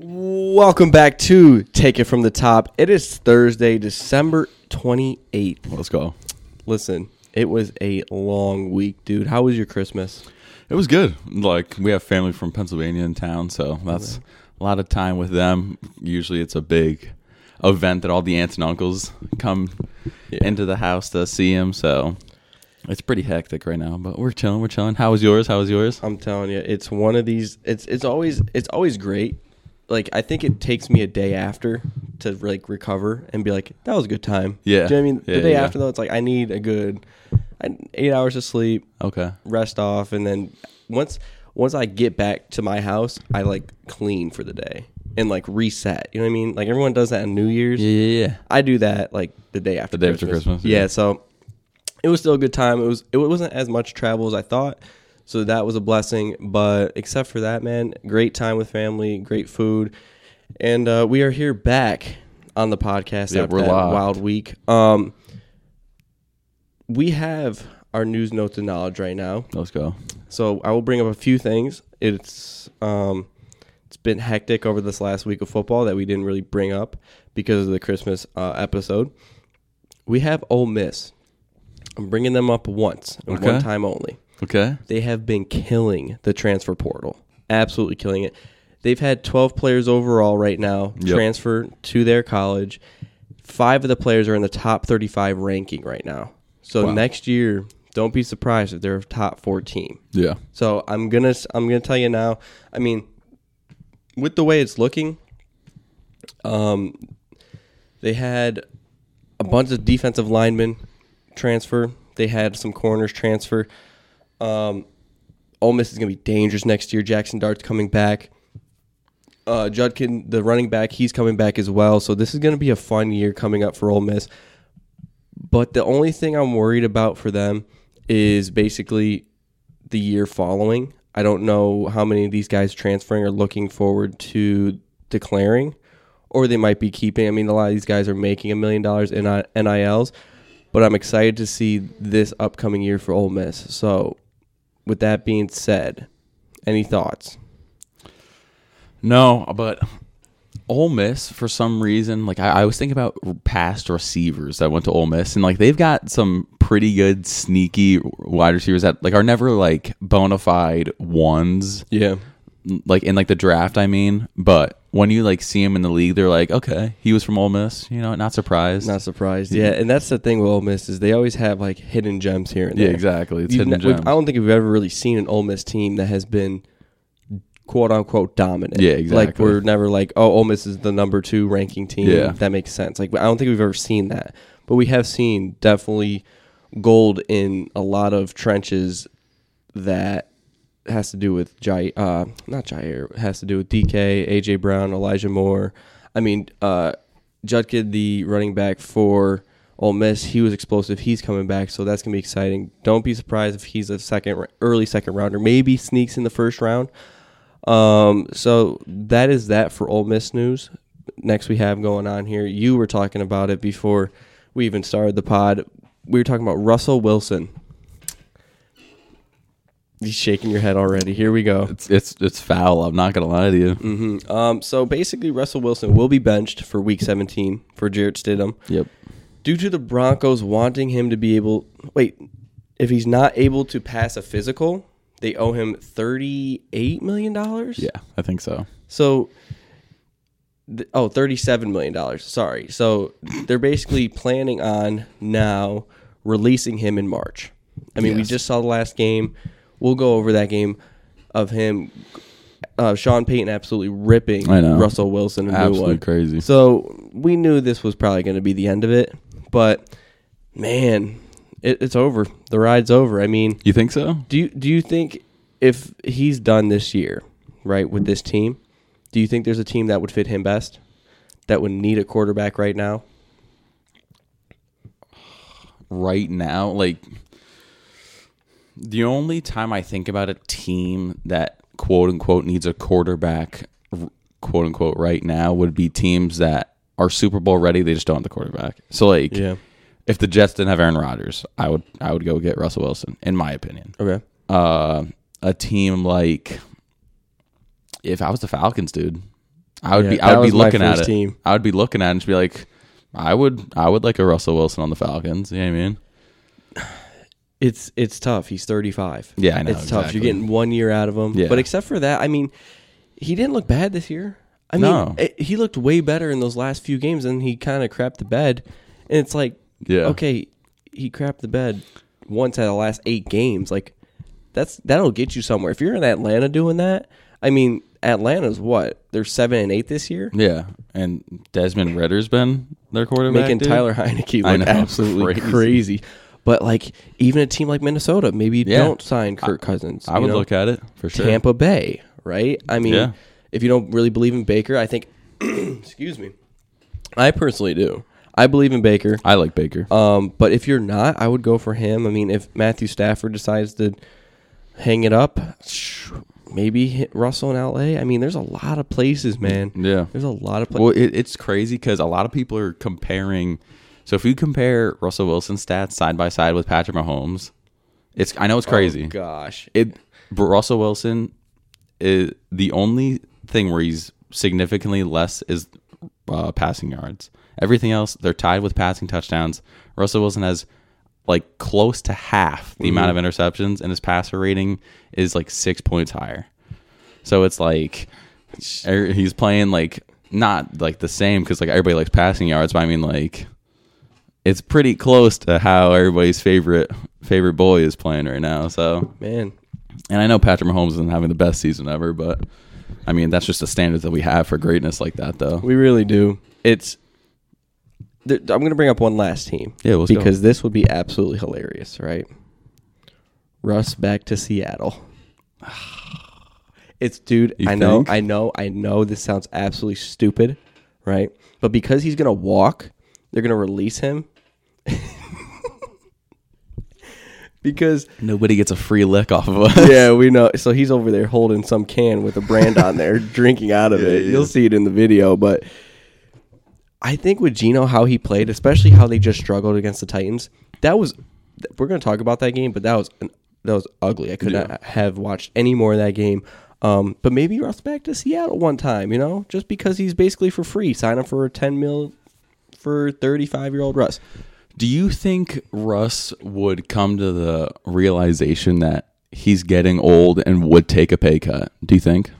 Welcome back to Take It From The Top. It is Thursday, December 28th. Let's go. Listen, it was a long week, dude. How was your Christmas? It was good. Like we have family from Pennsylvania in town, so that's a lot of time with them. Usually, it's a big event that all the aunts and uncles come into the house to see him. So it's pretty hectic right now, but we're chilling. We're chilling. How was yours? How was yours? I'm telling you, it's one of these it's it's always it's always great. Like I think it takes me a day after to like recover and be like, that was a good time. Yeah. Do you know what I mean? Yeah, the day yeah. after though, it's like I need a good I, eight hours of sleep, Okay. rest off, and then once once I get back to my house, I like clean for the day and like reset. You know what I mean? Like everyone does that on New Year's. Yeah, yeah, yeah. I do that like the day after The day after Christmas, Yeah. yeah. so it was still a good time. It was it wasn't as much travel as I thought, so that was a blessing. But except for that, man, great time with family, great food, and uh, we are here back on the podcast Yeah, after we're that live. wild week. Um, we have our news, notes, and knowledge right now. Let's go. So I will bring up a few things. It's um, it's been hectic over this last week of football that we didn't really bring up because of the Christmas uh, episode. We have Ole Miss. I'm bringing them up once and one Okay. time only. Okay. They have been killing the transfer portal. Absolutely killing it. They've had 12 players overall right now Yep. transfer to their college. Five of the players are in the top 35 ranking right now. So Wow. next year, don't be surprised if they're a top four team. Yeah. So I'm gonna I'm gonna tell you now. I mean, with the way it's looking, um, they had a bunch of defensive linemen transfer. They had some corners transfer. Um, Ole Miss is gonna be dangerous next year. Jackson Dart's coming back. Uh, Judkin, the running back, he's coming back as well. So this is gonna be a fun year coming up for Ole Miss. But the only thing I'm worried about for them is basically the year following. I don't know how many of these guys transferring are looking forward to declaring, or they might be keeping. I mean, a lot of these guys are making a million dollars in I- NILs, but I'm excited to see this upcoming year for Ole Miss. So, with that being said, any thoughts? No, but Ole Miss for some reason, like I, I was thinking about past receivers that went to Ole Miss, and like they've got some pretty good sneaky wide receivers that like are never like bona fide ones, Yeah. like in like the draft. I mean, but when you like see them in the league, they're like, okay, he was from Ole Miss, you know, not surprised. Not surprised. Mm-hmm. Yeah, and that's the thing with Ole Miss is they always have like hidden gems here and yeah, there. exactly. It's You've hidden ne- we've- gems. I don't think we've ever really seen an Ole Miss team that has been quote unquote dominant. Yeah, Like exactly. we're never like, oh, Ole Miss is the number two ranking team. Yeah. That makes sense. Like I don't think we've ever seen that. But we have seen definitely gold in a lot of trenches that has to do with Jai uh not Jair, has to do with DK, AJ Brown, Elijah Moore. I mean, uh Judkid, the running back for Ole Miss, he was explosive. He's coming back, so that's gonna be exciting. Don't be surprised if he's a second, early second rounder, maybe sneaks in the first round. Um, so that is that for Ole Miss news. Next, we have going on here. You were talking about it before we even started the pod. We were talking about Russell Wilson. He's shaking your head already. Here we go. it's it's it's foul. I'm not gonna lie to you. Mm-hmm. Um, so basically, Russell Wilson will be benched for Week 17 for Jarrett Stidham Yep. due to the Broncos wanting him to be able. Wait, if he's not able to pass a physical, they owe him thirty-eight million dollars. Yeah, I think so. So, th- oh, $37 million. Sorry. So they're basically planning on now releasing him in March. I mean, we Yes. just saw the last game. We'll go over that game of him, uh, Sean Payton absolutely ripping I know. Russell Wilson a new Absolutely one. crazy. So we knew this was probably going to be the end of it. But, man, it, it's over. The ride's over. I mean, You think so? do you do you think if he's done this year, right, with this team, do you think there's a team that would fit him best? That would need a quarterback right now? right now, like the only time I think about a team that quote unquote needs a quarterback, r- quote unquote, right now would be teams that are Super Bowl ready. They just don't have the quarterback. So like, if the Jets didn't have Aaron Rodgers, I would I would go get Russell Wilson, in my opinion. Okay. Uh, a team like if I was the Falcons, dude, I would Yeah, be that I would was be my looking at first it. team. I would be looking at it and just be like, I would I would like a Russell Wilson on the Falcons. You know what I mean? It's it's tough. He's 35. Yeah, I know, It's tough. exactly. You're getting one year out of him. Yeah. But except for that, I mean, he didn't look bad this year. I mean, No. it- he looked way better in those last few games, and he kind of crapped the bed. And it's like, Yeah. okay, he crapped the bed once out of the last eight games. Like, that's that'll get you somewhere. If you're in Atlanta doing that, I mean, Atlanta's what? They're seven and eight this year, Yeah. And Desmond Ritter's been their quarterback. making dude. Tyler Heineke I look know, absolutely crazy. crazy. But like, even a team like Minnesota, maybe Yeah. don't sign Kirk Cousins. I you would know? look at it for sure. Tampa Bay, right? I mean, Yeah. if you don't really believe in Baker, I think, excuse me, I personally do. I believe in Baker. I like Baker. Um, but if you're not, I would go for him. I mean, if Matthew Stafford decides to hang it up, sh- maybe hit Russell in LA. I mean, there's a lot of places, man. Yeah. There's a lot of places. Well, it, it's crazy because a lot of people are comparing. So if you compare Russell Wilson's stats side by side with Patrick Mahomes, it's I know Oh, it's crazy. gosh. It but Russell Wilson is the only thing where he's significantly less is uh, passing yards. Everything else they're tied with passing touchdowns. Russell Wilson has like close to half the amount of interceptions, and his passer rating is like six points higher. So it's like er- he's playing like not like the same because like everybody likes passing yards, but I mean like it's pretty close to how everybody's favorite favorite boy is playing right now. So man. and I know Patrick Mahomes isn't having the best season ever, but I mean that's just the standard that we have for greatness like that, though. We really do. It's. Th- I'm going to bring up one last team. Yeah, let's go. because this would be absolutely hilarious, right? Russ back to Seattle. It's dude, You I know, think? I know, I know this sounds absolutely stupid, right? But because he's going to walk, they're going to release him. because Nobody gets a free lick off of us. yeah, we know. So he's over there holding some can with a brand on there, drinking out of it. yeah. You'll see it in the video, but I think with Gino how he played, especially how they just struggled against the Titans, that was th- we're going to talk about that game, but that was an, that was ugly. I could not have watched any more of that game. Um, but maybe Russ back to Seattle one time, you know, just because he's basically for free. Sign him for a ten mil for thirty five year old Russ. Do you think Russ would come to the realization that he's getting old and would take a pay cut? Do you think?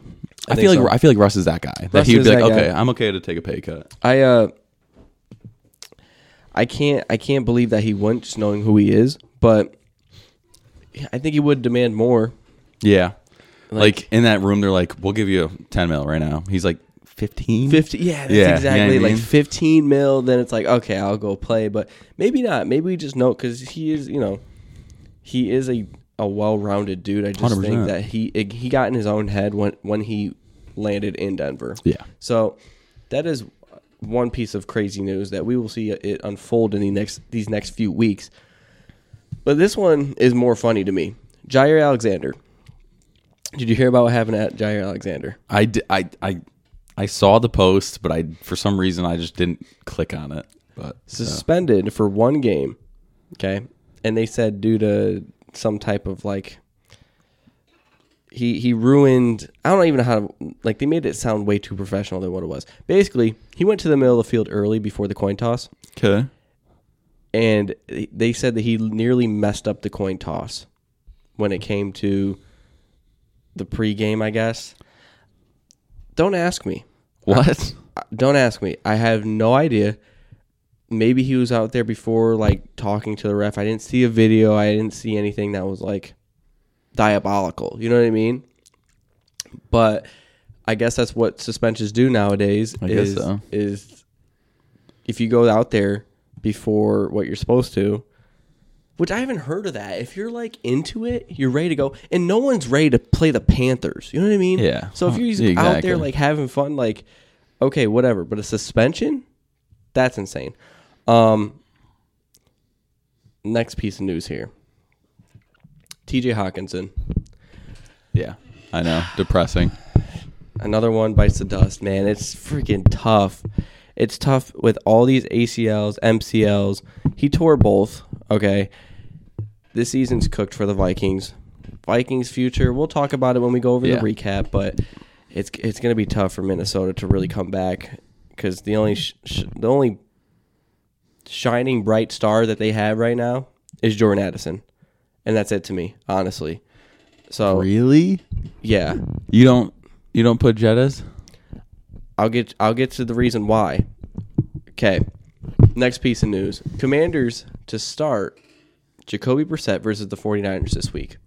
I, think feel like so. I feel like Russ is that guy. that Russ he would is be like, that guy. okay, I'm okay to take a pay cut. I uh I can't I can't believe that he went just knowing who he is, but I think he would demand more. Yeah. Like, in that room, they're like, "We'll give you 10 mil right now." He's like, "15." Fifty yeah, that's Yeah, you know what exactly I like mean? fifteen mil, then it's like, okay, I'll go play, but maybe not. Maybe we just know because he is, you know, he is a, a well rounded dude. I just think 100%. that he he got in his own head when when he landed in Denver. Yeah. So that is one piece of crazy news that we will see it unfold in the next these next few weeks. But this one is more funny to me. Jair Alexander. Did you hear about what happened at Jair Alexander? I, di- I, I, I saw the post, but I for some reason I just didn't click on it. But Suspended for one game. Okay. And they said due to some type of like he he ruined I don't even know how to like they made it sound way too professional than what it was. Basically, he went to the middle of the field early before the coin toss. okay, and they said that he nearly messed up the coin toss when it came to the pregame, I guess. Don't ask me. what? Don't ask me. I have no idea. Maybe he was out there before, like talking to the ref. I didn't see a video. I didn't see anything that was like diabolical. You know what I mean? But I guess that's what suspensions do nowadays. I guess is, so. Is if you go out there before what you're supposed to, which I haven't heard of that. If you're like into it, you're ready to go, and no one's ready to play the Panthers. You know what I mean? Yeah. So if you're Yeah, out exactly. there like having fun, like okay, whatever. But a suspension, that's insane. Um, next piece of news here. T.J. Hawkinson, yeah, I know, depressing. another one bites the dust, man. It's freaking tough. It's tough with all these ACLs, MCLs. He tore both. Okay. This season's cooked for the Vikings. Vikings future. We'll talk about it when we go over Yeah. the recap, but it's it's going to be tough for Minnesota to really come back because the only sh- sh- the only shining bright star that they have right now is Jordan Addison, and that's it to me, honestly. So Really? yeah, You don't you don't put Jettas? I'll get I'll get to the reason why. Okay, next piece of news: Commanders to start Jacoby Brissett versus the 49ers this week.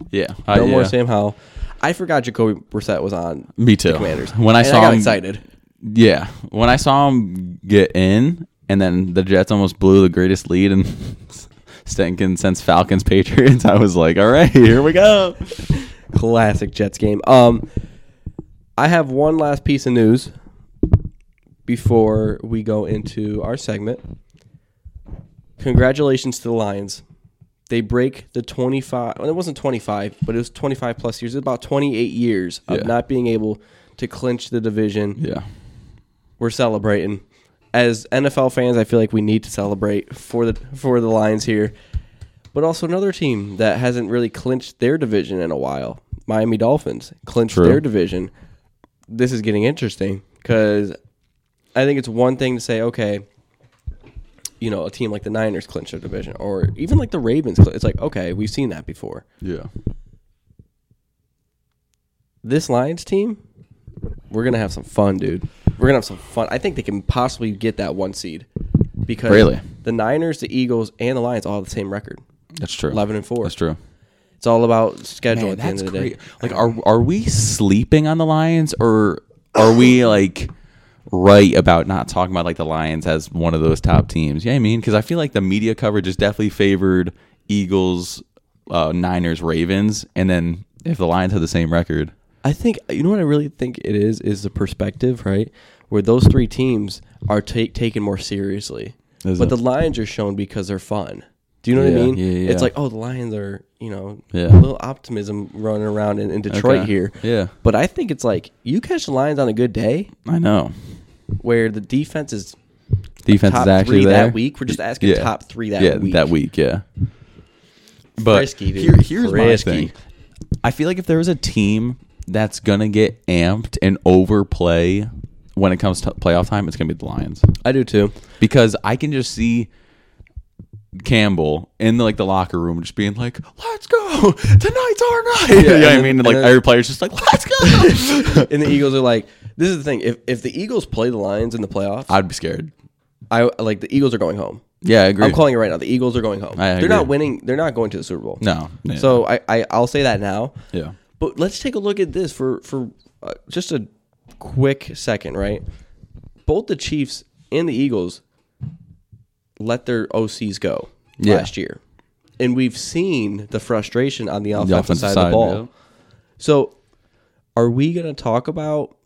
Uh, Yeah. No more Sam Howell. I forgot Jacoby Brissett was on Me too. the Commanders. When I And saw I got him, excited. yeah, when I saw him get in, and then the Jets almost blew the greatest lead and stinking since Falcons Patriots, I was like, all right, here we go. Classic Jets game. Um, I have one last piece of news before we go into our segment. Congratulations to the Lions. They break the 25, well, it wasn't 25, but it was 25 plus years, about 28 years of Yeah. not being able to clinch the division. Yeah, We're celebrating. As NFL fans, I feel like we need to celebrate for the for the Lions here. But also another team that hasn't really clinched their division in a while. Miami Dolphins clinched True. their division. This is getting interesting because I think it's one thing to say, okay, you know, a team like the Niners clinch their division, or even like the Ravens. cl- It's like, okay, we've seen that before. yeah, This Lions team, we're gonna have some fun, dude. We're gonna have some fun. I think they can possibly get that one seed because Really? the Niners, the Eagles, and the Lions all have the same record, that's true. eleven and four. That's true. It's all about schedule Man, at the end that's of the great. day. Like, are are we sleeping on the Lions, or are we like right about not talking about like the Lions as one of those top teams? Yeah, I mean, because I feel like the media coverage is definitely favored Eagles, uh, Niners, Ravens, and then if the Lions had the same record, I think you know what I really think it is is the perspective, right? Where those three teams are take, taken more seriously, Is but it? the Lions are shown because they're fun. Do you know what Yeah, I mean? yeah, yeah. It's like, oh, the Lions are, you know, Yeah. a little optimism running around in, in Detroit Okay. here. Yeah, But I think it's like you catch the Lions on a good day I know. where the defense is Defense top is actually three there. that week. We're just asking Yeah. top three that yeah, week. that week, yeah. But Frisky, dude. here- here's Frisky. my thing. I feel like if there was a team that's gonna get amped and overplay when it comes to playoff time, it's gonna be the Lions I do too. because I can just see Campbell in the, like the locker room just being like, "Let's go, tonight's our night." Yeah, and I then- mean, And, like and then- every player's just like, "Let's go." And the Eagles are like, this is the thing. If if the Eagles play the Lions in the playoffs, I'd be scared. I like the Eagles are going home. Yeah, I agree. I'm calling it right now. The Eagles are going home. I they're not agree. winning. They're not going to the Super Bowl. no, yeah, So I, I I'll say that now. yeah, But let's take a look at this for for uh, just a quick second, right? Both the Chiefs and the Eagles let their OCs go Yeah. last year, and we've seen the frustration on the offensive, offensive side, of side, the ball. yeah. So, are we going to talk about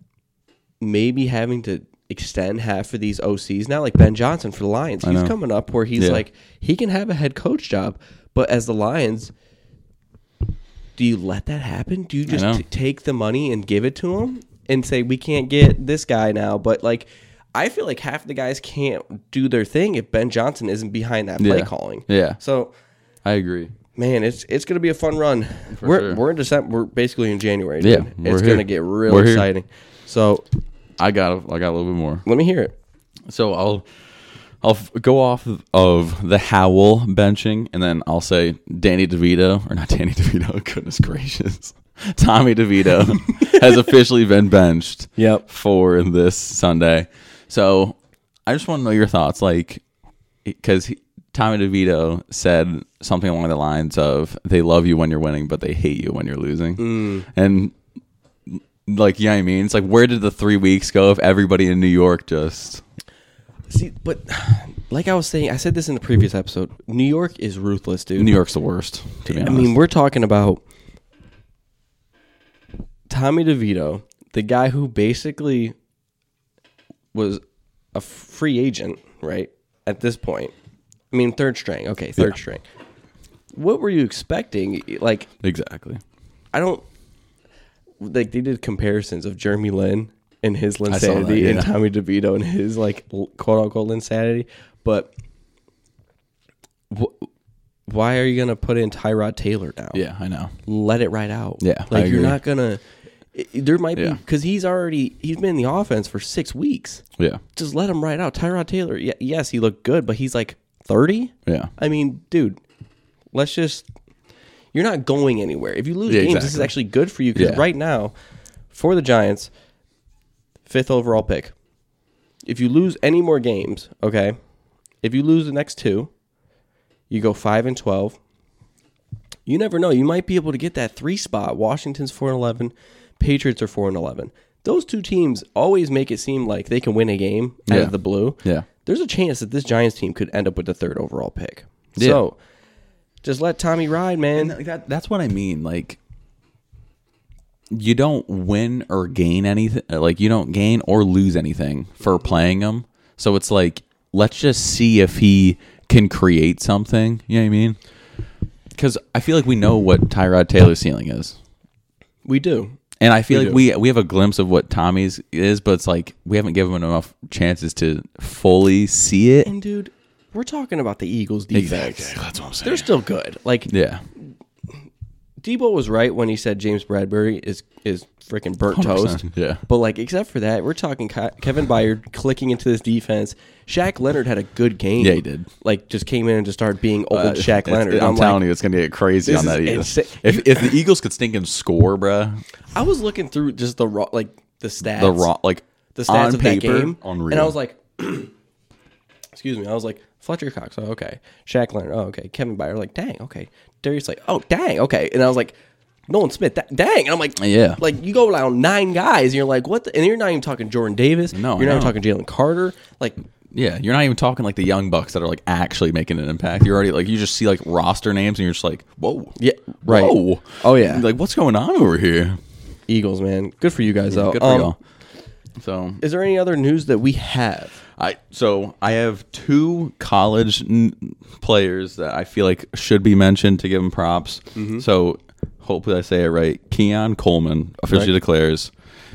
maybe having to extend half of these OCs now? Like Ben Johnson for the Lions, he's coming up where he's Yeah. like he can have a head coach job, but as the Lions, do you let that happen? Do you know. just t- take the money and give it to him and say we can't get this guy now? But like, I feel like half the guys can't do their thing if Ben Johnson isn't behind that play Yeah. calling. yeah, So I agree. man, it's it's gonna be a fun run. we're sure. we're in December. We're basically in January. Yeah, dude. we're it's here. gonna get real We're here. exciting. So I got, a- I got a little bit more. let me hear it. So I'll I'll f- go off of the Howell benching, and then I'll say Danny DeVito or not Danny DeVito. Goodness gracious, Tommy DeVito has officially been benched. Yep. for this Sunday. So I just want to know your thoughts, like because Tommy DeVito said something along the lines of "They love you when you're winning, but they hate you when you're losing," and like yeah, I mean, it's like where did the three weeks go if everybody in New York just See, but like I was saying, I said this in the previous episode. New York is ruthless, dude. New York's the worst, to be I honest. mean, we're talking about Tommy DeVito, the guy who basically was a free agent, right? At this point, I mean, third string. Okay, third Yeah. string. What were you expecting? Like, exactly. I don't like they did comparisons of Jeremy Lin and his saw that, Linsanity and yeah. Tommy DeVito and his like quote unquote Linsanity, but wh- why are you gonna put in Tyrod Taylor now? Yeah, I know. let it ride out. Yeah, I like you're agree. not gonna. It- there might be Yeah. because he's already he's been in the offense for six weeks. Yeah. Just let him ride out. Tyrod Taylor, y- yes, he looked good, but he's like thirty. Yeah. I mean, dude, let's just. You're not going anywhere. If you lose Yeah, games, this is exactly. actually good for you because Yeah. right now, for the Giants, fifth overall pick. If you lose any more games, okay, if you lose the next two, you go five and twelve. You never know. You might be able to get that three spot. Washington's four and eleven, Patriots are four and eleven. Those two teams always make it seem like they can win a game out Yeah. of the blue Yeah. there's a chance that this Giants team could end up with the third overall pick. Yeah. So just let Tommy ride, man. And like that that's what I mean. Like you don't win or gain anything. Like you don't gain or lose anything for playing him. So it's like let's just see if he can create something. You know what I mean? Because I feel like we know what Tyrod Taylor's ceiling is, we do. and I feel like do. we we have a glimpse of what Tommy's is, but it's like we haven't given him enough chances to fully see it. And dude, we're talking about the Eagles defense. That's what I'm saying. They're still good. Like yeah, Debo was right when he said James Bradbury is is freaking burnt toast. 100%, yeah. But like except for that, we're talking Ke- Kevin Byard clicking into this defense. Shaq Leonard had a good game. Yeah, he did. Like just came in and just started being old Shaq Uh, It's- Leonard. I'm, like, telling you, it's gonna get crazy this on that is Eagles. insa- If, if the Eagles could stink and score, bruh, I was looking through just the raw like the stats. the raw like the stats on of paper, that game, unreal. and I was like, excuse me, I was like Fletcher Cox, oh okay, Shaq Leonard, oh okay, Kevin Byer, like dang, okay, Darius, like oh dang, okay, and I was like Nolan Smith, that, dang, and I'm like Yeah. like you go down nine guys, and you're like what, the, and you're not even talking Jordan Davis, No, I you're not even know. talking Jalen Carter, like yeah, you're not even talking like the young bucks that are like actually making an impact. You're already like you just see like roster names and you're just like, whoa, Yeah, right. whoa, Oh, yeah. like what's going on over here? Eagles, man, good for you guys though. Good for Um, y'all. So Is there any other news that we have? I so I have two college n- players that I feel like should be mentioned to give them props. Mm-hmm. So hopefully I say it right. Keon Coleman officially declares.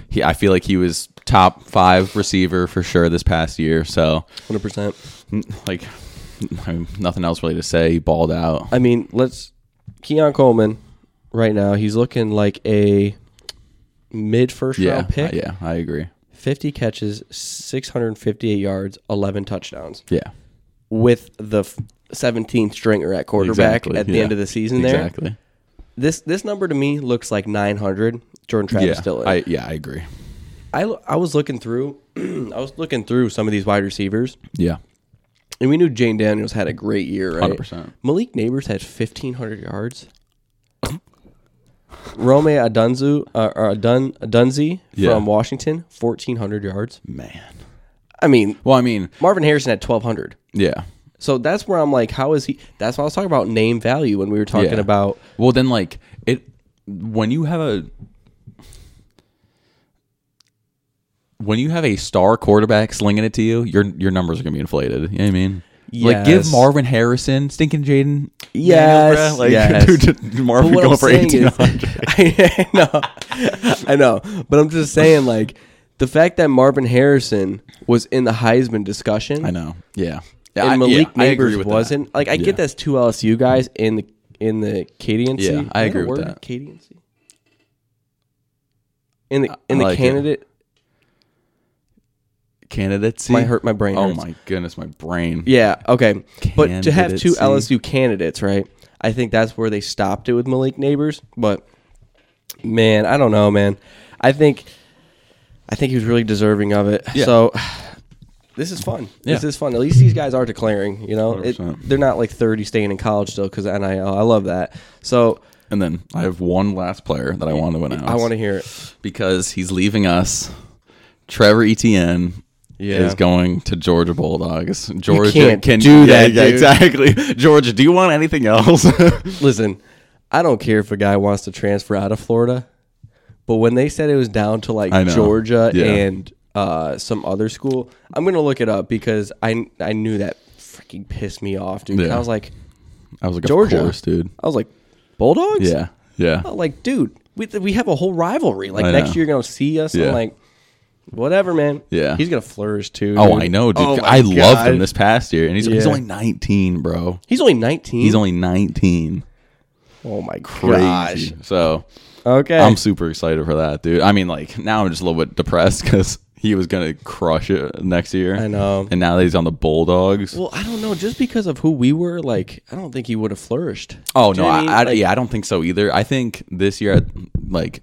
He I feel like he was top five receiver for sure this past year. So Hundred percent. n- like I mean, nothing else really to say. He balled out. I mean, let's Keon Coleman right now. He's looking like a mid first yeah, round pick. I- yeah, I agree. 50 catches, 658 yards, 11 touchdowns Yeah, with the f- 17th stringer at quarterback Exactly, at the yeah. end of the season there. exactly. This this number to me looks like 900 Jordan Travis Yeah, Dillon. I yeah I agree. I l- I was looking through I was looking through some of these wide receivers Yeah, and we knew Jane Daniels had a great year, right? 100%. Malik Neighbors had 1500 yards. Rome Adunzu uh, or Adun Adunzi Yeah. from Washington, 1400 yards. man. I mean, Well, I mean, Marvin Harrison had 1200. yeah. So that's where I'm like, how is he? That's what I was talking about name value when we were talking Yeah. about. Well, then, like it when you have a when you have a star quarterback slinging it to you, your your numbers are gonna be inflated. You know what I mean? Like give Yes. Marvin Harrison, stinking Jaden. Yes, Daniels, bruh, like yes. dude, Marvin But going for what I'm saying is- eighteen hundred. I know, I know, but I'm just saying, like, the fact that Marvin Harrison was in the Heisman discussion, I know. Yeah. and I, Malik yeah, I agree Neighbors with that. wasn't. Like, I Yeah. get that's two LSU guys in the in the cadency. Yeah, Is that a I agree with word? that. Cadency. In the in the like it. candidate, Candidacy. my hurt my brain. Oh hurts. my goodness, my brain. Yeah, okay. But to have two Candidacy. LSU candidates, right? I think that's where they stopped it with Malik Neighbors, but man, I don't know, man. I think I think he was really deserving of it. Yeah. So this is fun. This Yeah. is fun. At least these guys are declaring, you know. It, 100%. they're not like 30 staying in college still cuz NIL. I love that. So And then I have one last player that I want to announce. I want to hear it. because he's leaving us. Trevor Etienne Yeah. is going to Georgia Bulldogs. Georgia can't do that, dude. exactly. Georgia, do you want anything else? Listen, I don't care if a guy wants to transfer out of Florida, but when they said it was down to like I know. Georgia Yeah. and uh, some other school, I'm gonna look it up because I I knew that freaking pissed me off, dude. And Yeah. I was like, I was like, Georgia. Oh, of course, dude. I was like, Bulldogs. Yeah, yeah. I was like, dude, we we have a whole rivalry. Like I next know. year, you're gonna see us. Yeah. I'm like, whatever, man. Yeah. he's gonna flourish too. Oh, dude. I know, dude. Oh my I loved God. him this past year, and he's, he's Yeah. Hmm? only 19, bro. He's only 19. He's only 19. Oh my Crazy. gosh. So Okay. I'm super excited for that, dude. I mean, like now I'm just a little bit depressed because he was gonna crush it next year. I know. And now that he's on the Bulldogs. well, I don't know. Just because of who we were, like, I don't think he would have flourished. oh Do no, you know I, what mean? I- Like, yeah, I don't think so either. I think this year, like,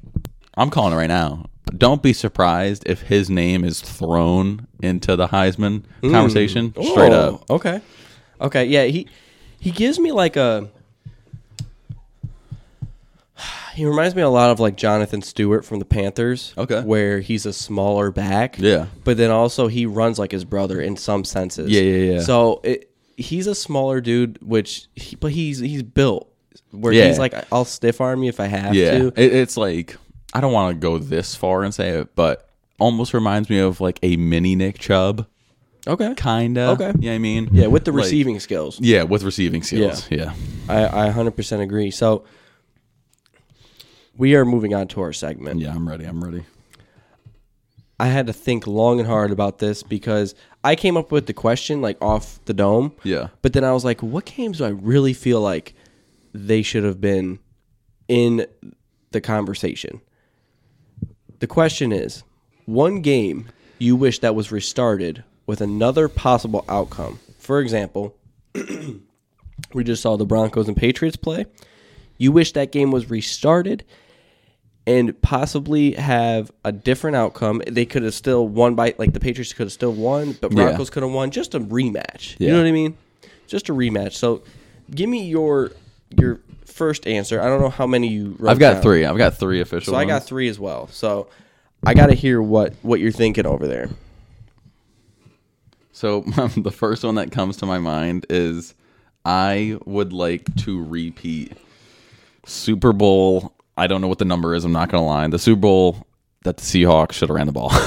I'm calling it right now. Don't be surprised if his name is thrown into the Heisman conversation straight Hmm. oh, up. Okay. Okay. Yeah. He he gives me like a. He reminds me a lot of like Jonathan Stewart from the Panthers. Okay. Where he's a smaller back. Yeah. But then also he runs like his brother in some senses. Yeah, yeah, yeah. So it, he's a smaller dude, which he, but he's he's built where Yeah. he's like I'll stiff arm you if I have Yeah, to. it, it's like I don't want to go this far and say it, but almost reminds me of like a mini Nick Chubb, Okay. kind of. Okay. you know what I mean, Yeah, with the Like- receiving skills. yeah, with receiving skills. Yeah, I, I 100% agree. So we are moving on to our segment. yeah, I'm ready. I'm ready. I had to think long and hard about this because I came up with the question like off the dome. Yeah. But then I was like, what games do I really feel like they should have been in the conversation? The question is one game you wish that was restarted with another possible outcome. For example, we just saw the Broncos and Patriots play. You wish that game was restarted and possibly have a different outcome. They could have still won by like the Patriots could have still won, but Yeah. Broncos could have won. Just a rematch. You Yeah. know what I mean? Just a rematch. So, give me your your first answer. I don't know how many you. Wrote I've got down. three. I've got three official. So I ones. got three as well. So I got to hear what what you're thinking over there. So the first one that comes to my mind is I would like to repeat Super Bowl. I don't know what the number is. I'm not gonna lie. The Super Bowl that the Seahawks should have ran the ball.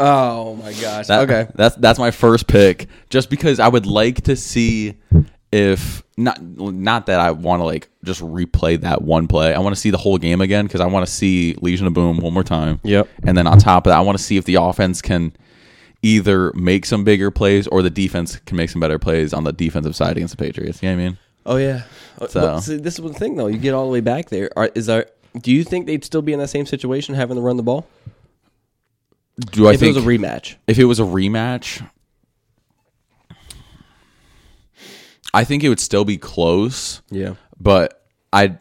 Oh my gosh. That- okay. Uh, That's that's my first pick, just because I would like to see if not not that I want to like just replay that one play. I want to see the whole game again because I want to see Legion of Boom one more time. Yep. And then on top of that, I want to see if the offense can either make some bigger plays or the defense can make some better plays on the defensive side against the Patriots. You know what I mean? Oh yeah. So- Well, see, this is the thing though. You get all the way back there. Are, is there? Do you think they'd still be in that same situation having to run the ball Do I if think it was a rematch? if it was a rematch, I think it would still be close. Yeah. but I, it,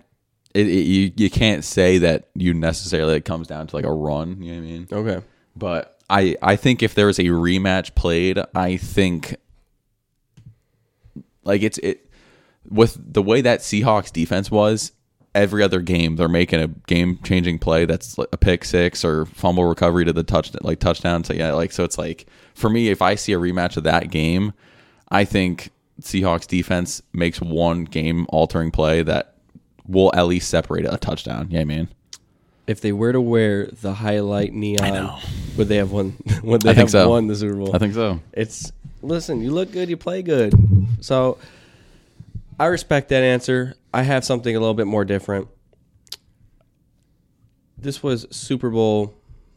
it, you you can't say that you necessarily it comes down to like a run. You know what I mean? Okay. But I I think if there was a rematch played, I think like it's it with the way that Seahawks defense was. Every other game, they're making a game-changing play. That's like a pick six or fumble recovery to the touch, like touchdown. So yeah, like so it's like for me, if I see a rematch of that game, I think Seahawks defense makes one game-altering play that will at least separate a touchdown. Yeah, you know what I mean, If they were to wear the highlight neon, know. would they have won? Would they I think have so. won the Super Bowl? I think so. it's listen. You look good. You play good. So I respect that answer. I have something a little bit more different. This was Super Bowl.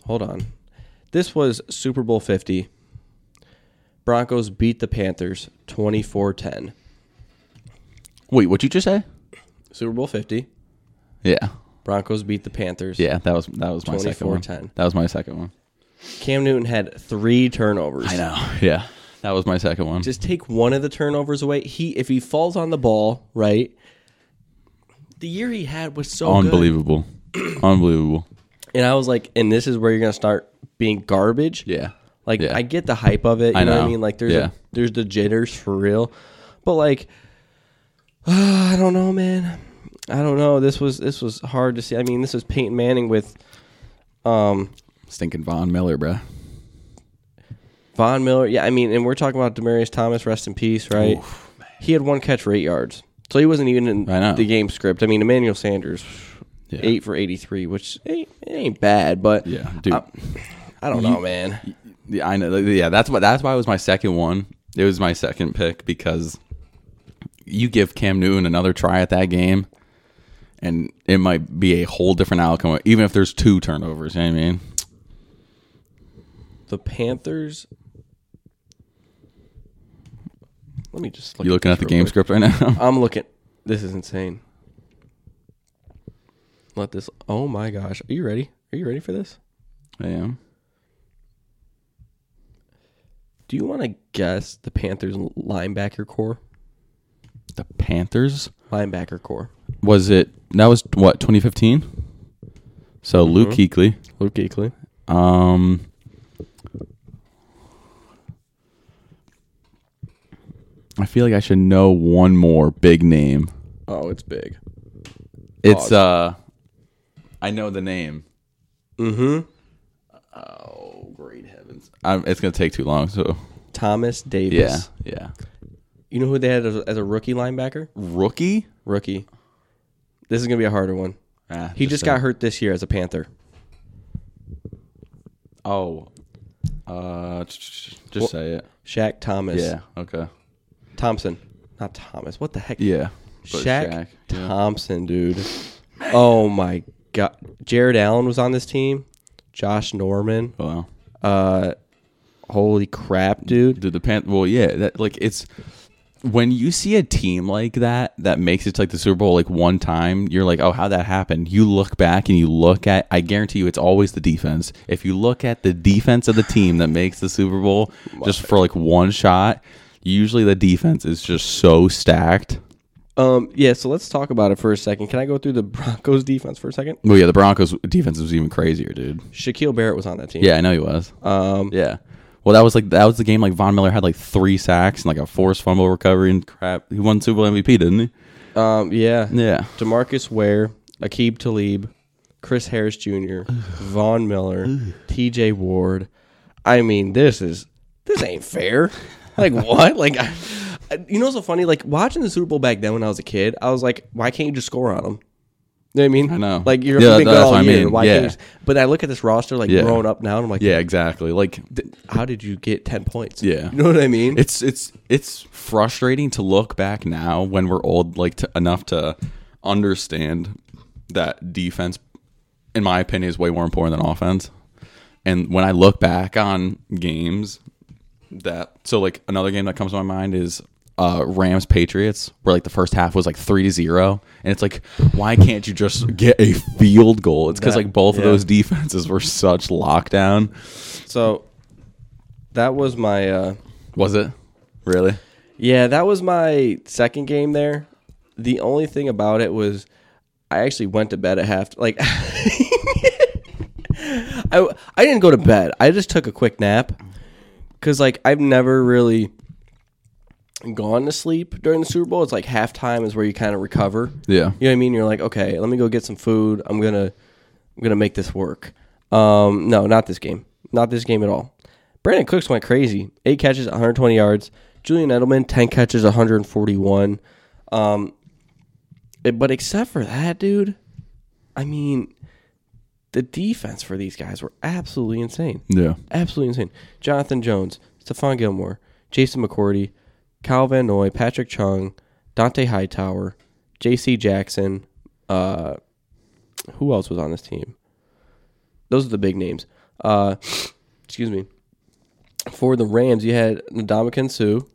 Hold on. This was Super Bowl 50. Broncos beat the Panthers 24-10. Wait, what'd you just say? Super Bowl 50. Yeah. Broncos beat the Panthers. Yeah, that was that was my second one. 24-10. That was my second one. Cam Newton had 3 turnovers. I know. Yeah, that was my second one. just take one of the turnovers away. He if he falls on the ball, right? The year he had was so unbelievable. Unbelievable. Unbelievable. And I was like, and this is where you're gonna start being garbage. Yeah. Like Yeah. I get the hype of it. You I know. what I know. mean? Like there's Yeah. a, there's the jitters for real. But like I don't know, man. I don't know. This was this was hard to see. I mean, this is Peyton Manning with um Stinking Von Miller, bruh. Von Miller. Yeah, I mean, and we're talking about Demarius Thomas, rest in peace, right? he had one catch for eight yards. So he wasn't even in I know. the game script. I mean, Emmanuel Sanders, Yeah. eight for 83, which ain't, it ain't bad, but Yeah, dude. I, I don't know, man. yeah, I know. Yeah, that's what. That's why it was my second one. It was my second pick because you give Cam Newton another try at that game, and it might be a whole different outcome. Even if there's two turnovers, you know what I mean. The Panthers. Let me just look You looking at the this real game quick. script right now? I'm looking. This is insane. let this. Oh my gosh, are you ready? Are you ready for this? I am. Do you want to guess the Panthers linebacker core? The Panthers. Linebacker core. Was it that was what 2015? So Luke Kuechly. Luke Kuechly. Um, I feel like I should know one more big name. Oh, it's big. It's uh, I know the name. Mm-hmm. Oh, great heavens! I'm, it's gonna take too long. So Thomas yeah, Davis. yeah. You know who they had as, as a rookie linebacker? Rookie. Rookie. This is gonna be a harder one. Ah, He just said- got hurt this year as a Panther. Oh, uh, ch- ch- ch- just say it. Shaq Thomas. Yeah. Okay. Thompson. Not Thomas. What the heck? Yeah. But Shaq, Shaq, yeah. Thompson, dude. Oh my god. Jared Allen was on this team. Josh Norman. Wow. Uh holy crap, dude. Dude, the Pan. Well, yeah, that like it's when you see a team like that that makes it to like the Super Bowl like one time, you're like, oh, how that happened. You look back and you look at. I guarantee you, it's always the defense. If you look at the defense of the team that makes the Super Bowl just for like one shot, usually the defense is just so stacked. Um yeah, so let's talk about it for a second. Can I go through the Broncos defense for a second? Well, yeah, the Broncos defense was even crazier, dude. Shaquille Barrett was on that team. Yeah, I know he was. Um Yeah. Well, that was like that was the game. Like Von Miller had like three sacks and like a forced fumble recovery and crap. He won Super Bowl MVP, didn't um yeah. he? Yeah. DeMarcus Ware, Akib Talib, Chris Harris Jr., Vaughn Miller, TJ Ward. I mean, this is this ain't fair. Like what? Like I, I- you know, what's so funny. Like watching the Super Bowl back then when I was a kid, I was like, why can't you just score on them? You know what I mean? I know. Like you're Yeah, been good that's all what I year. mean. Why Yeah. can't you just, But I look at this roster like Yeah. growing up now, and I'm like, Yeah, exactly. Like th- how did you get ten points? Yeah. you know what I mean? it's it's it's frustrating to look back now when we're old like to, enough to understand that defense in my opinion is way more important than offense. And when I look back on games that so like another game that comes to my mind is uh, Rams Patriots, where like the first half was like three to zero, and it's like, why can't you just get a field goal? It's because That- like both of yeah. those defenses were such lockdown. so that was my. uh Was it really? Yeah, that was my second game there. The only thing about it was I actually went to bed at half like I I didn't go to bed. I just took a quick nap cuz like I've never really gone to sleep during the Super Bowl. It's like halftime is where you kind of recover. Yeah. You know what I mean? You're like, "Okay, let me go get some food. I'm going to I'm going to make this work." Um no, not this game. Not this game at all. Brandon Cooks went crazy. 8 catches, 120 yards. Julian Edelman 10 catches, 141. Um it- but except for that, dude, I mean, the defense for these guys were absolutely insane. Yeah. Absolutely insane. Jonathan Jones, Stephon Gilmore, Jason McCourty, Kyle Van Noy, Patrick Chung, Dante Hightower, J.C. Jackson. Uh, who else was on this team? Those are the big names. Uh, excuse me. For the Rams, you had Ndamukong Sue.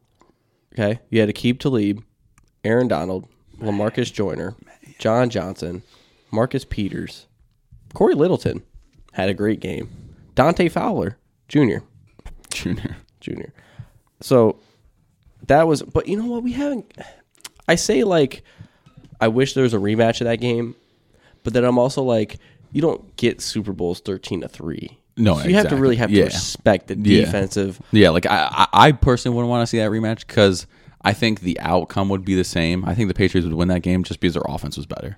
Okay, you had Akib Talib, Aaron Donald, Lamarcus Joyner, John Johnson, Marcus Peters, Corey Littleton had a great game. Dante Fowler Jr. Junior. Jr. So that was, but you know what? We haven't. I say like, I wish there was a rematch of that game, but then I'm also like, you don't get Super Bowls thirteen to three. No, so you have to exactly. really have to Yeah. respect the Yeah. defensive. Yeah, like I, I I personally wouldn't want to see that rematch because I think the outcome would be the same. I think the Patriots would win that game just because their offense was better.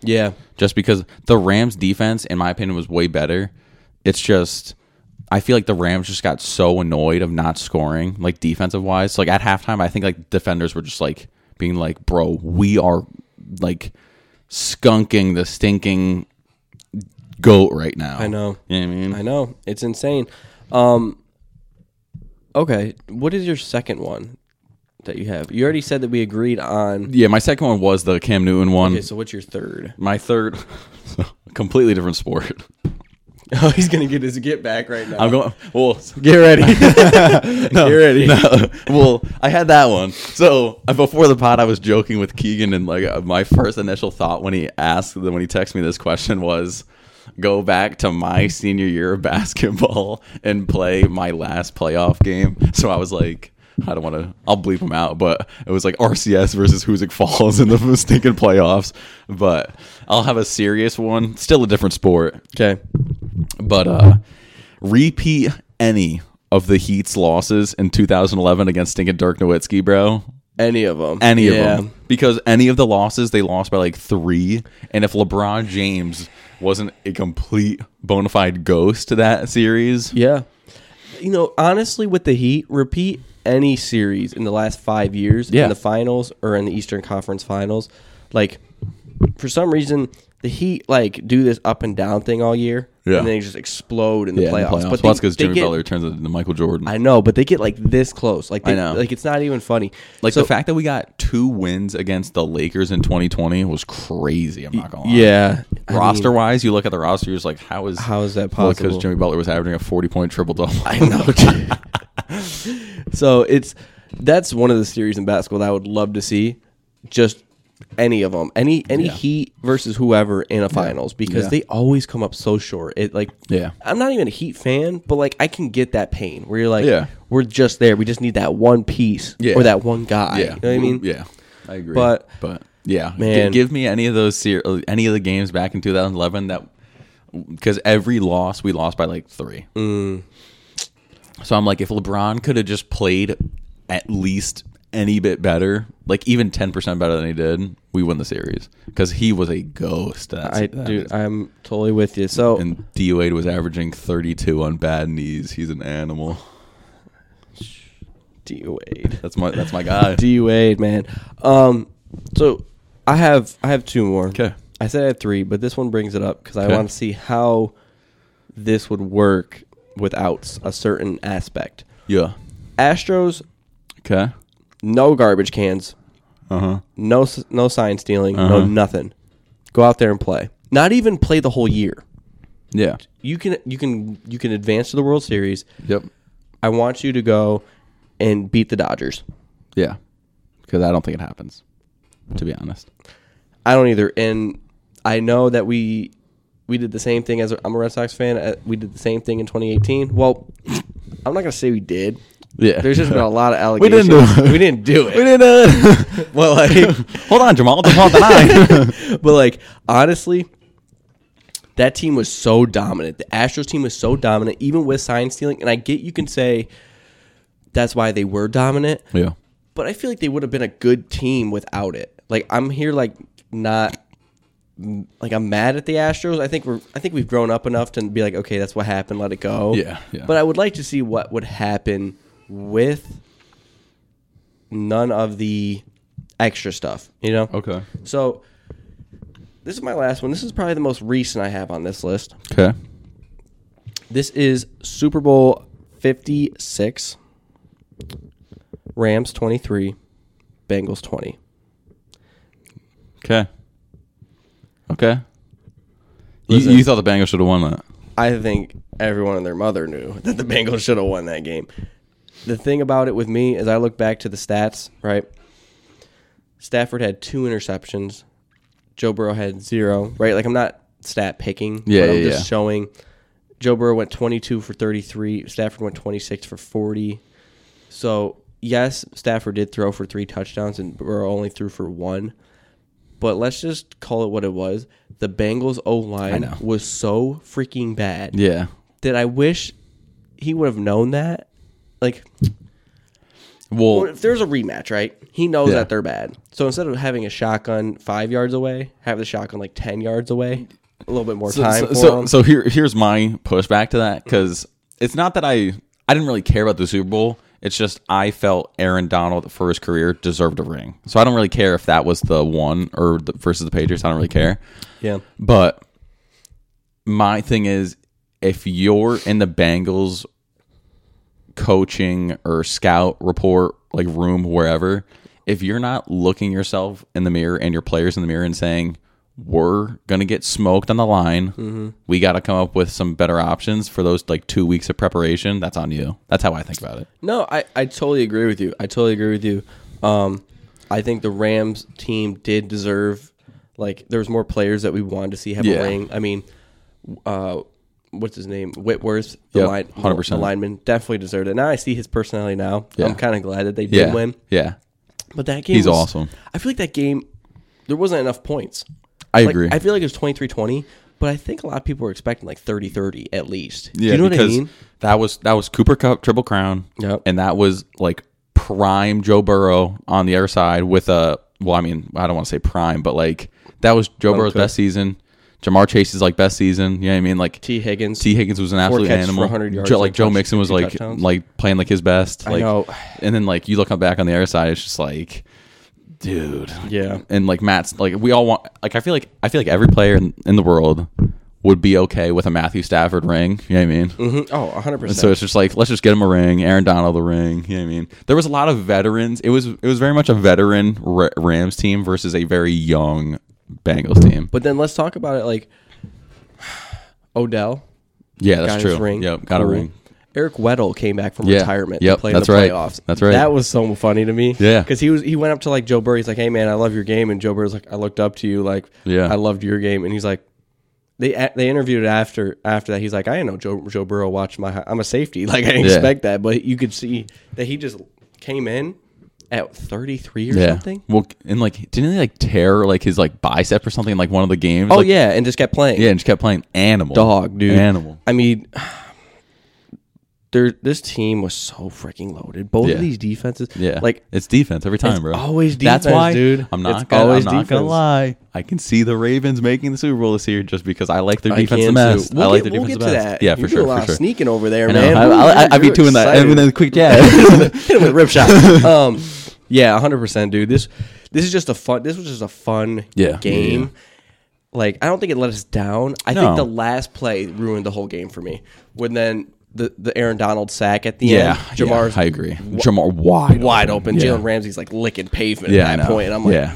Yeah, Just because the Rams' defense, in my opinion, was way better. It's just I feel like the Rams just got so annoyed of not scoring, like defensive wise. So, like at halftime, I think like defenders were just like being like, "Bro, we are like skunking the stinking goat right now." I know. You know what I mean? I know it's insane. Um, okay, what is your second one that you have? You already said that we agreed on. yeah, my second one was the Cam Newton one. Okay, so what's your third? My third, completely different sport. Oh, he's gonna get his get back right now. I'm going. Well, get ready. get ready. No. Well, I had that one. So uh, before the pod, I was joking with Keegan, and like uh, my first initial thought when he asked, when he texted me this question was, go back to my senior year of basketball and play my last playoff game. So I was like. I don't want to. I'll bleep them out, but it was like RCS versus Hoosick Falls in the stinking playoffs. But I'll have a serious one. Still a different sport. okay. But uh repeat any of the Heat's losses in 2011 against stinking Dirk Nowitzki, bro. Any of them? Any Yeah. of them. Because any of the losses, they lost by like three. And if LeBron James wasn't a complete bona fide ghost to that series, Yeah. You know, honestly, with the Heat, repeat any series in the last five years Yeah. in the finals or in the Eastern Conference Finals. Like, for some reason, the Heat like do this up and down thing all year, Yeah. and then they just explode in the yeah, in the playoffs. playoffs. But Well, that's they- because they Jimmy get- Butler turns into Michael Jordan. I know, but they get like this close. Like, they, I know. like it's not even funny. like So- the fact that we got two wins against the Lakers in 2020 was crazy. I'm not gonna lie. yeah, I mean, roster wise, you look at the roster, you're just like, how is How is that Because possible? Jimmy Butler was averaging a 40 point triple double. I know. so it's that's one of the series in basketball that I would love to see. Just any of them, any any Yeah. Heat versus whoever in a finals because Yeah. they always come up so short. It like Yeah. I'm not even a Heat fan, but like I can get that pain where you're like, Yeah. we're just there. We just need that one piece Yeah. or that one guy. You know what I mean? Yeah, I agree. But- but yeah, G- Man. give me any of those ser- uh, any of the games back in 2011 that because every loss we lost by like three. Mm. So I'm like, if LeBron could have just played at least any bit better, like even 10 percent better than he did, we win the series because he was a ghost. That's, I dude, I'm totally with you. So And D Wade was averaging 32 on bad knees. He's an animal. D Wade, That's my that's my guy. D Wade, man. Um, so I have I have two more. Okay. I said I had three, but this one brings it up because I Okay. want to see how this would work without s- a certain aspect. Yeah. Astros, Okay. no garbage cans, Uh huh. no s- no sign stealing, no Uh-huh. nothing. Go out there and play. Not even play the whole year. Yeah. You can you can you can advance to the World Series. Yep. I want you to go and beat the Dodgers. Yeah. Because I don't think it happens, to be honest. I don't either. And I know that we we did the same thing as I'm a Red Sox fan. uh, We did the same thing in 2018. Well, I'm not gonna say we did. Yeah. There's just been a lot of We allegations. didn't do it. We didn't do it. didn't. Uh, well, like, hold on, Jamal. Jamal denied. But like honestly, that team was so dominant. The Astros team was so dominant, even with sign stealing. And I get you can say that's why they were dominant, yeah. but I feel like they would have been a good team without it. Like I'm here, like not like I'm mad at the Astros. I think we're I think we've grown up enough to be like, okay, that's what happened. Let it go. Yeah, yeah. But I would like to see what would happen with none of the extra stuff. You know. Okay. So this is my last one. This is probably the most recent I have on this list. Okay. This is Super Bowl 56, Rams 23, Bengals 20. Okay. Okay. You, Listen. you thought the Bengals should have won that. I think everyone and their mother knew that the Bengals should have won that game. The thing about it with me is I look back to the stats, right? Stafford had two interceptions. Joe Burrow had zero, right? Like I'm not stat picking, Yeah, but I'm yeah, just yeah. showing Joe Burrow went 22 for 33, Stafford went 26 for 40. So, yes, Stafford did throw for three touchdowns and Burrow only threw for one. But let's just call it what it was. The Bengals O-line know. was so freaking bad Yeah. that I wish he would have known that. Like, Well, well, if there's a rematch, right? He knows Yeah. that they're bad. So instead of having a shotgun five yards away, have the shotgun like ten yards away, a little bit more time so, for so, him. so here here's my pushback to that because it's not that I I didn't really care about the Super Bowl. It's just I felt Aaron Donald for his career deserved a ring. So I don't really care if that was the one or the, versus the Patriots. I don't really care. yeah, But my thing is, if you're in the Bengals coaching or scout report, like room, wherever, if you're not looking yourself in the mirror and your players in the mirror and saying, were gonna get smoked on the line. Mm-hmm. We got to come up with some better options for those like two weeks of preparation. That's on you. That's how I think about it. No, I, I totally agree with you. I totally agree with you. Um, I think the Rams team did deserve like there was more players that we wanted to see have Yeah. a ring. I mean, uh, what's his name? Whitworth, the Yep, line, 100%. the lineman, definitely deserved it. Now I see his personality now. Yeah. I'm kind of glad that they Yeah, did win. yeah. But that game He's was- awesome. I feel like that game there wasn't enough points. I Like, agree. I feel like it was 23-20, but I think a lot of people were expecting like 30-30 at least. Do Yeah, you know what I because mean? that was that was Cooper Cup Triple Crown. Yep. And that was like prime Joe Burrow on the other side with a well, I mean, I don't want to say prime, but like that was Joe Burrow's Cook. best season. Jamar Chase's like best season. You know what I mean? Like T. Higgins. T. Higgins was an absolute catches for animal. 100 yards, Joe, like like Joe touch- Mixon was two like touchdowns. like playing like his best. Like, know. And then like you look back on the other side, it's just like, dude. Yeah. And like Matt's like we all want like I feel like I feel like every player in, in the world would be okay with a Matthew Stafford ring. You know what I mean? Mhm. Oh, 100%. So it's just like let's just get him a ring, Aaron Donald a ring. You know what I mean? There was a lot of veterans. It was it was very much a veteran Ra- Rams team versus a very young Bengals team. But then let's talk about it like Odell Yeah, that's got true. his ring. Yep, got Cool. a ring. Eric Weddle came back from Yeah. retirement. Yep, and played in that's the right. playoffs. That's right. That was so funny to me. Yeah. because he was he went up to like Joe Burrow. He's like, "Hey man, I love your game." And Joe Burrow's like, "I looked up to you. Like, Yeah. I loved your game." And he's like, "They they interviewed after after that. He's like, I didn't know Joe Joe Burrow watched my. I'm a safety. Like I didn't Yeah. expect that, but you could see that he just came in at 33 or Yeah. something. Well, and like didn't they like tear like his like bicep or something in like one of the games? Oh Like, yeah, and just kept playing. yeah, and just kept playing animal dog, dude. animal. I mean, there. This team was so freaking loaded. Both Yeah. of these defenses. Yeah, Like it's defense every time, bro. always That's defense, why, dude. I'm not. It's gonna, always I'm not gonna defense. lie. I can see the Ravens making the Super Bowl this year just because I like their I defense the can best. too. We'll I like get, their we'll defense get the to best. that. Yeah, you for do sure, a lot for of sure. sneaking over there, I know. man. I, Ooh, I, I, I be you're doing that, and excited. then quick jab. hit him with a rip shot. Um, yeah, hundred percent, dude. This this is just a fun. This was just a fun Yeah. game. Yeah. Like I don't think it let us down. I No. think the last play ruined the whole game for me. When then the the Aaron Donald sack at the yeah, end, Jamar's I agree. Jamar wide, wide open. Yeah. Jalen Ramsey's like licking pavement Yeah, I at that know. point. And I'm like, yeah,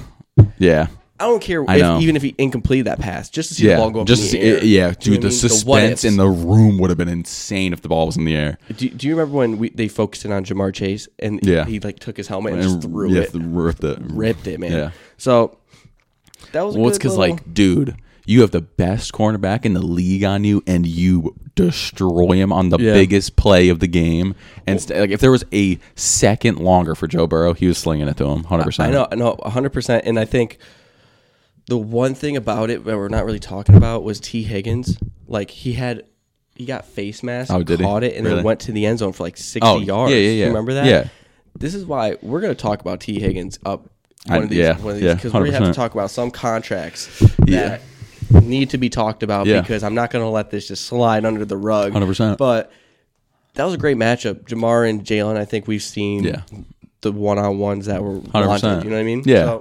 yeah. I don't care I know. if, even if he incomplete that pass, just to see Yeah, the ball go up just in to the see- air. it- yeah, dude. Do you know the what I mean? suspense what-ifs. in the room would have been insane if the ball was in the air. Do, do you remember when we, they focused in on Jamar Chase and Yeah. he like took his helmet and, just threw yeah, it, ripped it, ripped it, man. Yeah. So that was a Well, it's good because, little- like, dude, you have the best cornerback in the league on you, and you destroy him on the Yeah. biggest play of the game. And st- like, if there was a second longer for Joe Burrow, he was slinging it to him, hundred I percent. know, I know, hundred percent. And I think the one thing about it that we're not really talking about was T Higgins. Like he had, he got face mask, Oh, did he? caught it, and Really? then went to the end zone for like sixty Oh, yeah, yards. yeah, yeah. You remember that? Yeah. This is why we're gonna talk about T Higgins up I- one of these, yeah, one of yeah, these, because we have to 100%. talk about some contracts Yeah. that need to be talked about Yeah. because I'm not gonna let this just slide under the rug. 100%. But that was a great matchup, Jamar and Jalen. I think we've seen Yeah. the one on ones that were 100%. 100%. you know what I mean? Yeah.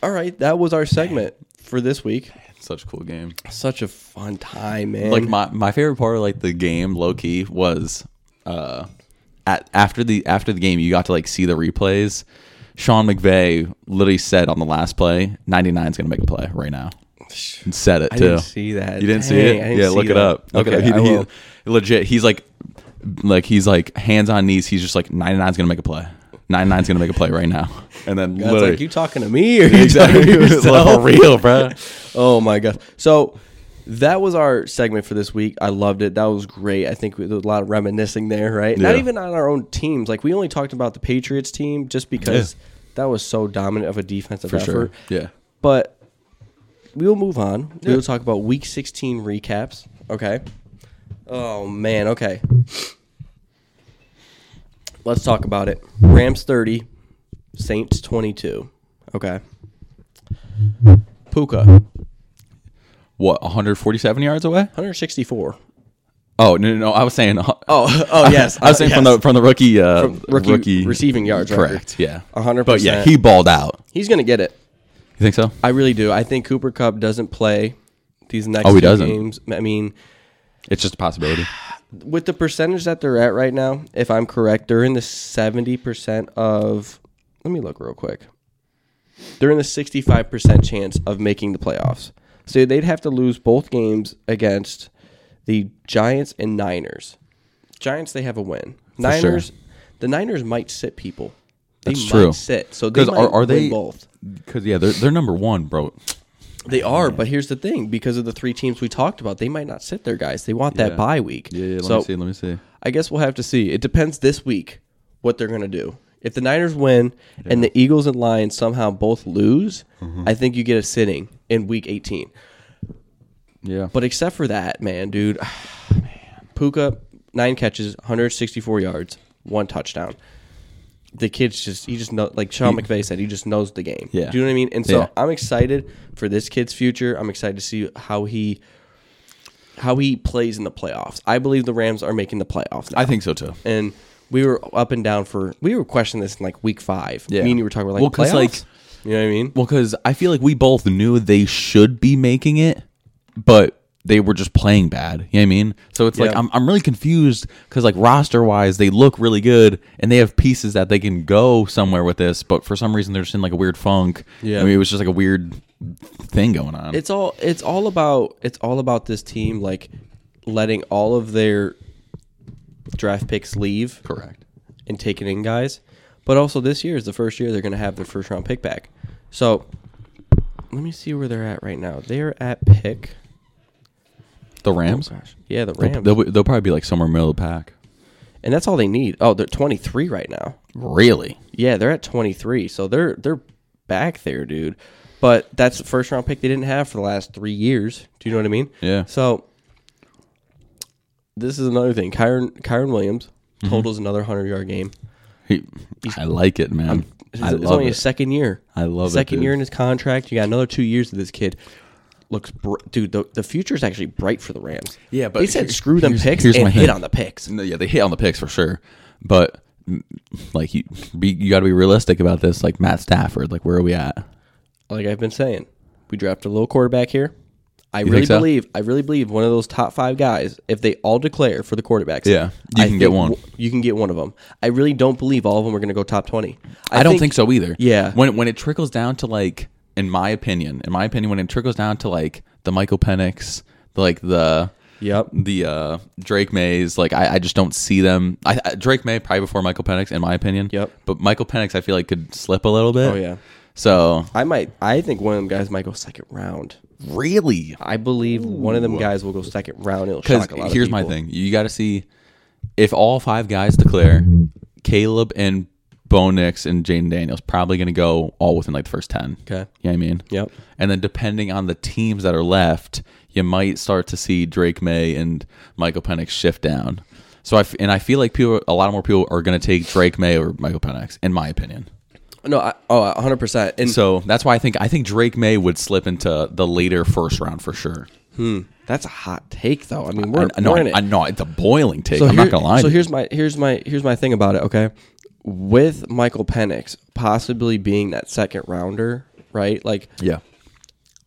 all right, that was our segment for this week. Such a cool game. Such a fun time, man. Like my, my favorite part of like the game, low key, was uh at after the after the game you got to like see the replays. Sean McVay literally said on the last play, 99 is gonna make a play right now. And said it I too. didn't see that. You didn't see Dang, it? I didn't yeah, see look it that. up. Look Okay, it I up. He- will. he, legit, he's like like he's like hands on knees, he's just like 99 is gonna make a play. 99 is gonna make a play right now. And then God's literally like you talking to me or you exactly talking to Like, for yourself? real, bro. oh my gosh. So that was our segment for this week. I loved it. That was great. I think we- there was a lot of reminiscing there, right? Not Yeah. even on our own teams. Like we only talked about the Patriots team just because that was so dominant of a defensive For effort. sure. Yeah. But we will move on. We will talk about week 16 recaps. Okay. Oh, man. Okay. Let's talk about it. Rams 30, Saints 22. Okay. Puka, What, 147 yards away? 164. Oh no, no, no! I was saying. Oh, oh, yes. I was saying from Yes. the from the rookie uh, rookie receiving yards record. Correct. Yeah, A hundred But yeah, percent. he balled out. He's going to get it. You think so? I really do. I think Cooper Cup doesn't play these next Oh, he two doesn't. games. I mean, It's just a possibility. with the percentage that they're at right now, if I'm correct, they're in the seventy percent of. Let me look real quick. they're in the 65% chance of making the playoffs. So they'd have to lose both games against the Giants and Niners. Giants, they have a win. sure. Niners, the Niners might sit people. They That's might true. sit. So they 'Cause might are- are win they- both. Because yeah, they're they're number one, bro. They are, but here's the thing: because of the three teams we talked about, they might not sit their guys. They want that Yeah. bye week. Yeah, yeah let so me see. Let me see. I guess we'll have to see. It depends this week what they're going to do. If the Niners win and the Eagles and Lions somehow both lose, Mm-hmm. I think you get a sitting in Week 18. Yeah, But except for that, man, dude, Puka nine catches, 164 yards, one touchdown. The kid's just he just know like Sean McVay said he just knows the game. Yeah. do you know what I mean? And so Yeah. I'm excited for this kid's future. I'm excited to see how he how he plays in the playoffs. I believe the Rams are making the playoffs. Now. I think so too. and we were up and down for we were questioning this in like week five. Yeah. me and you were talking about like Well, 'cause, playoffs. like- you know what I mean? Well, because I feel like we both knew they should be making it, but they were just playing bad. You know what I mean? So it's like Yeah. I'm, I'm really confused because like roster wise, they look really good and they have pieces that they can go somewhere with this, but for some reason they're just in like a weird funk. Yeah. I mean, it was just like a weird thing going on. it's all it's all about it's all about this team like letting all of their draft picks leave correct. and taking in guys. But also this year is the first year they're going to have their first round pick back. So let me see where they're at right now. They're at pick. The Rams. Oh, Gosh, yeah, the They'll, Rams, they'll, they'll probably be like somewhere middle of the pack. and that's all they need. Oh, they're 23 right now. Really? Yeah, they're at 23, so they're they're back there, dude. But that's the first round pick they didn't have for the last three years. Do you know what I mean? Yeah. So this is another thing. Kyron Kyron Williams Mm-hmm. totals another hundred yard game. He, I like it, man. It's, I it's love only it. his second year. I love it, second dude. year in his contract. You got another two years of this kid. Looks, br- dude. The, the future is actually bright for the Rams. Yeah, but they said here- screw them here's- picks here's and my hit thing. on the picks. No, yeah, they hit on the picks for sure, but mm, like you, be, you got to be realistic about this. Like Matt Stafford, like where are we at? like I've been saying, we draft a little quarterback here. I think really so? believe, I really believe one of those top five guys, if they all declare for the quarterbacks, Yeah, you I can get think one. w- You can get one of them. I really don't believe all of them are going to go top twenty. I, don't think, so either. Yeah. when when it trickles down to like, in my opinion, in my opinion, when it trickles down to like the Michael Penix, like the Yep. the uh, Drake Mays, like I, I just don't see them. I, I- Drake May probably before Michael Penix, in my opinion. Yep. But Michael Penix, I feel like could slip a little bit. Oh yeah. So I might. I think one of them guys might go second round. really, I believe one of them guys will go second round. It'll Because shock a lot. here's of my people. thing: you got to see if all five guys declare, Caleb and Bo Nix and Jaden Daniels probably going to go all within like the first ten. Okay. you know what I mean. Yep. And then depending on the teams that are left, you might start to see Drake May and Michael Penix shift down. So I f- and I feel like people, a lot more people are going to take Drake May over Michael Penix, in my opinion. No. I, oh, 100 percent. And So that's why I think I think Drake May would slip into the later first round for sure. that's a hot take, though. I mean, we're, I, know, we're in I, it. I know it's a boiling take. I'm here- not going to lie. So to you. here's my here's my here's my thing about it. Okay, with Michael Penix possibly being that second rounder, right? Like yeah.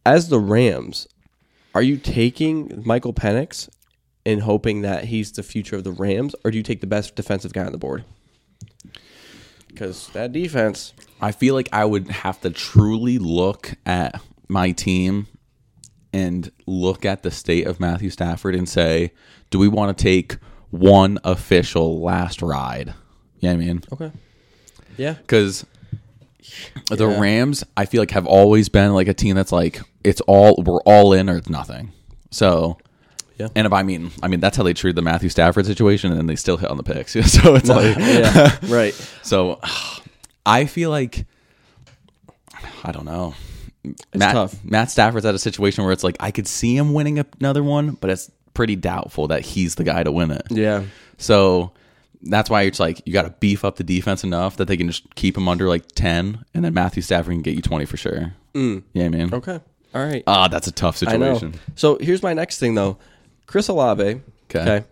as the Rams, are you taking Michael Penix and hoping that he's the future of the Rams, or do you take the best defensive guy on the board? Because that defense, I feel like I would have to truly look at my team and look at the state of Matthew Stafford and say, do we want to take one official last ride? You know what I mean? okay, yeah, Because the Rams, I feel like, have always been like a team that's like, it's all, we're all in or it's nothing. So. Yeah. And if I mean, I mean that's how they treated the Matthew Stafford situation, and then they still hit on the picks. so it's like, yeah, right. so I feel like I don't know. Matt, tough. Matt Stafford's at a situation where it's like I could see him winning another one, but it's pretty doubtful that he's the guy to win it. Yeah, So that's why it's like you got to beef up the defense enough that they can just keep him under like ten, and then Matthew Stafford can get you twenty for sure. Mm. Yeah, man. okay, all right. Ah, that's a tough I know. situation. So here's my next thing though, Chris Olave. 'Kay.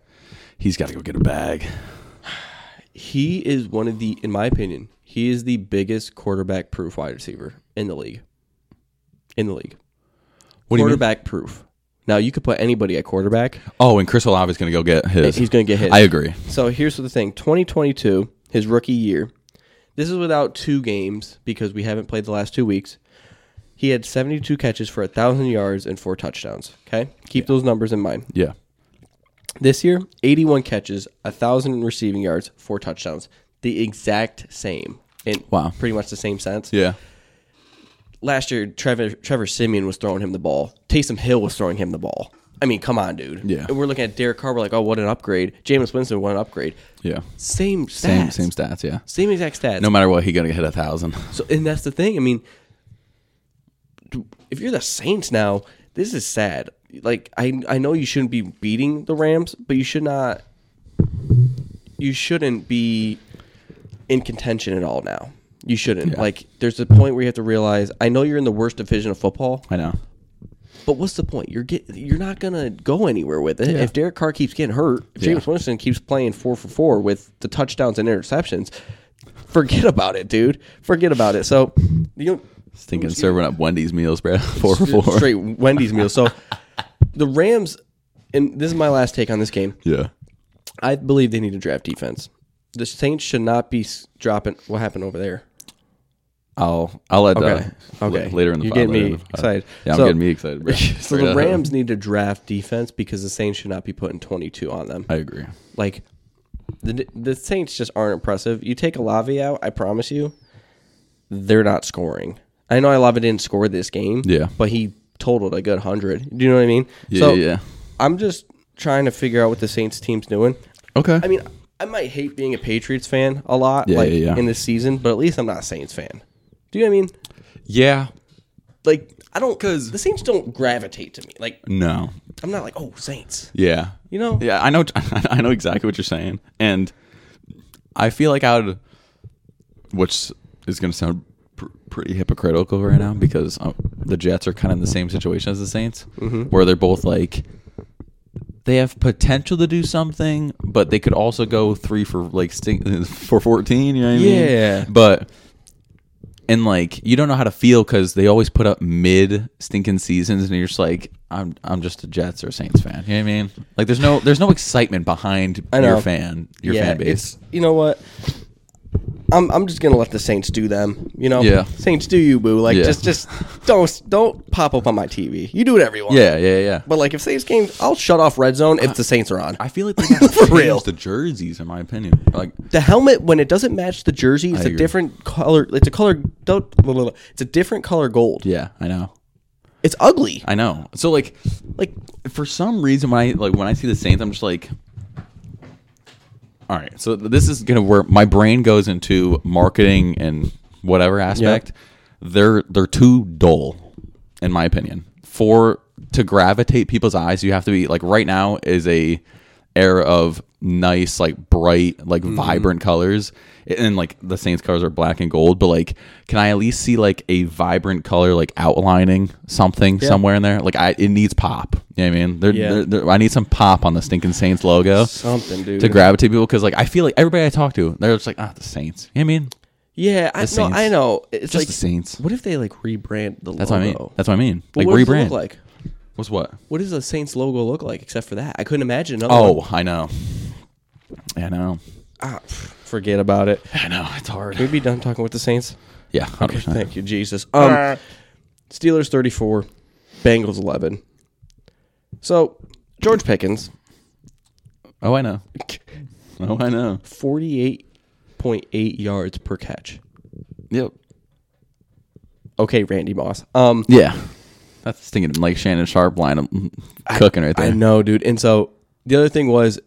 He's got to go get a bag. he is one of the, in my opinion, he is the biggest quarterback proof wide receiver in the league. In the league, What do you mean? quarterback proof. Now you could put anybody at quarterback. Oh, and Chris Olave's going to go get his. He's going to get hit. I agree. so here's the thing: 2022, his rookie year, This is without two games because we haven't played the last two weeks. He had 72 catches for 1,000 yards and four touchdowns. Okay? Keep those numbers in mind. Yeah. This year, 81 catches, 1,000 receiving yards, four touchdowns. The exact same. In Wow. Pretty much the same sense. Yeah. Last year, Trevor, Trevor Simeon was throwing him the ball. Taysom Hill was throwing him the ball. I mean, come on, dude. Yeah. And we're looking at Derek Carr. We're like, oh, what an upgrade. Jameis Winston, what an upgrade. Yeah. Same stats. Same same stats, yeah. Same exact stats. No matter what, he gonna hit a thousand. So, and that's the thing. I mean, if you're the Saints now, this is sad. Like, I I know you shouldn't be beating the Rams, but you should not. You shouldn't be in contention at all now. You shouldn't. Yeah. Like, there's a point where you have to realize. I know you're in the worst division of football, I know. but what's the point? You're get you're not gonna go anywhere with it. If Derek Carr keeps getting hurt, if James Winston keeps playing four for four with the touchdowns and interceptions, forget about it, dude. Forget about it. So you know, Oh, Stinking serving up Wendy's meals, bro. Four for four. straight Wendy's meal. So the Rams, and this is my last take on this game. Yeah. I believe they need to draft defense. The Saints should not be s- dropping. What happened over there? I'll I'll let Okay. uh, Okay. l- later in the You're pod, getting me later in the pod. excited. Yeah, I'm So- getting me excited, bro. so Straight the up. Rams need to draft defense because the Saints should not be putting twenty two on them. I agree. Like the the Saints just aren't impressive. You take Olave out, I promise you, they're not scoring. I know Olave didn't score this game, Yeah. but he totaled a good hundred. Do you know what I mean? Yeah, so yeah. I'm just trying to figure out what the Saints team's doing. Okay. I mean, I might hate being a Patriots fan a lot, Yeah, like yeah, yeah. in this season, but at least I'm not a Saints fan. Do you know what I mean? yeah. Like I don't because the Saints don't gravitate to me. Like No. I'm not like oh Saints. Yeah. You know? Yeah, I know. I know exactly what you're saying, and I feel like I would, which is going to sound pr- pretty hypocritical right now because uh, the Jets are kind of in the same situation as the Saints, Mm-hmm. where they're both like they have potential to do something, but they could also go three for like sting- for fourteen. You know what I mean? Yeah. But and like you don't know how to feel because they always put up mid stinking seasons, and you're just like, I'm I'm just a Jets or Saints fan. You know what I mean? Like there's no there's no excitement behind I know. your fan your fan base. It's, you know what? I'm I'm just gonna let the Saints do them. You know, Yeah. Saints do you, boo. Like Yeah. just just don't don't pop up on my TV. You do whatever you want. Yeah, yeah, yeah. But like if Saints games, I'll shut off red zone if the Saints are on. I feel like they gotta change real. the jerseys, in my opinion. Like the helmet when it doesn't match the jersey, it's a agree. different color. It's a color. Don't, blah, blah, blah. It's a different color gold. yeah, I know, It's ugly. I know. So like Like for some reason when I like when I see the Saints, I'm just like, all right. So th- this is gonna where my brain goes into marketing and whatever aspect. They're they're too dull, in my opinion. For to gravitate people's eyes, you have to be like right now is a era of nice like bright like vibrant colors and like the saints colors are black and gold but like can i at least see like a vibrant color like outlining something somewhere in there like i it needs pop you know what i mean there, Yeah. there- there- i need some pop on the stinking saints logo something, dude. to gravitate people because like i feel like everybody i talk to they're just like ah the saints you know what i mean yeah, I know. Saints. I know. It's just like the saints what if they like rebrand the logo? that's what i mean that's what i mean Well, like what does it rebrand look like? what's what What does the Saints logo look like except for that? I couldn't imagine. Another one. oh i know i know Ah, pff, forget about it. i know it's hard We'd be done talking with the Saints. yeah 100%. Thank you, Jesus. Um, Steelers 34, Bengals 11. So, George Pickens, oh i know oh i know 48.8 yards per catch. yep Okay, Randy Moss. Um, Yeah. That's stinking like Shannon Sharp line of cooking right there. I know, dude. And so, the other thing was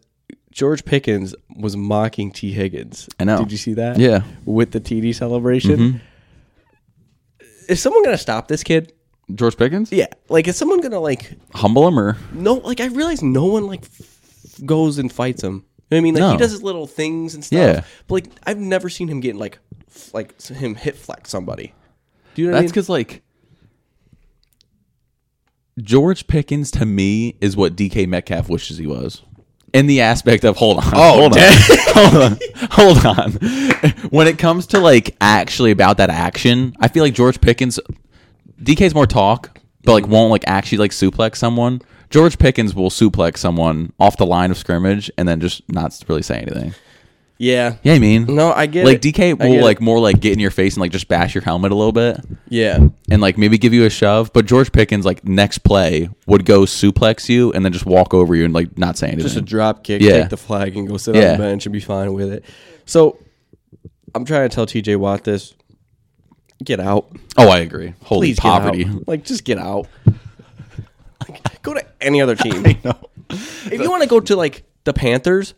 George Pickens was mocking T. Higgins. I know. Did you see that? Yeah. Mm-hmm. With the TD celebration. Is someone going to stop this kid? George Pickens? Yeah. Like, is someone going to, like, Humble him or no like i realize no one like f- goes and fights him you know what i mean like he No. does his little things and stuff Yeah. but like i've never seen him getting like f- like s- him hit flex somebody do you know that's what because like George Pickens to me is what DK Metcalf wishes he was. In the aspect of hold on, oh, hold on, hold on, hold on. When it comes to like actually about that action, I feel like George Pickens, DK's more talk, but like won't like actually like suplex someone. George Pickens will suplex someone off the line of scrimmage and then just not really say anything. I Yeah. Yeah, I mean, No, I get like it. DK I will get it. like more like get in your face and like just bash your helmet a little bit Yeah. and like maybe give you a shove. But George Pickens like next play would go suplex you and then just walk over you and like not say anything. Just a drop kick, Yeah. take the flag, and go sit on Yeah. the bench and be fine with it. So I'm trying to tell TJ Watt this. Get out. oh, I agree. Holy Please poverty. Get out. Like, just get out. Like, go to any other team. If you want to go to, like, the Panthers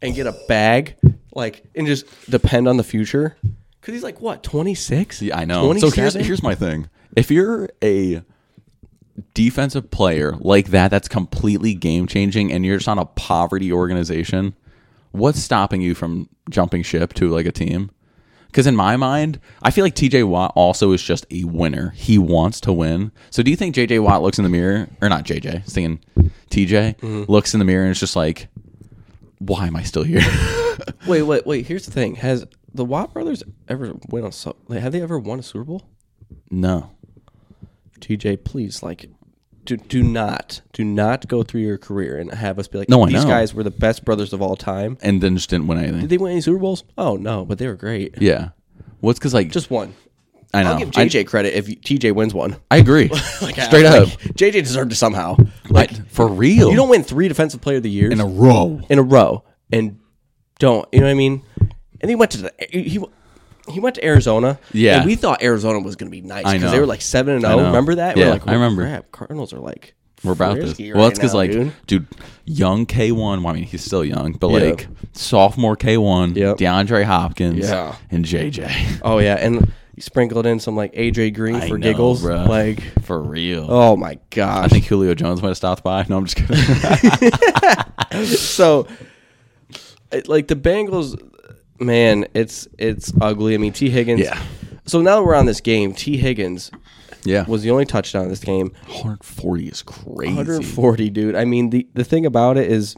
and get a bag, like, and just depend on the future, because he's like, what, 26? Yeah, I know. So here's here's my thing. If you're a defensive player like that that's completely game changing and you're just on a poverty organization, what's stopping you from jumping ship to like a team? Because in my mind, I feel like TJ Watt also is just a winner. He wants to win. So do you think JJ Watt looks in the mirror, or not JJ, I was thinking TJ, Mm-hmm. looks in the mirror and it's just like, why am I still here? Wait, wait, wait. Here's the thing. Has the Watt brothers ever win a, su- like, have they ever won a Super Bowl? no. TJ, please, like, do do not do not go through your career and have us be like, No, I these know. guys were the best brothers of all time. And then just didn't win anything. Did they win any Super Bowls? Oh no, but they were great. yeah. What's because like Just one. I know I'll give JJ credit if TJ wins one. I agree. Straight like, up. JJ deserved it somehow. Like, Like for real. you don't win three Defensive Player of the Years in in a a, row. row and don't you know what I mean? And he went to the, he. He went to Arizona. Yeah. and we thought Arizona was going to be nice because they know. were like seven and I zero. know. Remember that? Yeah, we're like, I remember. Crap, Cardinals are like We're about this. frisky Well, right that's because now, like, dude. dude. young K one. Well, I mean, he's still young, but Yeah. like sophomore K one, Yep. DeAndre Hopkins, Yeah. and JJ Oh yeah, and you sprinkled in some like AJ Green I for know, giggles. bruh. Like, for real. oh my I gosh. think Julio Jones might have stopped by. No, I'm just kidding. so, it- like the Bengals, man, it's it's ugly. I mean, T Higgins. Yeah. So now that we're on this game. T Higgins yeah, was the only touchdown in this game. 140 is crazy. 140, dude. I mean, the the thing about it is,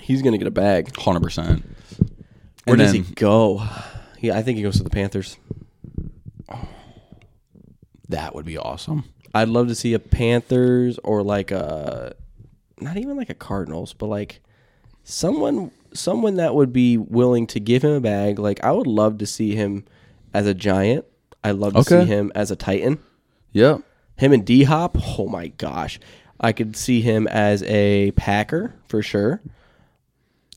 he's gonna get a bag. 100. percent Where And does then- he go? He, I think he goes to the Panthers. That would be awesome. I'd love to see a Panthers or like a not even like a Cardinals, but like someone someone that would be willing to give him a bag. Like I would love to see him as a Giant. I'd love to Okay. see him as a Titan. Yep. Him and D Hop. Oh my gosh. I could see him as a Packer for sure.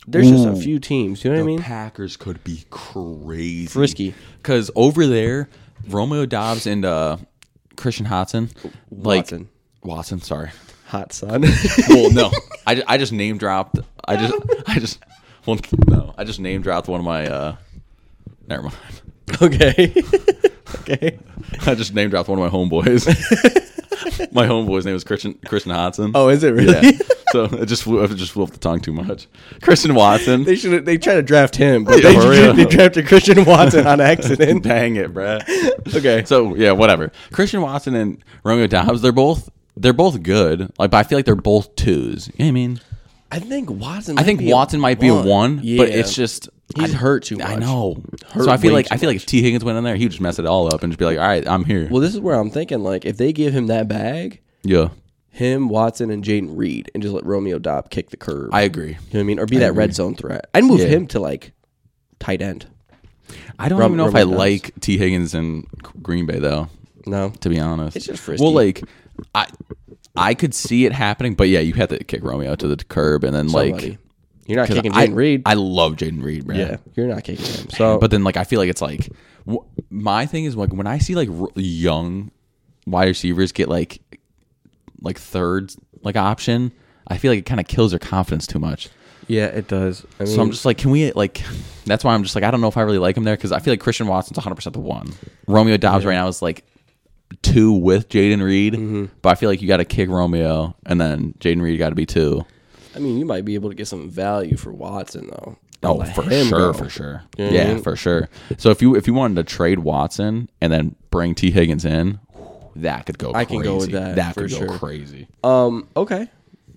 There's just a Ooh. few teams, you know what I The mean? Packers could be crazy. Frisky. Because over there, Romeo Dobbs and uh, Christian Hodson. Like, Watson. Watson, sorry. Hot son. Well, no. I, ju- I just name dropped. I just, I just, well, no. I just name dropped one of my, uh, never mind. okay. okay. I just name dropped one of my homeboys. my homeboy's name is Christian, Christian Hodson. Oh, is it really? yeah. So it just flew, it just flew off the tongue too much. Christian Watson. They should they try to draft him, but they, For real. they drafted Christian Watson on accident. Dang it, bruh. Okay. So yeah, whatever. Christian Watson and Romeo Dobbs, they're both they're both good. Like, but I feel like they're both twos. You know what I mean? I think Watson. I think Watson might be a one, but it's just He's I, hurt too I much. know. Hurt so I feel way like too I feel like if T Higgins went in there, he'd just mess it all up and just be like, "All right, I'm here." well. This is where I'm thinking. Like, if they give him that bag, yeah, him, Watson, and Jaden Reed, and just let Romeo Dobb kick the curb. I agree. you know what I mean, or be that red zone threat. I'd move him to like tight end. I don't Rob- even know if I Romeo Dobbs. like T Higgins and Green Bay though. No, To be honest, It's just frisky. Well, like I. I could see it happening, but yeah, you have to kick Romeo to the curb, and then buddy. like you're not 'cause kicking I, Jaden Reed. I love Jaden Reed, man. yeah, you're not kicking him. So, but then like I feel like it's like wh- my thing is like when I see like r- young wide receivers get like like third like option, I feel like it kind of kills their confidence too much. yeah, it does. I mean, So I'm just like, can we like? That's why I'm just like, I don't know if I really like him there because I feel like Christian Watson's 100 percent the one. Romeo Dobbs right now is like two with Jaden Reed, Mm-hmm. but I feel like you got to kick Romeo and then Jaden Reed got to be two. I mean, you might be able to get some value for Watson though. Oh, Let for him sure, go. for sure. know Yeah, what I mean? for sure. So if you if you wanted to trade Watson and then bring T Higgins in, that could go. Crazy. I can go with that, That for could go sure. crazy. Um. Okay.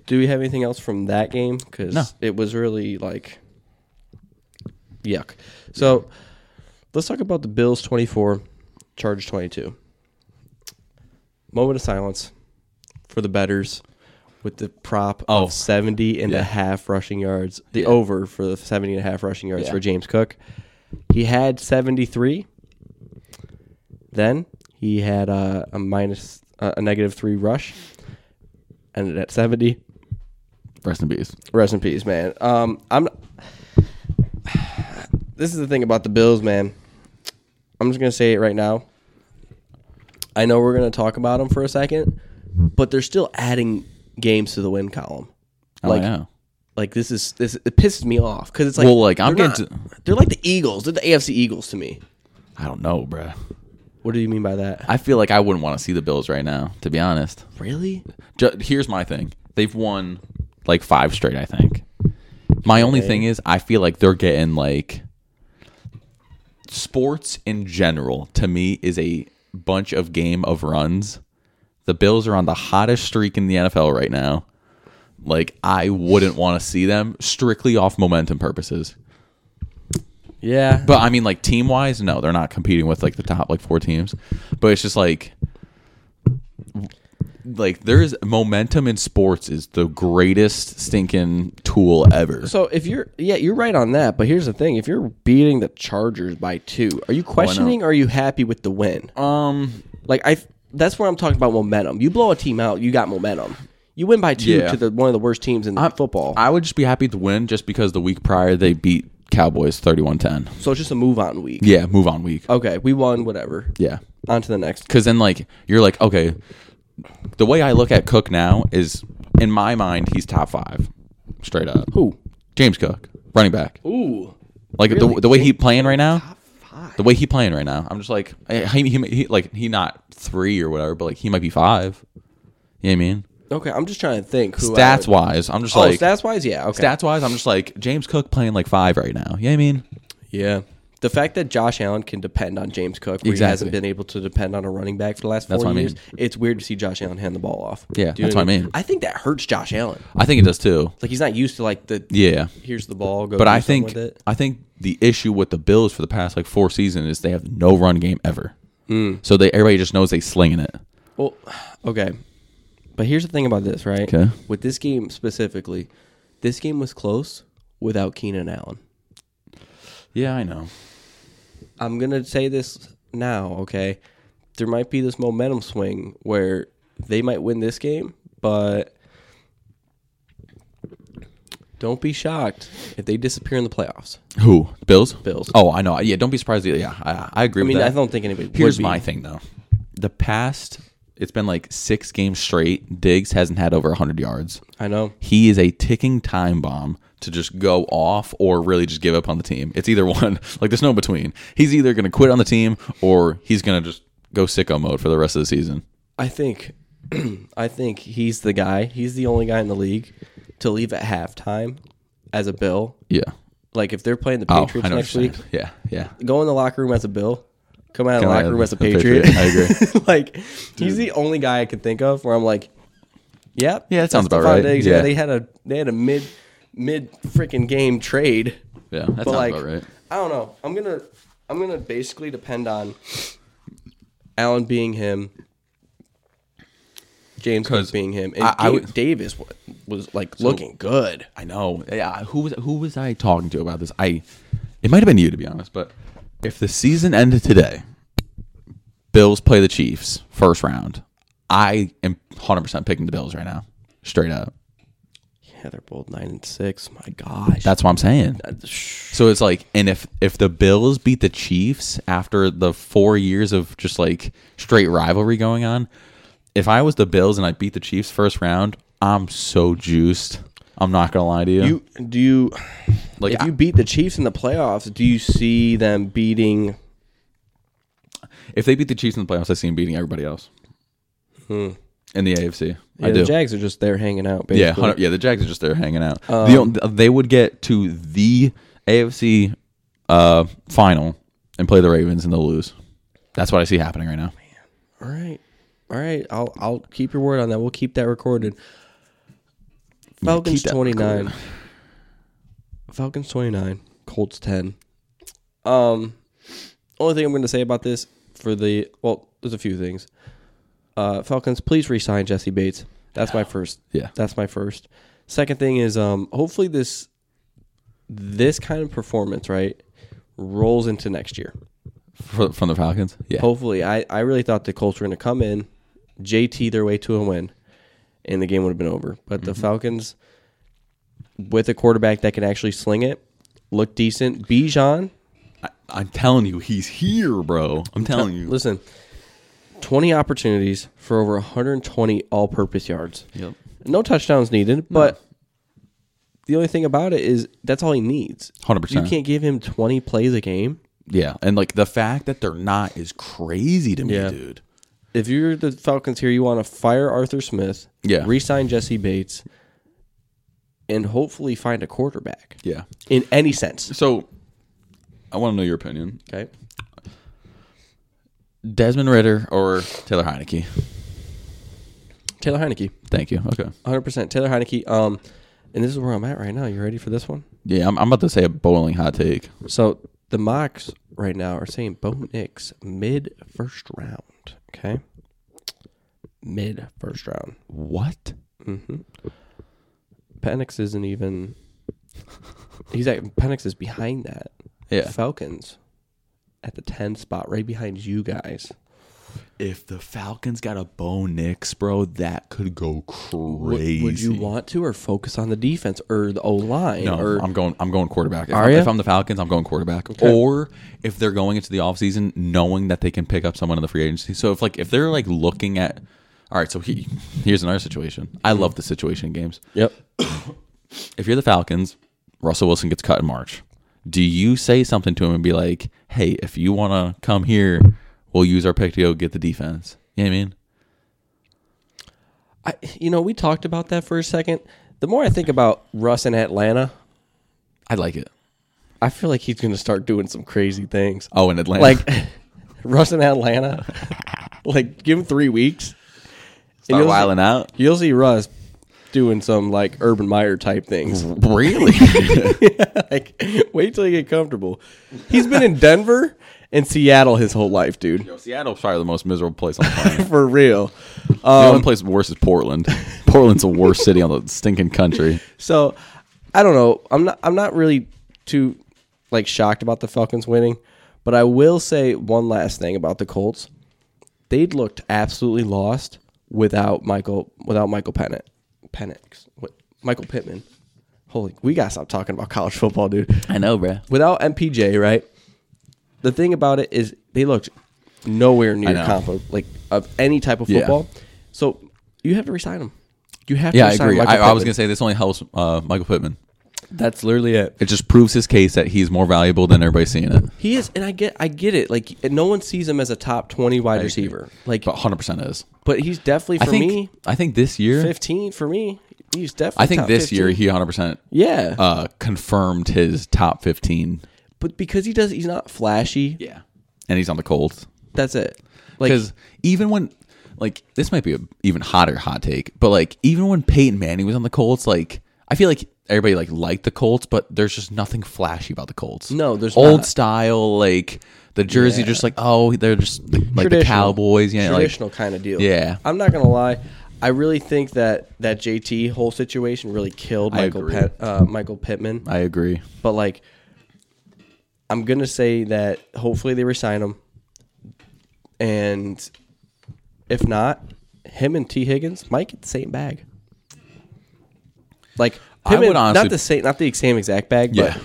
Do we have anything else from that game? Because No. it was really like yuck. So let's talk about the Bills twenty-four, Charge twenty-two. Moment of silence for the betters. with the prop Oh. of 70 and Yeah. a half rushing yards, the Yeah. over for the 70 and a half rushing yards Yeah. for James Cook. He had 73. Then he had uh, a minus, uh, a negative three rush, ended at 70. Rest in peace. Rest in peace, man. Um, I'm. This is the thing about the Bills, man. I'm just gonna say it right now. I know we're gonna talk about them for a second, but they're still adding games to the win column. Oh, Like, yeah. Like this is this it pisses me off because it's like Well, like, I'm they're getting not- they're like the Eagles. They're the AFC Eagles to me. I don't know, bruh. What do you mean by that? I feel like I wouldn't want to see the Bills right now, to be honest. Really? Ju- here's my thing. They've won like five straight, I think. My only thing is I feel like they're getting like sports in general to me is a bunch of game of runs. The Bills are on the hottest streak in the NFL right now. Like I wouldn't want to see them strictly off momentum purposes. Yeah. But I mean, like team wise, no, they're not competing with like the top like four teams. But it's just like, like there's momentum in sports is the greatest stinking tool ever. So if you're yeah, you're right on that. But here's the thing: if you're beating the Chargers by two, are you questioning? or Are you happy with the win? Um, Like I, that's where I'm talking about momentum. You blow a team out, you got momentum. You win by two Yeah. to the one of the worst teams in football. I would just be happy to win just because the week prior they beat Cowboys 31-10. so it's just a move on week. Yeah, move on week. Okay, we won. Whatever. Yeah. On to the next. Because then, like, you're like, okay, the way I look at Cook now is, in my mind, he's top five, straight up. Who? James Cook, running back. Ooh, Like the, Really? the way he playing right now, five. the way he playing right now, I'm just like I- he, he, he like he not three or whatever, but like he might be five. You know what I mean? Okay, I'm just trying to think. Who I Stats would- wise, I'm just Oh, like stats, stats wise, yeah. Okay. wise, I'm just like James Cook playing like five right now. You know what I mean? Yeah. The fact that Josh Allen can depend on James Cook, where he Exactly. hasn't been able to depend on a running back for the last That's four what I years, mean. it's weird to see Josh Allen hand the ball off. Yeah, Do you that's know what I mean. I think that hurts Josh Allen. I think it does too. Like he's not used to like the Yeah, here's the ball. Go but do I something think with it. I think the issue with the Bills for the past like four seasons is they have no run game ever. Hmm. So they everybody just knows they slinging it. Well, okay. But here's the thing about this, right? 'Kay. With this game specifically, this game was close without Keenan Allen. Yeah, I know. I'm going to say this now, okay? There might be this momentum swing where they might win this game, but don't be shocked if they disappear in the playoffs. Who Bills? Bills. Oh, I know. Yeah, don't be surprised. Yeah, I, I agree. I mean, with I that. don't think anybody Here's would be. my thing though. The past it's been like 6 games straight Diggs hasn't had over 100 yards. I know. He is a ticking time bomb to just go off or really just give up on the team. It's either one. Like there's no in between. He's either going to quit on the team or he's going to just go sicko mode for the rest of the season. I think I think he's the guy. He's the only guy in the league to leave at halftime as a bill. Yeah. Like if they're playing the Oh, Patriots I know next what you're week, saying. Yeah, yeah. go in the locker room as a bill, come out of the Come out locker of room as a the Patriot. Patriot. I agree. like he's the only guy I could think of where I'm like, yep, Yeah, that sounds that's about Stephon right. Diggs. Yeah. Yeah. they had a they had a mid mid freaking game trade. Yeah, that But sounds like, about right. I don't know. I'm gonna I'm gonna basically depend on Allen being him, James Cook 'Cause being him, and I- I Gabe would- Davis was, was like looking good. I know. Yeah, who was who was I talking to about this? I it might have been you to be honest, but if the season ended today, Bills play the Chiefs first round. I am 100% picking the Bills right now. Straight up. Yeah, they're both nine and six. My gosh. That's what I'm saying. That's So it's like and if if the Bills beat the Chiefs after the 4 years of just like straight rivalry going on, if I was the Bills and I beat the Chiefs first round, I'm so juiced. I'm not going to lie to you. You do you Like, if I- you beat the Chiefs in the playoffs, do you see them beating If they beat the Chiefs in the playoffs, I see them beating everybody else in the AFC. I Hmm. Yeah, do. the Jags are just there hanging out basically. yeah, 100 yeah. The Jags are just there hanging out. The Um, on- they would get to the AFC uh, final and play the Ravens, and they'll lose. That's what I see happening right now. All right. All right. I'll I'll keep your word on that. We'll keep that recorded. Falcons keep that 29. Falcons 29, Colts 10. Um only thing I'm going to say about this for the well, there's a few things. Uh Falcons, please re-sign Jesse Bates. That's my first. Yeah. That's my first. Second thing is um hopefully this this kind of performance, right, rolls into next year. For, from the Falcons. Yeah. Hopefully. I I really thought the Colts were going to come in, JT their way to a win, and the game would have been over. But Mm-hmm. the Falcons with a quarterback that can actually sling it, look decent. Bijan, I, I'm telling you, he's here, bro. I'm telling you. listen, 20 opportunities for over 120 all-purpose yards. Yep. No touchdowns needed, but the only thing about it is that's all he needs. 100%. You can't give him 20 plays a game. Yeah, and like the fact that they're not is crazy to me, Yeah. dude. If you're the Falcons here, you want to fire Arthur Smith, Yeah. re-sign Jesse Bates, and hopefully find a quarterback Yeah. in any sense. So, I want to know your opinion. Okay. Desmond Ritter or Taylor Heineke? Taylor Heineke, Thank you. Okay. 100%. Taylor Heineke. Um, and this is where I'm at right now. You ready for this one? Yeah, I'm, I'm about to say a bowling hot take. So the mocks right now are saying Bo Nix mid first round. Okay. Mid first round. Mm-hmm. What? Penix isn't even. He's at Penix is behind that. Yeah. Falcons at the ten spot, right behind you guys. If the Falcons got a Bo Nix, bro, that could go Would- crazy. Would you want to or focus on the defense or the O line? No, or I'm going. I'm going quarterback. If, Are I'm, ya? if I'm the Falcons, I'm going quarterback. Or if they're going into the offseason knowing that they can pick up someone in the free agency. So if like if they're like looking at, all right. So he here's another situation. I love the situation games. yep. If you're the Falcons, Russell Wilson gets cut in March. Do you say something to him and be like, "Hey, if you want to come here, we'll use our pick to go get the defense." You know what I mean? I, you know, we talked about that for a second. The more I think about Russ in Atlanta, I like it. I feel like he's going to start doing some crazy things. Oh, in Atlanta, Like Russ in Atlanta, like give him three weeks. start you'll- wilding out. You'll see Russ doing some like Urban Meyer type things. Really? like, wait till you get comfortable. He's been in Denver and Seattle his whole life, dude. Yo, Seattle's probably the most miserable place on the planet. For real. the only place worse is Portland. Portland's the worst city on the stinking country. So I don't know. I'm not. I'm not really too like shocked about the Falcons winning, but I will say one last thing about the Colts. They'd looked absolutely lost without Michael without Michael Pennant Penix what, Michael Pittman. Holy, we gotta stop talking about college football, dude. I know, bro. Without MPJ, right? The thing about it is they looked nowhere near know. comp like of any type of Yeah. football. So you have to resign him. You have Yeah, to I resign agree. Michael I, I was Pittman. gonna say this only helps uh, Michael Pittman. That's literally it. It just proves his case that he's more valuable than everybody seeing it. He is, and I get, I get it. Like no one sees him as a top twenty wide receiver. Like, But 100 percent is. but he's definitely I for think. me I think this year. fifteen. For me, he's definitely. I think top this 15. year he 100 percent yeah, uh, confirmed his top 15. but because he does, he's not flashy. Yeah, and he's on the Colts. That's it. Like Because even when, like, this might be an even hotter hot take, but like, even when Peyton Manning was on the Colts, like, I feel like everybody like liked the Colts, but there's just nothing flashy about the Colts. No, there's old not. style like the jersey, just like oh, they're just like the Traditional. Cowboys, yeah, like traditional kind of deal. Yeah. I'm not gonna lie. I really think that that JT whole situation really killed I Michael agree. Pet, uh, Michael Pittman. I agree. But like, I'm gonna say that hopefully they resign him, and if not, him and T Higgins might get the same bag. Like I Pittman- would honestly- not the same, not the same exact bag, Yeah.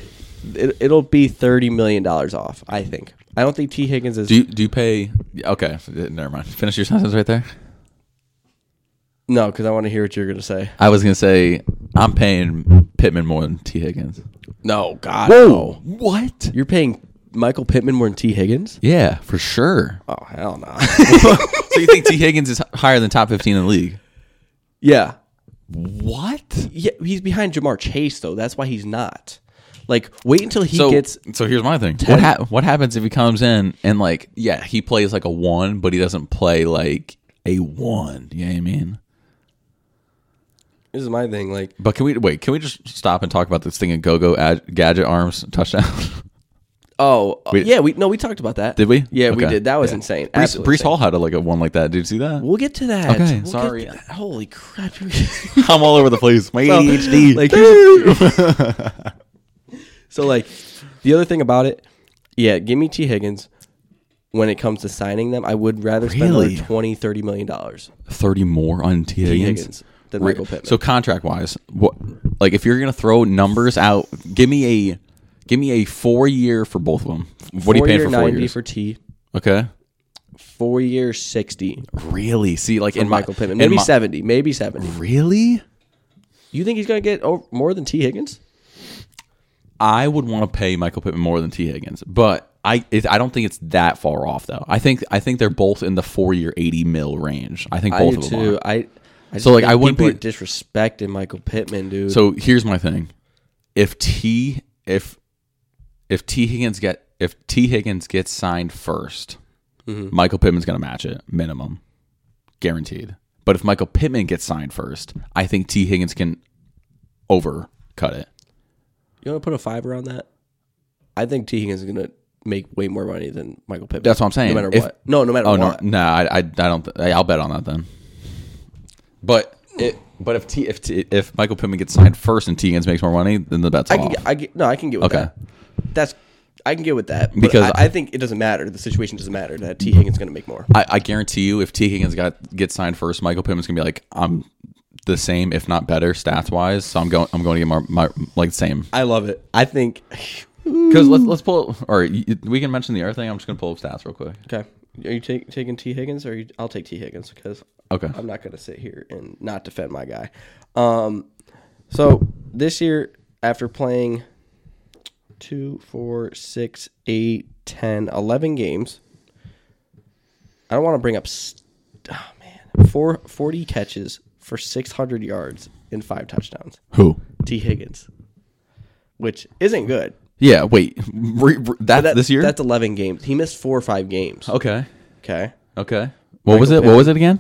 but it, it'll be thirty million dollars off. I think. I don't think T Higgins is Do you, do you pay? Okay, never mind. Finish your sentence right there. no because I want to hear what you're gonna say. I was gonna say I'm paying Pittman more than T Higgins. No, God, Oh, what? You're paying Michael Pittman more than T Higgins? Yeah, for sure. Oh hell no. so you think T Higgins is higher than top 15 in the league? yeah, What? Yeah, he's behind Jamar Chase though. That's why he's not. Like, wait until he So, gets. so here's my thing. What hap what happens if he comes in and like yeah, he plays like a 1, but he doesn't play like a 1, you know what I mean? This is my thing. Like, But can we wait, can we just stop and talk about this thing in go-go ad- gadget arms touchdown? Oh uh, Wait. yeah, we no, we talked about that. Did we? Yeah, we Okay. did. That was Yeah. insane. Brees, Absolutely Brees Hall had a, like a one like that. Did you see that? We'll get to that. Okay, We'll get sorry. to that. Holy crap! I'm all over the place. My ADHD. like, here's- so like the other thing about it, yeah, give me T Higgins. When it comes to signing them, I would rather spend Really? like 20, 30 million dollars. thirty more on T T Higgins. Higgins than Re- Michael Pittman. So contract wise, what like if you're gonna throw numbers out, give me a give me a four year for both of them. What are you paying for four 90 years? for T, okay, four year sixty really? See, like for in my- Michael Pittman, in maybe my- seventy, maybe seventy. Really? You think he's gonna get over, more than T Higgins? I would want to pay Michael Pittman more than T Higgins, but I it, I don't think it's that far off though. I think I think they're both in the four year eighty mil range. I think I both do of them. too. Are. I, I just So, like, think I wouldn't people put- are disrespecting Michael Pittman, dude. So here's my thing: if T if if T Higgins get if T Higgins gets signed 1st Mm-hmm. Michael Pittman's gonna match it minimum, guaranteed. But if Michael Pittman gets signed first, I think T Higgins can overcut it. You want to put a fiver on that? I think T Higgins is going to make way more money than Michael Pittman. That's what I'm No saying. matter If- what. No, no matter Oh no, what. no, I, I, I don't. Th- I'll bet on that then. But it, but if T, if T, if Michael Pittman gets signed first and T Higgins makes more money, then the bet's I off. can get, I get, no, I can get with Oh. Okay. that. That's I can get with that but Because I, I think it doesn't matter. The situation doesn't matter that T Higgins is going to make more. I, I guarantee you, if T Higgins got gets signed first, Michael Pittman's gonna be like, I'm the same, if not better, stats wise. So I'm going, I'm going to get my, my like same. I love it. I think. Because let's let's pull. All right, you- we can mention the other thing. I'm just gonna pull up stats real quick. Okay, are you take, taking T Higgins or are you, I'll take T Higgins because Okay. I'm not going to sit here and not defend my guy. Um, so this year, after playing two, four, six, eight, 10, 11 games, I don't want to bring up, st- oh man, four, 40 catches for 600 yards and five touchdowns. Who? T. Higgins, which isn't good. Yeah. Wait. Re, re- that, That- this year? Oh. That's 11 games. He missed four or five games. okay. Okay. Okay. What was it? What was it again?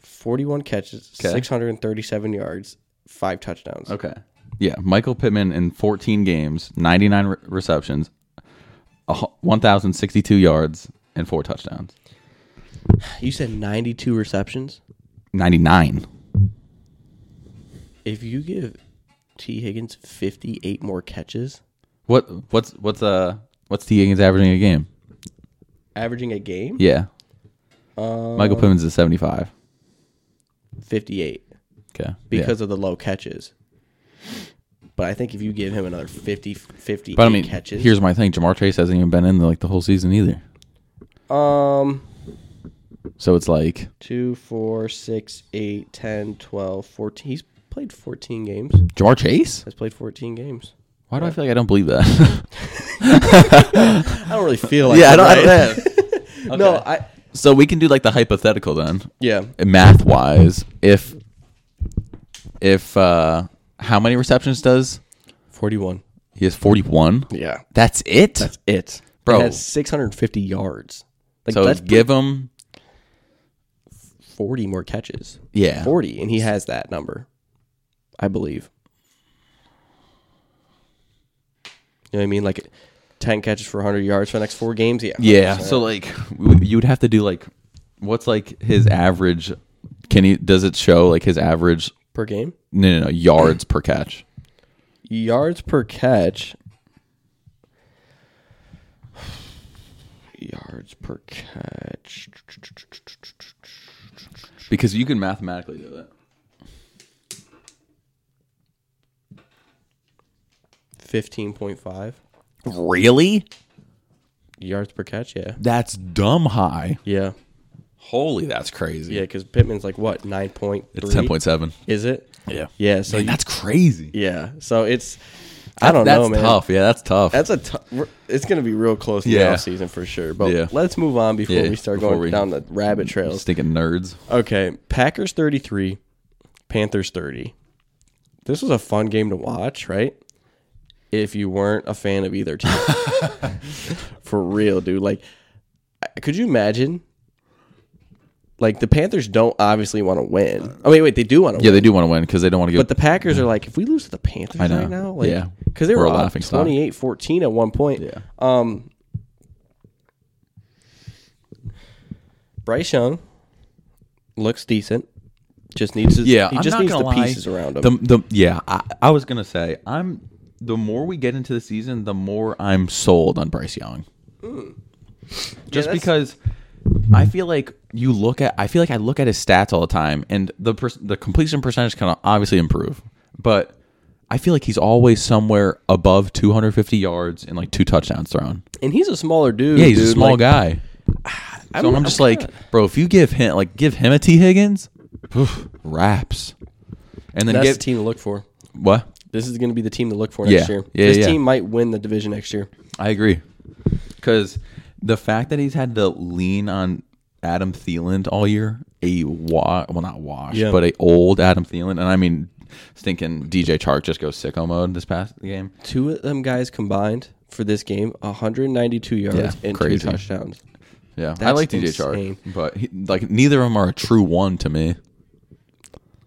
41 catches, 637 yards, five touchdowns. Okay. Yeah, Michael Pittman in 14 games, 99 re- receptions, a hu- 1,062 yards, and four touchdowns. You said 92 receptions. 99. If you give T. Higgins 58 more catches, What what's what's uh what's T Higgins averaging a game? averaging a game, Yeah. Um, Michael Pittman's is 75. 58 Okay. because of the low catches. But I think if you give him another 50, 58 but I mean, catches, here's my thing: Jamar Chase hasn't even been in like the whole season either. um, So it's like, 2, 4, 6, 8, 10, 12, 14. He's played 14 games. Jamar Chase? Has played 14 games. Why do I feel like I don't believe that? I don't really feel like that, right? No, I, so we can do like the hypothetical then. yeah. math wise, if if uh how many receptions does 41. he has forty one? Yeah. That's it, That's it. bro. It has 650 yards. Like so that's give him 40 more catches. yeah. 40 and he has that number. I believe. You know what I mean? Like 10 catches for 100 yards for the next 4 games, yeah. Yeah. So like w- you would have to do like what's like his average? Can he does it show like his average? Per game. No, no, no yards per catch. Yards per catch. Yards per catch. Because you can mathematically do it. 15.5 Really? yards per catch, yeah. That's dumb high. Yeah. Holy, that's crazy. Yeah, because Pittman's like what nine point three. It's ten point seven. Is it? Yeah. Yeah. So Man, that's crazy. yeah. So it's. I don't that's know, man. tough. Yeah, that's tough. That's a. T- we're- it's going to be real close in the Yeah. off season for sure. But Yeah. let's move on before Yeah, we start before going we- down the rabbit trails. Stinking nerds. Okay, Packers thirty three, Panthers thirty. This was a fun game to watch, right? If you weren't a fan of either team, for real, dude. Like, I- could you imagine Like the Panthers don't obviously want to win. Oh wait, wait, they do want to Yeah, win. they do want to win because they don't want to But give. the Packers are like, if we lose to the Panthers know. right now, like, Yeah. because they We're were a up laughing stock. 28-14 at one point. Yeah. Um, Bryce Young looks decent. Just needs his, yeah, he I'm just not needs the gonna lie. pieces around him. The, the, yeah, I, I was gonna say I'm. The more we get into the season, the more I'm sold on Bryce Young. Just Mm. that's- because I feel like you look at, I feel like I look at his stats all the time, and the per, the completion percentage can obviously improve, but I feel like he's always somewhere above 250 yards and like two touchdowns thrown. and he's a smaller dude. Yeah, he's dude. a small Like, guy. So I'm, I'm just like, bro, if you give him like give him a T Higgins, poof, raps, and then That's give the team to look for. what? This is going to be the team to look for next Yeah. year. Yeah, this yeah. team might win the division next year. I agree, because the fact that he's had to lean on Adam Thielen all year, a wa well not wash, Yeah. but a old Adam Thielen, and I mean, stinking DJ Chark just goes sicko mode this past game. Two of them guys combined for this game, 192 yards Yeah, and crazy. two touchdowns. Yeah, I That's like DJ insane. Chark, but he, like neither of them are a true one to me.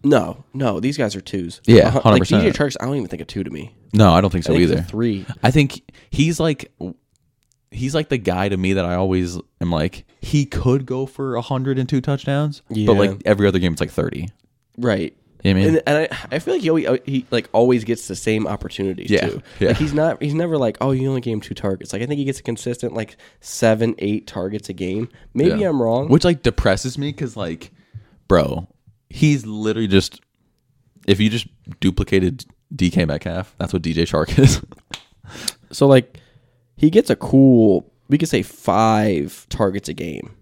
No, no, these guys are twos. Yeah, Uh, like 100%. DJ Chark's. I don't even think a two to me. No, I don't think so I think he's either. a three. I think he's like he's like the guy to me that I always am like he could go for 102 touchdowns, Yeah. but like every other game it's like 30. Right. You know what I mean? And, and I, I feel like he, always, he like always gets the same opportunity. Yeah, too. yeah. Like he's not he's never like oh you only gave him two targets. Like I think he gets a consistent like seven eight targets a game. Maybe Yeah. I'm wrong. Which like depresses me cuz like bro, he's literally just if you just duplicated DK Metcalf, that's what DJ Shark is. So like he gets a cool we could say five targets a game.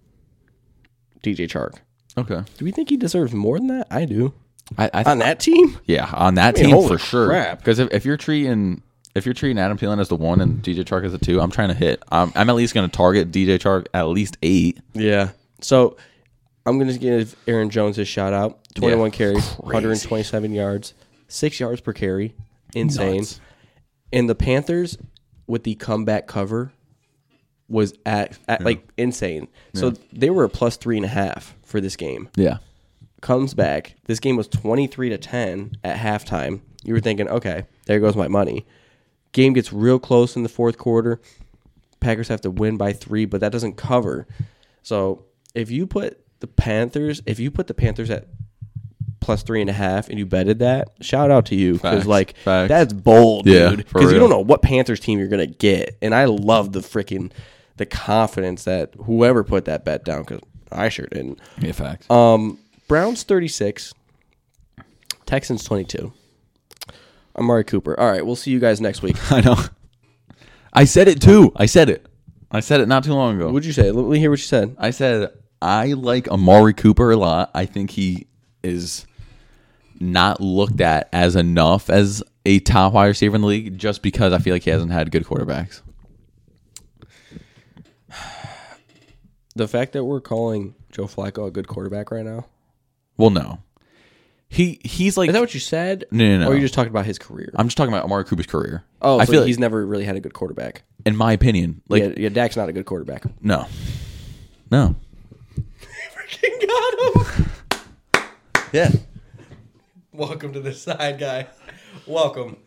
DJ Chark. okay. Do we think he deserves more than that? I do. I, I On that team, yeah, on that I mean, team holy for sure. crap. Because if, if you're treating if you're treating Adam Thielen as the one and DJ Chark as the two, I'm trying to hit. I'm, I'm at least going to target DJ Chark at least eight. yeah. So I'm gonna give Aaron Jones his shout out. 21 Yeah. carries, Crazy. 127 yards, six yards per carry, insane. Nuts. And the Panthers with the comeback cover was at, at like insane. So they were a plus three and a half for this game. Yeah. comes back. This game was 23 to 10 at halftime. You were thinking, okay, there goes my money. Game gets real close in the fourth quarter. Packers have to win by three, but that doesn't cover. So if you put the Panthers, if you put the Panthers at plus three and a half and you betted that, shout out to you. Because, Facts, like, facts. that's bold, Yeah, dude. for Because you real. don't know what Panthers team you're going to get. And I love the freaking the confidence that whoever put that bet down, because I sure didn't. Yeah, facts. Um, Browns 36, Texans 22. Amari Cooper. All right, we'll see you guys next week. I know. I said it too. I said it. I said it not too long ago. What'd you say? Let me hear what you said. I said I like Amari Cooper a lot. I think he is not looked at as enough as a top wide receiver in the league just because I feel like he hasn't had good quarterbacks. The fact that we're calling Joe Flacco a good quarterback right now. Well, no. He he's like Is that what you said? No, no, no. Or you just talking about his career? I'm just talking about Amari Cooper's career. oh, I so feel like- he's never really had a good quarterback. in my opinion, like yeah, yeah, Dak's not a good quarterback. no. No. Freaking got him. Yeah. Welcome to the side, guy. Welcome.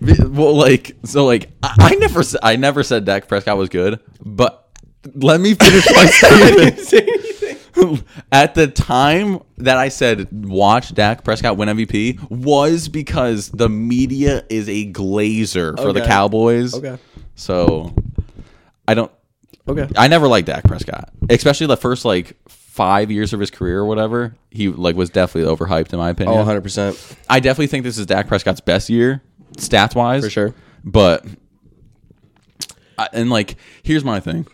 Well, like so, like I, I never, s- I never said Dak Prescott was good, but let me finish my statement. At the time that I said watch Dak Prescott win MVP was because the media is a glazer for the Okay. Cowboys. Okay. So I don't. Okay. I never liked Dak Prescott, especially the first like five years of his career or whatever. He like was definitely overhyped in my opinion. Oh, 100%. I definitely think this is Dak Prescott's best year, stats wise, For sure. But I, and like, here's my thing: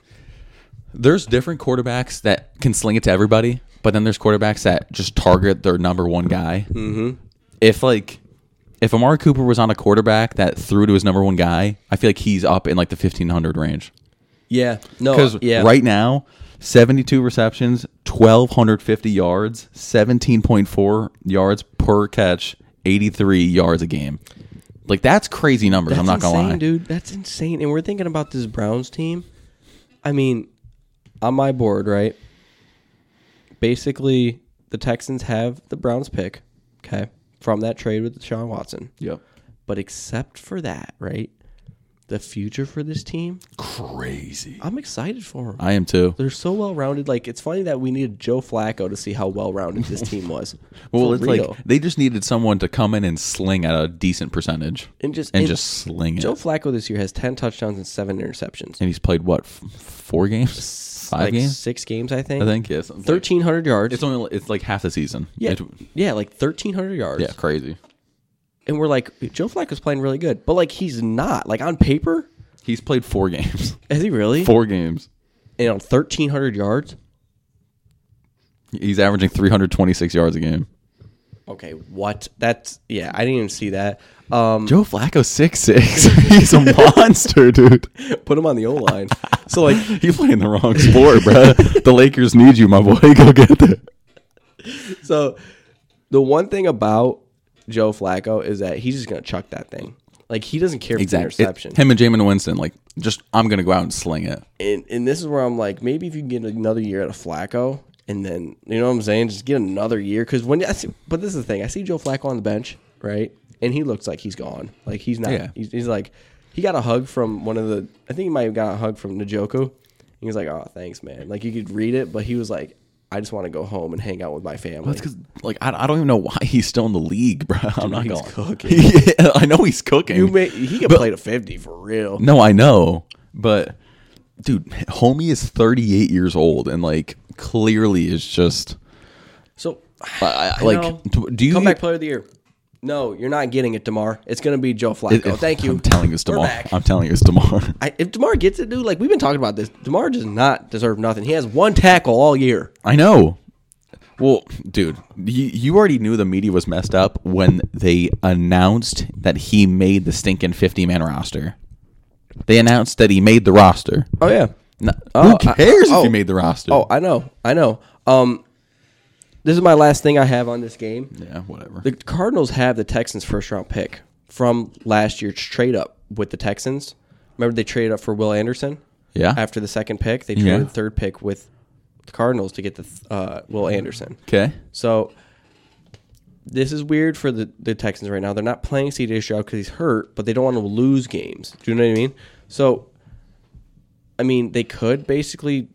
there's different quarterbacks that can sling it to everybody, but then there's quarterbacks that just target their number one guy. Mm-hmm. If like, if Amari Cooper was on a quarterback that threw to his number one guy, I feel like he's up in like the 1500 range. Yeah. No, Because Oh, yeah. right now, 72 receptions, 1,250 yards, 17.4 yards per catch, 83 yards a game. Like, that's crazy numbers. I'm not That's going to insane, lie. dude. That's insane. And we're thinking about this Browns team. I mean, on my board, right? basically the Texans have the Browns pick, okay, from that trade with Deshaun Watson. Yep. But except for that, right? The future for this team, Crazy. I'm excited for them. I am too. They're so well rounded. Like it's funny that we needed Joe Flacco to see how well rounded this team was. Well, For it's real. like they just needed someone to come in and sling at a decent percentage and just and, and just sling it. Joe Flacco this year has ten touchdowns and seven interceptions. and he's played what f- four games, five like games, six games, I think. I think. Yes, It's like- Thirteen hundred yards. It's only it's like half the season. yeah, It- yeah, like thirteen hundred yards. yeah, crazy. and we're like, Joe Flacco's playing really good, but like he's not. Like on paper, He's played four games, is he really? four games. And on thirteen hundred yards. He's averaging 326 yards a game. Okay, what? That's yeah. I didn't even see that. Um, Joe Flacco six six. He's a monster, dude. put him on the O line. so like, You playing the wrong sport, bro. The Lakers need you, my boy. Go get there. so the one thing about Joe Flacco is that he's just gonna chuck that thing. Like he doesn't care if it's an Exactly. interception. It- him and Jamin Winston, like, just I'm gonna go out and sling it. and and this is where I'm like, maybe if you can get another year out of Flacco, and then you know what I'm saying, just get another year. Because when I see, but this is the thing, I see Joe Flacco on the bench, right, and he looks like he's gone, like he's not. Yeah. He's, he's like, he got a hug from one of the, I think he might have got a hug from Njoku. He was like, oh, thanks, man. Like you could read it, but he was like, I just want to go home and hang out with my family. That's because, like, I, I don't even know why he's still in the league, bro. I'm not he's going. cooking. yeah, I know he's cooking. You may, he could play to fifty for real. No, I know, but dude, homie is 38 years old and like clearly is just So, I, I, I like. know. do- Do you comeback player of the year. No, you're not getting it, Demar. It's gonna be Joe Flacco. Oh, Thank you. I'm telling you, it's We're Demar. back. I'm telling you, it's Demar. I, if Demar gets it, dude, like we've been talking about this, Demar does not deserve nothing. He has one tackle all year. I know. Well, dude, you, you already knew the media was messed up when they announced that he made the stinking 50 man roster. They announced that he made the roster. Oh yeah. No, Oh, who I- cares if oh. he made the roster? Oh, I know. I know. Um, this is my last thing I have on this game. yeah, whatever. The Cardinals have the Texans' first round pick from last year's trade up with the Texans. Remember they traded up for Will Anderson. Yeah. After the second pick, they traded Yeah. the third pick with the Cardinals to get the th- uh, Will Anderson. okay. So this is weird for the, the Texans right now. They're not playing CJ Stroud because he's hurt, but they don't want to lose games. Do you know what I mean? So, I mean, they could basically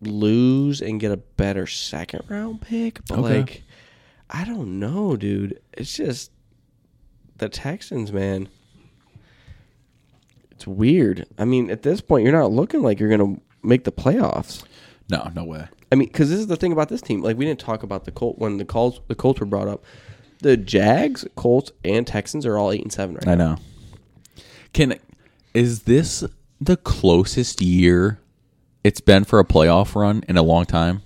lose and get a better second round pick, but Okay. like, I don't know, dude. It's just the Texans, man. It's weird. I mean, at this point, you're not looking like you're going to make the playoffs. No, no way. I mean, because this is the thing about this team. Like, we didn't talk about the Colt when the calls the Colts were brought up. The Jags, Colts, and Texans are all eight and seven right I now. know. Can is this the closest year it's been for a playoff run in a long time?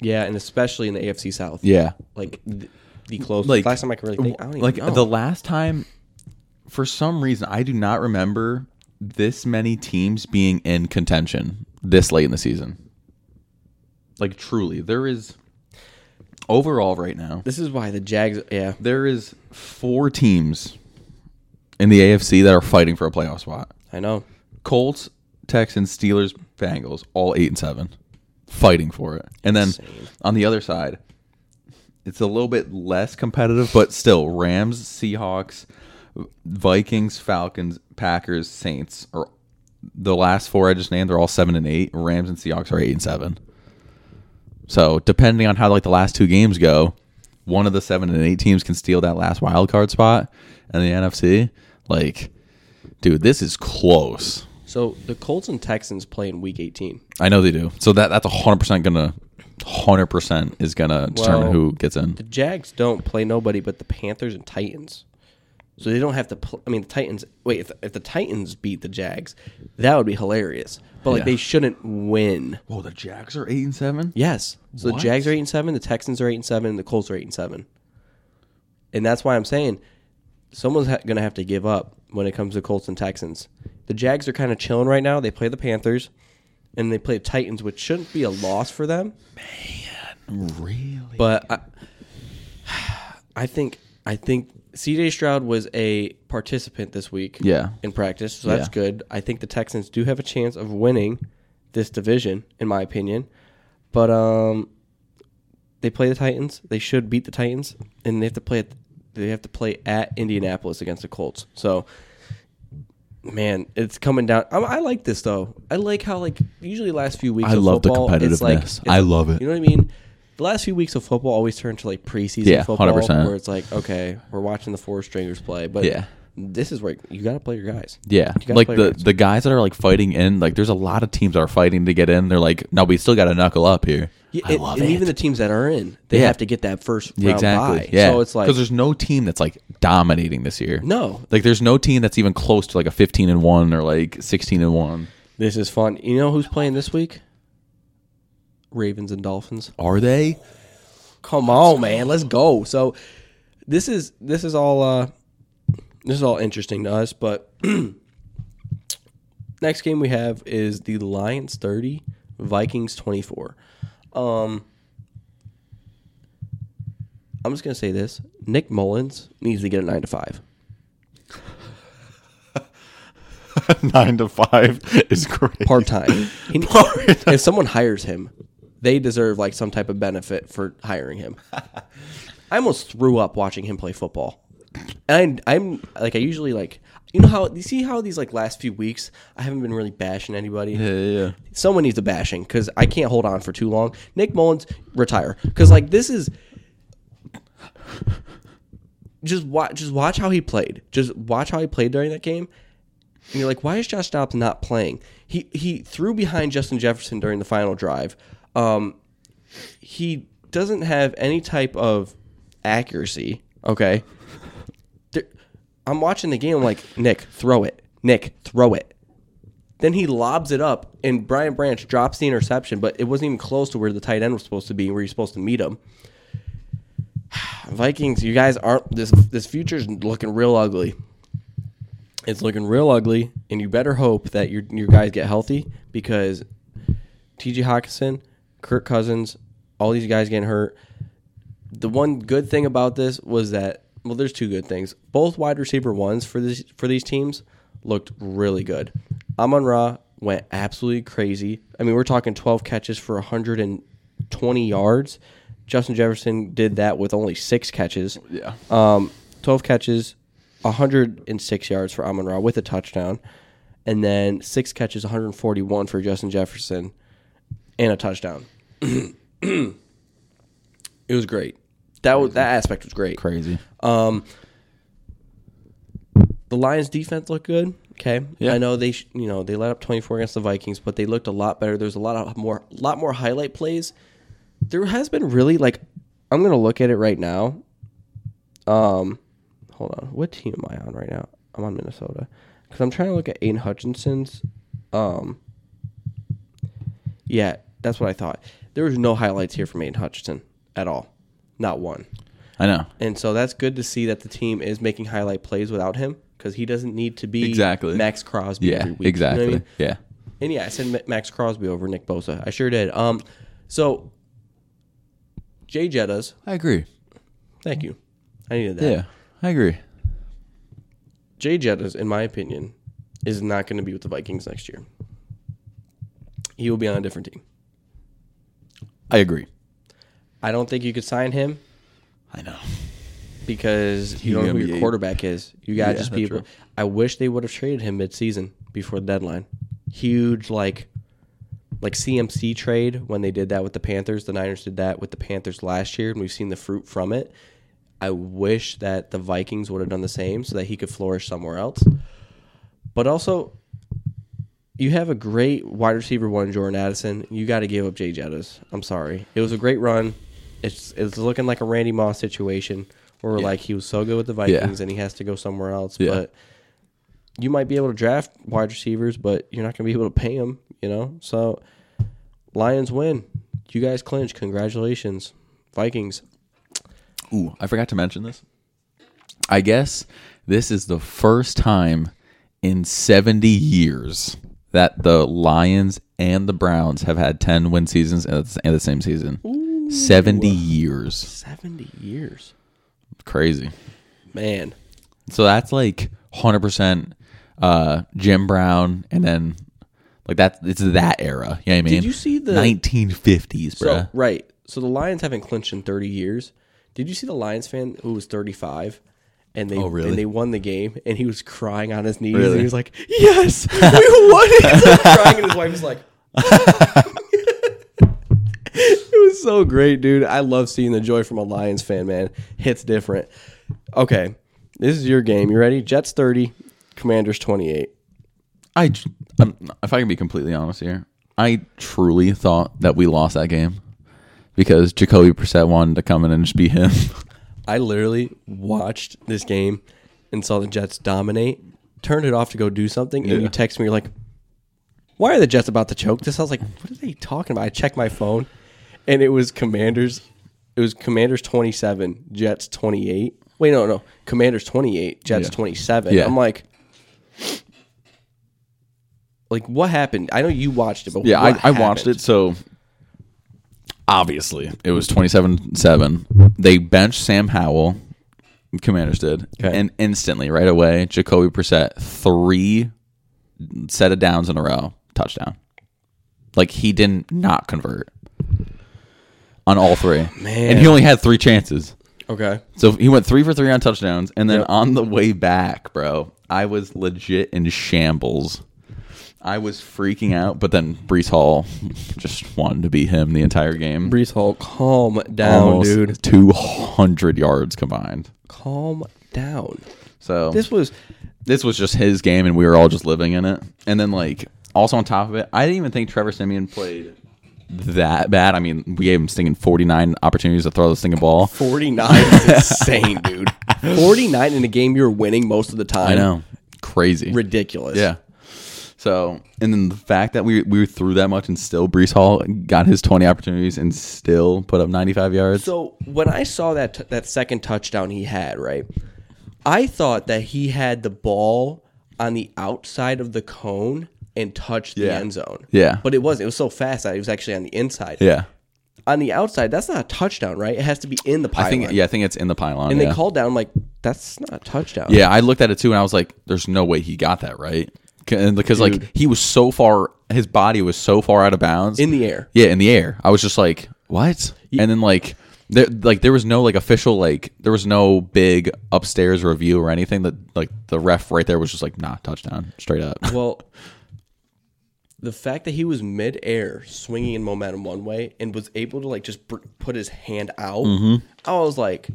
Yeah, and especially in the AFC South. Yeah. like the, the close. Like- last time I can really think, I don't even Like know. the last time for some reason I do not remember this many teams being in contention this late in the season. Like truly, there is overall right now. this is why the Jags. Yeah, There is four teams in the AFC that are fighting for a playoff spot. I know. Colts, Texans, Steelers, Bengals, all eight and seven, fighting for it. And then on the other side, it's a little bit less competitive, but still Rams, Seahawks, Vikings, Falcons, Packers, Saints are the last four I just named. They're all seven and eight. Rams and Seahawks are eight and seven. So depending on how like the last two games go, one of the seven and eight teams can steal that last wild card spot and the NFC. Like, dude, this is close. So the Colts and Texans play in Week 18. I know they do. So that that's hundred percent gonna hundred percent is gonna determine Well- who gets in. The Jags don't play nobody but the Panthers and Titans. So they don't have to. Pl- I mean, the Titans. Wait, if, if the Titans beat the Jags, that would be hilarious. But like, Yeah. they shouldn't win. Well, the Jags are eight and seven. Yes. So What? the Jags are eight and seven, the Texans are eight and seven, and the Colts are eight and seven. And that's why I'm saying someone's ha- going to have to give up when it comes to Colts and Texans. The Jags are kind of chilling right now. They play the Panthers, and they play the Titans, which shouldn't be a loss for them. Really? But I, I think I think C.J. Stroud was a participant this week. Yeah. In practice, so that's Yeah. good. I think the Texans do have a chance of winning this division, in my opinion. But um, they play the Titans. They should beat the Titans, and they have to play. At, they have to play at Indianapolis against the Colts. So, man, it's coming down. I, I like this though. I like how like usually last few weeks. I of love the football, It's like, competitiveness. I love it. You know what I mean? The last few weeks of football always turn to like preseason Yeah, football, 100%. where it's like, okay, we're watching the four stringers play, but Yeah. this is where you got to play your guys. Yeah, You gotta like play the guys. the guys that are like fighting in, like there's a lot of teams that are fighting to get in. They're like, no, we still got to knuckle up here. Yeah, I and, love and it. even the teams that are in, they Yeah. have to get that first Yeah, round exactly. bye. Yeah, So it's like because there's no team that's like dominating this year. no, like there's no team that's even close to like a 15 and one or like 16 and one. this is fun. You know who's playing this week? Ravens and Dolphins. Are they? Come on, man, let's go. So this is this is all uh this is all interesting to us, but next game we have is the Lions 30, Vikings 24. Um I'm just going to say this. Nick Mullins needs to get a 9 to 5. Nine to five is great. part time. if someone hires him, they deserve like some type of benefit for hiring him. I almost threw up watching him play football. And I'm, I'm like I usually like you know how you see how these like last few weeks I haven't been really bashing anybody. Yeah, yeah, yeah. Someone needs a bashing because I can't hold on for too long. Nick Mullins retire because like this is just watch just watch how he played. Just watch how he played during that game. And you're like, why is Josh Dobbs not playing? He he threw behind Justin Jefferson during the final drive. Um, he doesn't have any type of accuracy. Okay, There- I'm watching the game. I'm like, Nick, throw it. Nick, throw it. Then he lobs it up, and Brian Branch drops the interception, but it wasn't even close to where the tight end was supposed to be, where you're supposed to meet him. Vikings, you guys aren't this. This future's looking real ugly. It's looking real ugly, and you better hope that your your guys get healthy because T.J. Hawkinson, Kirk Cousins, all these guys getting hurt. The one good thing about this was that well, there's two good things. Both wide receiver ones for this for these teams looked really good. Amon Ra went absolutely crazy. I mean, we're talking 12 catches for 120 yards. Justin Jefferson did that with only six catches. Yeah. Um, 12 catches, 106 yards for Amon Ra with a touchdown, and then six catches, 141 for Justin Jefferson, and a touchdown. it was great. That was, that aspect was great. Crazy. The Lions defense looked good. Okay, Yeah. I know they sh- you know they let up 24 against the Vikings, but they looked a lot better. There's a lot of more lot more highlight plays. There has been really like I'm gonna look at it right now. Um, hold on, what team am I on right now? I'm on Minnesota because I'm trying to look at Aiden Hutchinson's. Um, yeah, that's what I thought. There was no highlights here from Aiden Hutchinson at all, not one. I know. And so that's good to see that the team is making highlight plays without him because he doesn't need to be Exactly. Max Crosby. Yeah, every week, you know what I exactly. mean? Yeah. And yeah, I said Ma- Max Crosby over Nick Bosa. I sure did. Um, so Jay Jettas, I agree. thank you. I needed that. Yeah, I agree. Jay Jettas, in my opinion, is not going to be with the Vikings next year. He will be on a different team. I agree. I don't think you could sign him I know. because you He's don't know gonna who be your eight. quarterback is. You got Yeah, just that's people. true. I wish they would have traded him midseason before the deadline. Huge like like CMC trade when they did that with the Panthers. The Niners did that with the Panthers last year, and we've seen the fruit from it. I wish that the Vikings would have done the same so that he could flourish somewhere else. But also, you have a great wide receiver one, Jordan Addison. You got to give up Jay Jettas. I'm sorry. It was a great run. It's it's looking like a Randy Moss situation where like he was so good with the Vikings and he has to go somewhere else. Yeah. But you might be able to draft wide receivers, but you're not going to be able to pay them. You know, so Lions win. You guys clinch. Congratulations, Vikings. Ooh, I forgot to mention this. I guess this is the first time in 70 years that the Lions and the Browns have had 10 win seasons at the at the same season. 70 years. Seventy years, Crazy. man. So that's like 100% uh, Jim Brown and then Like that, it's that era. You know what I mean? Did you see the 1950s, bro? So right. So the Lions haven't clinched in 30 years. Did you see the Lions fan who was 35 and they Oh, really? and they won the game and he was crying on his knees and Really? he was like, "Yes, we won!" He's like crying and his wife was like. it was so great, dude. I love seeing the joy from a Lions fan, man. Hits different. Okay, this is your game. You ready? Jets 30, Commanders 28. I, tr- I'm, Um, if I can be completely honest here, I truly thought that we lost that game because Jacoby Brissett wanted to come in and just be him. I literally watched this game and saw the Jets dominate, turned it off to go do something, and you text me, you're like, why are the Jets about to choke this? I was like, what are they talking about? I checked my phone, and it was Commanders. It was Commanders 27, Jets 28. Wait, no, no. Commanders 28, Jets Yeah. 27. Yeah. I'm like, like what happened? I know you watched it, but yeah, I, what I watched happened? it. So obviously, it was 27-7. They benched Sam Howell. Commanders did, Okay. and instantly, right away, Jacoby Brissett three set of downs in a row, touchdown. Like he didn't not convert on all three, and he only had three chances. Okay, So he went three for three on touchdowns, and then on the way back, bro, I was legit in shambles. I was freaking out, but then Brees Hall just wanted to be him the entire game. Brees Hall, calm down, Almost dude. two hundred yards combined. Calm down. So This was this was just his game and we were all just living in it. And then like also on top of it, I didn't even think Trevor Simeon played that bad. I mean, we gave him stinging 49 opportunities to throw the stinging ball. 49 is insane, dude. 49 in a game you're winning most of the time. I know. Crazy. Ridiculous. Yeah. So, and then the fact that we we threw that much and still Brees Hall got his 20 opportunities and still put up 95 yards. So when I saw that t- that second touchdown he had, right? I thought that he had the ball on the outside of the cone and touched the Yeah. end zone. Yeah. But it wasn't. It was so fast that it was actually on the inside. yeah. On the outside, that's not a touchdown, right? It has to be in the pylon. I think yeah, I think it's in the pylon. And yeah. they called down like that's not a touchdown. yeah, I looked at it too and I was like there's no way he got that, right? C- and Because like he was so far his body was so far out of bounds. In the air. yeah, in the air. I was just like, "What?" And then like there like there was no like official like there was no big upstairs review or anything that like the ref right there was just like, "Nah, touchdown." Straight up. Well, the fact that he was midair swinging in momentum one way and was able to like just br- put his hand out, Mm-hmm. I was like,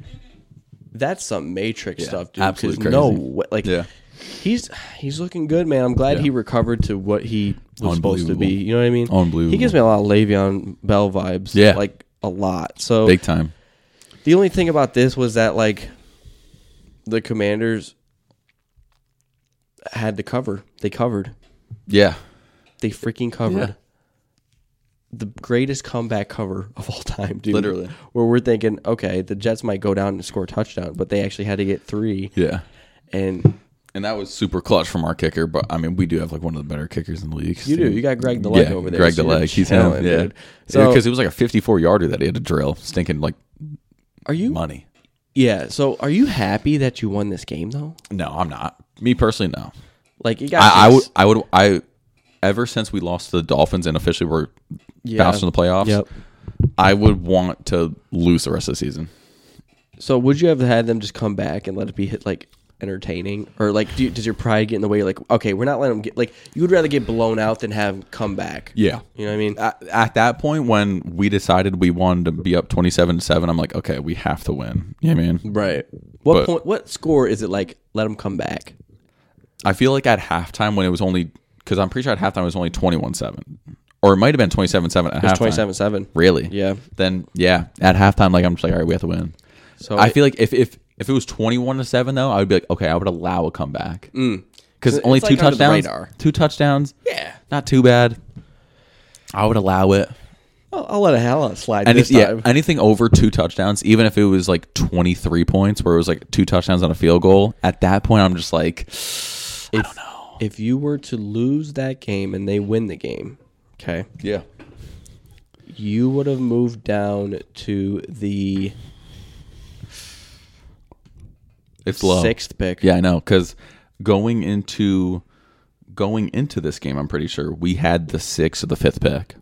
that's some Matrix stuff, dude. 'cause absolutely No, crazy. way, like, Yeah. he's he's looking good, man. I'm glad he recovered to what he was supposed to be. Unbelievable. You know what I mean? He gives Unbelievable. me a lot of Le'Veon Bell vibes. Yeah. like a lot. So Big time. the only thing about this was that like the Commanders had to cover. They covered. Yeah. They freaking covered. The greatest comeback cover of all time, dude. Literally. Where we're thinking, okay, the Jets might go down and score a touchdown, but they actually had to get three. Yeah. And And that was super clutch from our kicker, but I mean, we do have like one of the better kickers in the league. you do. You got Greg the leg over there. Greg so the you're leg. He's chilling, him. Yeah. dude. So because it was like a 54 yarder that he had to drill, stinking like are you money. Yeah. So are you happy that you won this game though? No, I'm not. Me personally, no. Like you got I, I would, this- I would, I, ever since we lost to the Dolphins and officially were Yeah. bounced in the playoffs, Yep. I would want to lose the rest of the season. So would you have had them just come back and let it be hit like entertaining or like do you, does your pride get in the way? You're like, okay, we're not letting them get like you would rather get blown out than have them come back. Yeah. You know what I mean? At, at that point, when we decided we wanted to be up 27 7, I'm like, okay, we have to win. You know what I mean? Right. What But- point? What score is it? Like, let them come back. I feel like at halftime when it was only because I'm pretty sure at halftime it was only 21-7, or it might have been 27-7 at halftime. Twenty-seven-seven. Really? Yeah. Then yeah, at halftime, like I'm just like, all right, we have to win. So I feel like if if if it was 21 to seven though, I would be like, okay, I would allow a comeback because only Mm. it's two like under the touchdowns, radar. two touchdowns, yeah. not too bad. I would allow it. I'll, I'll let a hell out slide Any, this yeah, time. anything over two touchdowns, even if it was like 23 points, where it was like two touchdowns on a field goal, at that point, I'm just like, if, If you were to lose that game and they win the game, okay, yeah, you would have moved down to the it's low. sixth pick. Yeah, I know. Because going into going into this game, I'm pretty sure we had the sixth or the fifth pick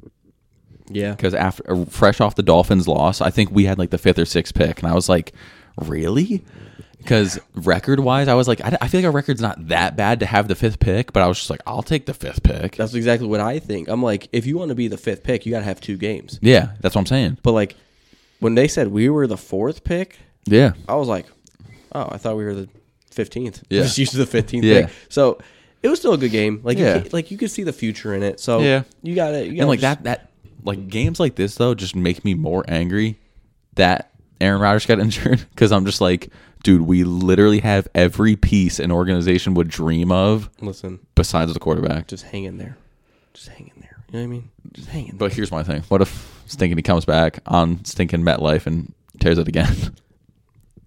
Yeah. because after uh, fresh off the Dolphins loss, I think we had like the fifth or sixth pick, and I was like, really? Because record wise, I was like, I, I feel like our record's not that bad to have the fifth pick, but I was just like, I'll take the fifth pick. That's exactly what I think. I'm like, if you want to be the fifth pick, you got to have two games. yeah, that's what I'm saying. But like, when they said we were the fourth pick, Yeah, I was like, oh, I thought we were the fifteenth. Yeah. Just use the fifteenth Yeah. pick. So it was still a good game. Like, Yeah. you, ca- like you could see the future in it. So Yeah. you got it. and like that, that like games like this though just make me more angry that Aaron Rodgers got injured because I'm just like, dude, we literally have every piece an organization would dream of Listen, besides the quarterback. just hang in there. Just hang in there. You know what I mean? Just hang in there. But here's my thing: what if stinking he comes back on stinking MetLife and tears it again?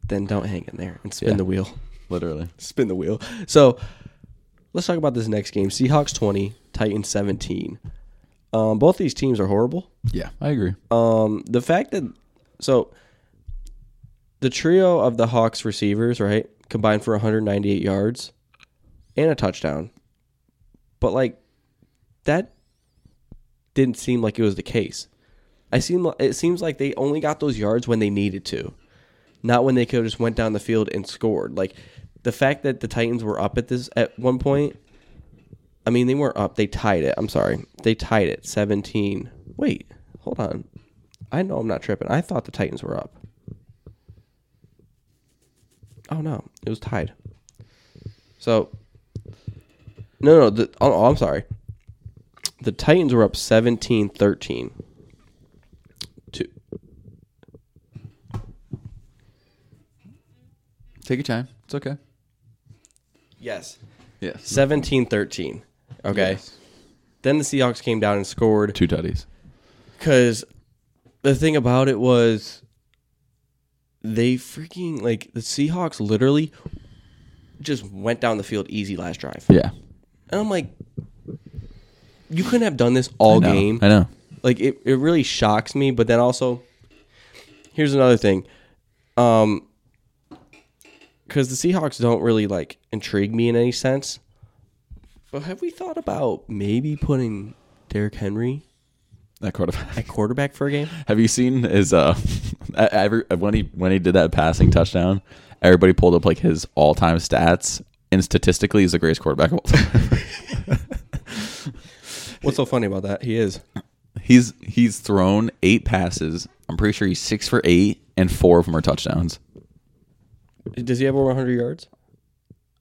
Then don't hang in there and spin Yeah. the wheel. Literally. spin the wheel. So let's talk about this next game: Seahawks twenty, Titans seventeen. Um, both these teams are horrible. Yeah, I agree. Um, the fact that so the trio of the Hawks receivers, right, combined for 198 yards and a touchdown, but like that didn't seem like it was the case. I seem it seems like they only got those yards when they needed to, not when they could have just went down the field and scored. Like the fact that the Titans were up at this at one point. I mean, they weren't up. They tied it. I'm sorry. They tied it 17. Wait, hold on. I know I'm not tripping. I thought the Titans were up. Oh no, it was tied. So No, no, the, oh, oh, I'm sorry. The Titans were up 17-13. Two. Take your time. It's okay. Yes. Yes. 17-13. Okay. Yes. Then the Seahawks came down and scored Two tutties. Because the thing about it was they freaking like the Seahawks literally just went down the field easy last drive. Yeah. And I'm like, you couldn't have done this all I know. game. I know. Like it, it really shocks me. But then also, here's another thing. Um, because the Seahawks don't really like intrigue me in any sense. But have we thought about maybe putting Derrick Henry That quarterback. at quarterback for a game? Have you seen his uh every when he when he did that passing touchdown, everybody pulled up like his all time stats and statistically he's the greatest quarterback of all time. What's so funny about that? He is. he's he's thrown eight passes. I'm pretty sure he's six for eight and four of them are touchdowns. Does he have over 100 yards?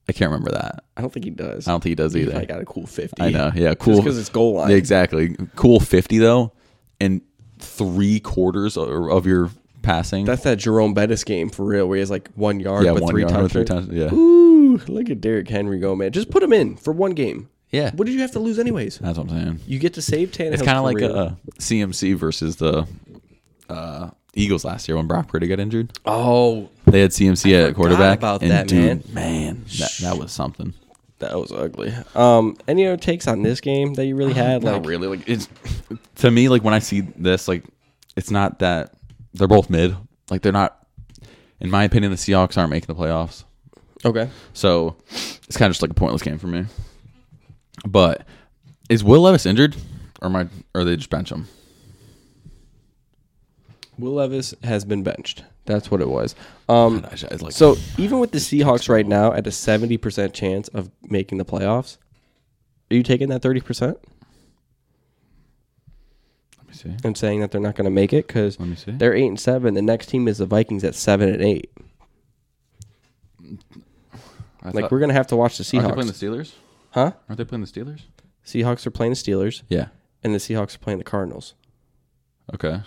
I can't remember that. I don't think he does. I don't think he does either. I got a cool 50. I know. Yeah, cool. because it's goal line. Yeah, exactly. Cool fifty though, and three quarters o- of your passing. That's that Jerome Bettis game for real, where he has like one yard, yeah, but one three three yard, touchdowns. with three times. Yeah, Ooh, look at Derrick Henry go, man. Just put him in for one game. yeah. What did you have to lose anyways? That's what I'm saying. You get to save Tannehill. It's kind of like a uh, CMC versus the uh, Eagles last year when Brock Purdy got injured. oh, They had CMC at quarterback. about and that, dude, man. that, that was something. that was ugly. Um, any other takes on this game that you Uh, really had? Like, Not really. Like it's to me, like when I see this, like it's not that they're both mid. Like they're not, in my opinion, the Seahawks aren't making the playoffs. okay, So it's kind of just like a pointless game for me. But is Will Levis injured, or my or they just bench him? Will Levis has been benched. That's what it was. Um, I should- It's like So even with the Seahawks right now at a seventy percent chance of making the playoffs, are you taking that thirty percent let me see. and saying that they're not going to make it because Let me see. they're eight and seven? The next team is the Vikings at seven and eight. I Like thought- we're going to have to watch the aren't they playing Seahawks, the Steelers? huh? Aren't they playing the Steelers? Seahawks are playing the Steelers, Yeah. and the Seahawks are playing the Cardinals. Okay.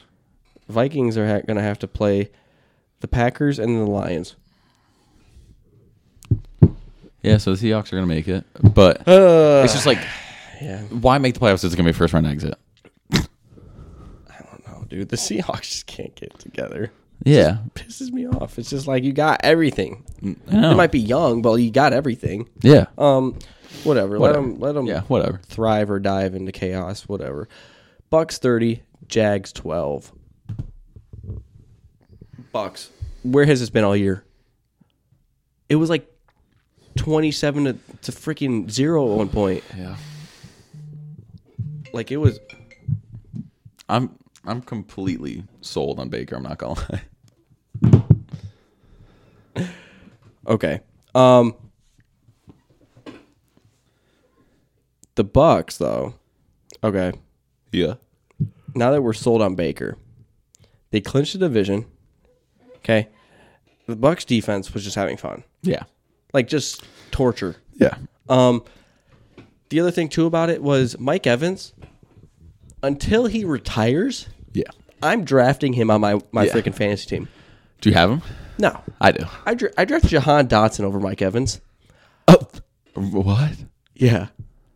Vikings are ha- going to have to play the Packers and the Lions. Yeah. So the Seahawks are gonna make it, but Uh, it's just like, yeah. why make the playoffs? if It's gonna be first round exit. I don't know, dude. The Seahawks just can't get it together. Yeah. Pisses me off. It's just like you got everything. I know. They might be young, but you got everything. yeah. Um, whatever. Let Whatever. 'em Let them. yeah. Whatever. Thrive or dive into chaos. Whatever. Bucks thirty. Jags twelve. Bucks. Where has this been all year? It was like twenty-seven to to freaking zero at one point. Yeah. Like it was I'm I'm completely sold on Baker. I'm not gonna lie. okay. Um, the Bucks though. Okay, Yeah. now that we're sold on Baker, they clinched the division. Okay, the Bucks defense was just having fun, Yeah. like just torture. Yeah. Um, the other thing too about it was Mike Evans. Until he retires, Yeah. I'm drafting him on my my Yeah. freaking fantasy team. Do you have him? No, I do. I dra- I drafted Jahan Dotson over Mike Evans. Oh, what? Yeah,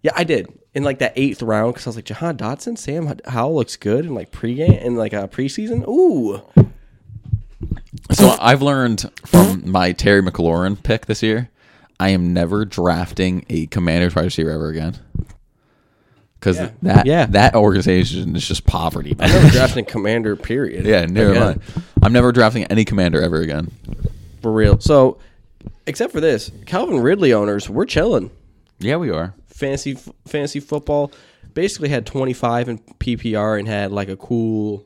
yeah, I did in like that eighth round because I was like Jahan Dotson, Sam Howell looks good in like pregame and like uh, preseason. Ooh, So I've learned from my Terry McLaurin pick this year, I am never drafting a Commanders wide receiver ever again. Because Yeah. that Yeah. that organization is just poverty. man. I never drafted commander. Period. yeah, never Again. mind. I'm never drafting any commander ever again. For real. So, except for this, Calvin Ridley owners, we're chilling. Yeah, we are. Fantasy fantasy football basically had 25 in PPR and had like a cool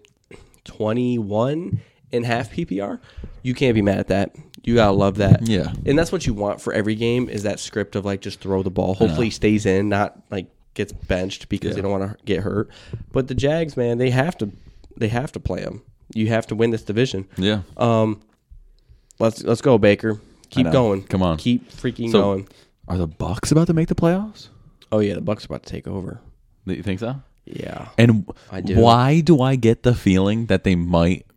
21 in half PPR. You can't be mad at that. You gotta love that. Yeah. And that's what you want for every game is that script of like just throw the ball. Hopefully he Uh-huh. stays in, not like gets benched because they don't want to get hurt. But the Jags, man, they have to they have to play them. You have to win this division. Yeah. Um, let's let's go, Baker. Keep know. going. Come on. Keep freaking So- going. Are the Bucks about to make the playoffs? Oh yeah, the Bucks are about to take over. You think so? Yeah, And I do. why do I get the feeling that they might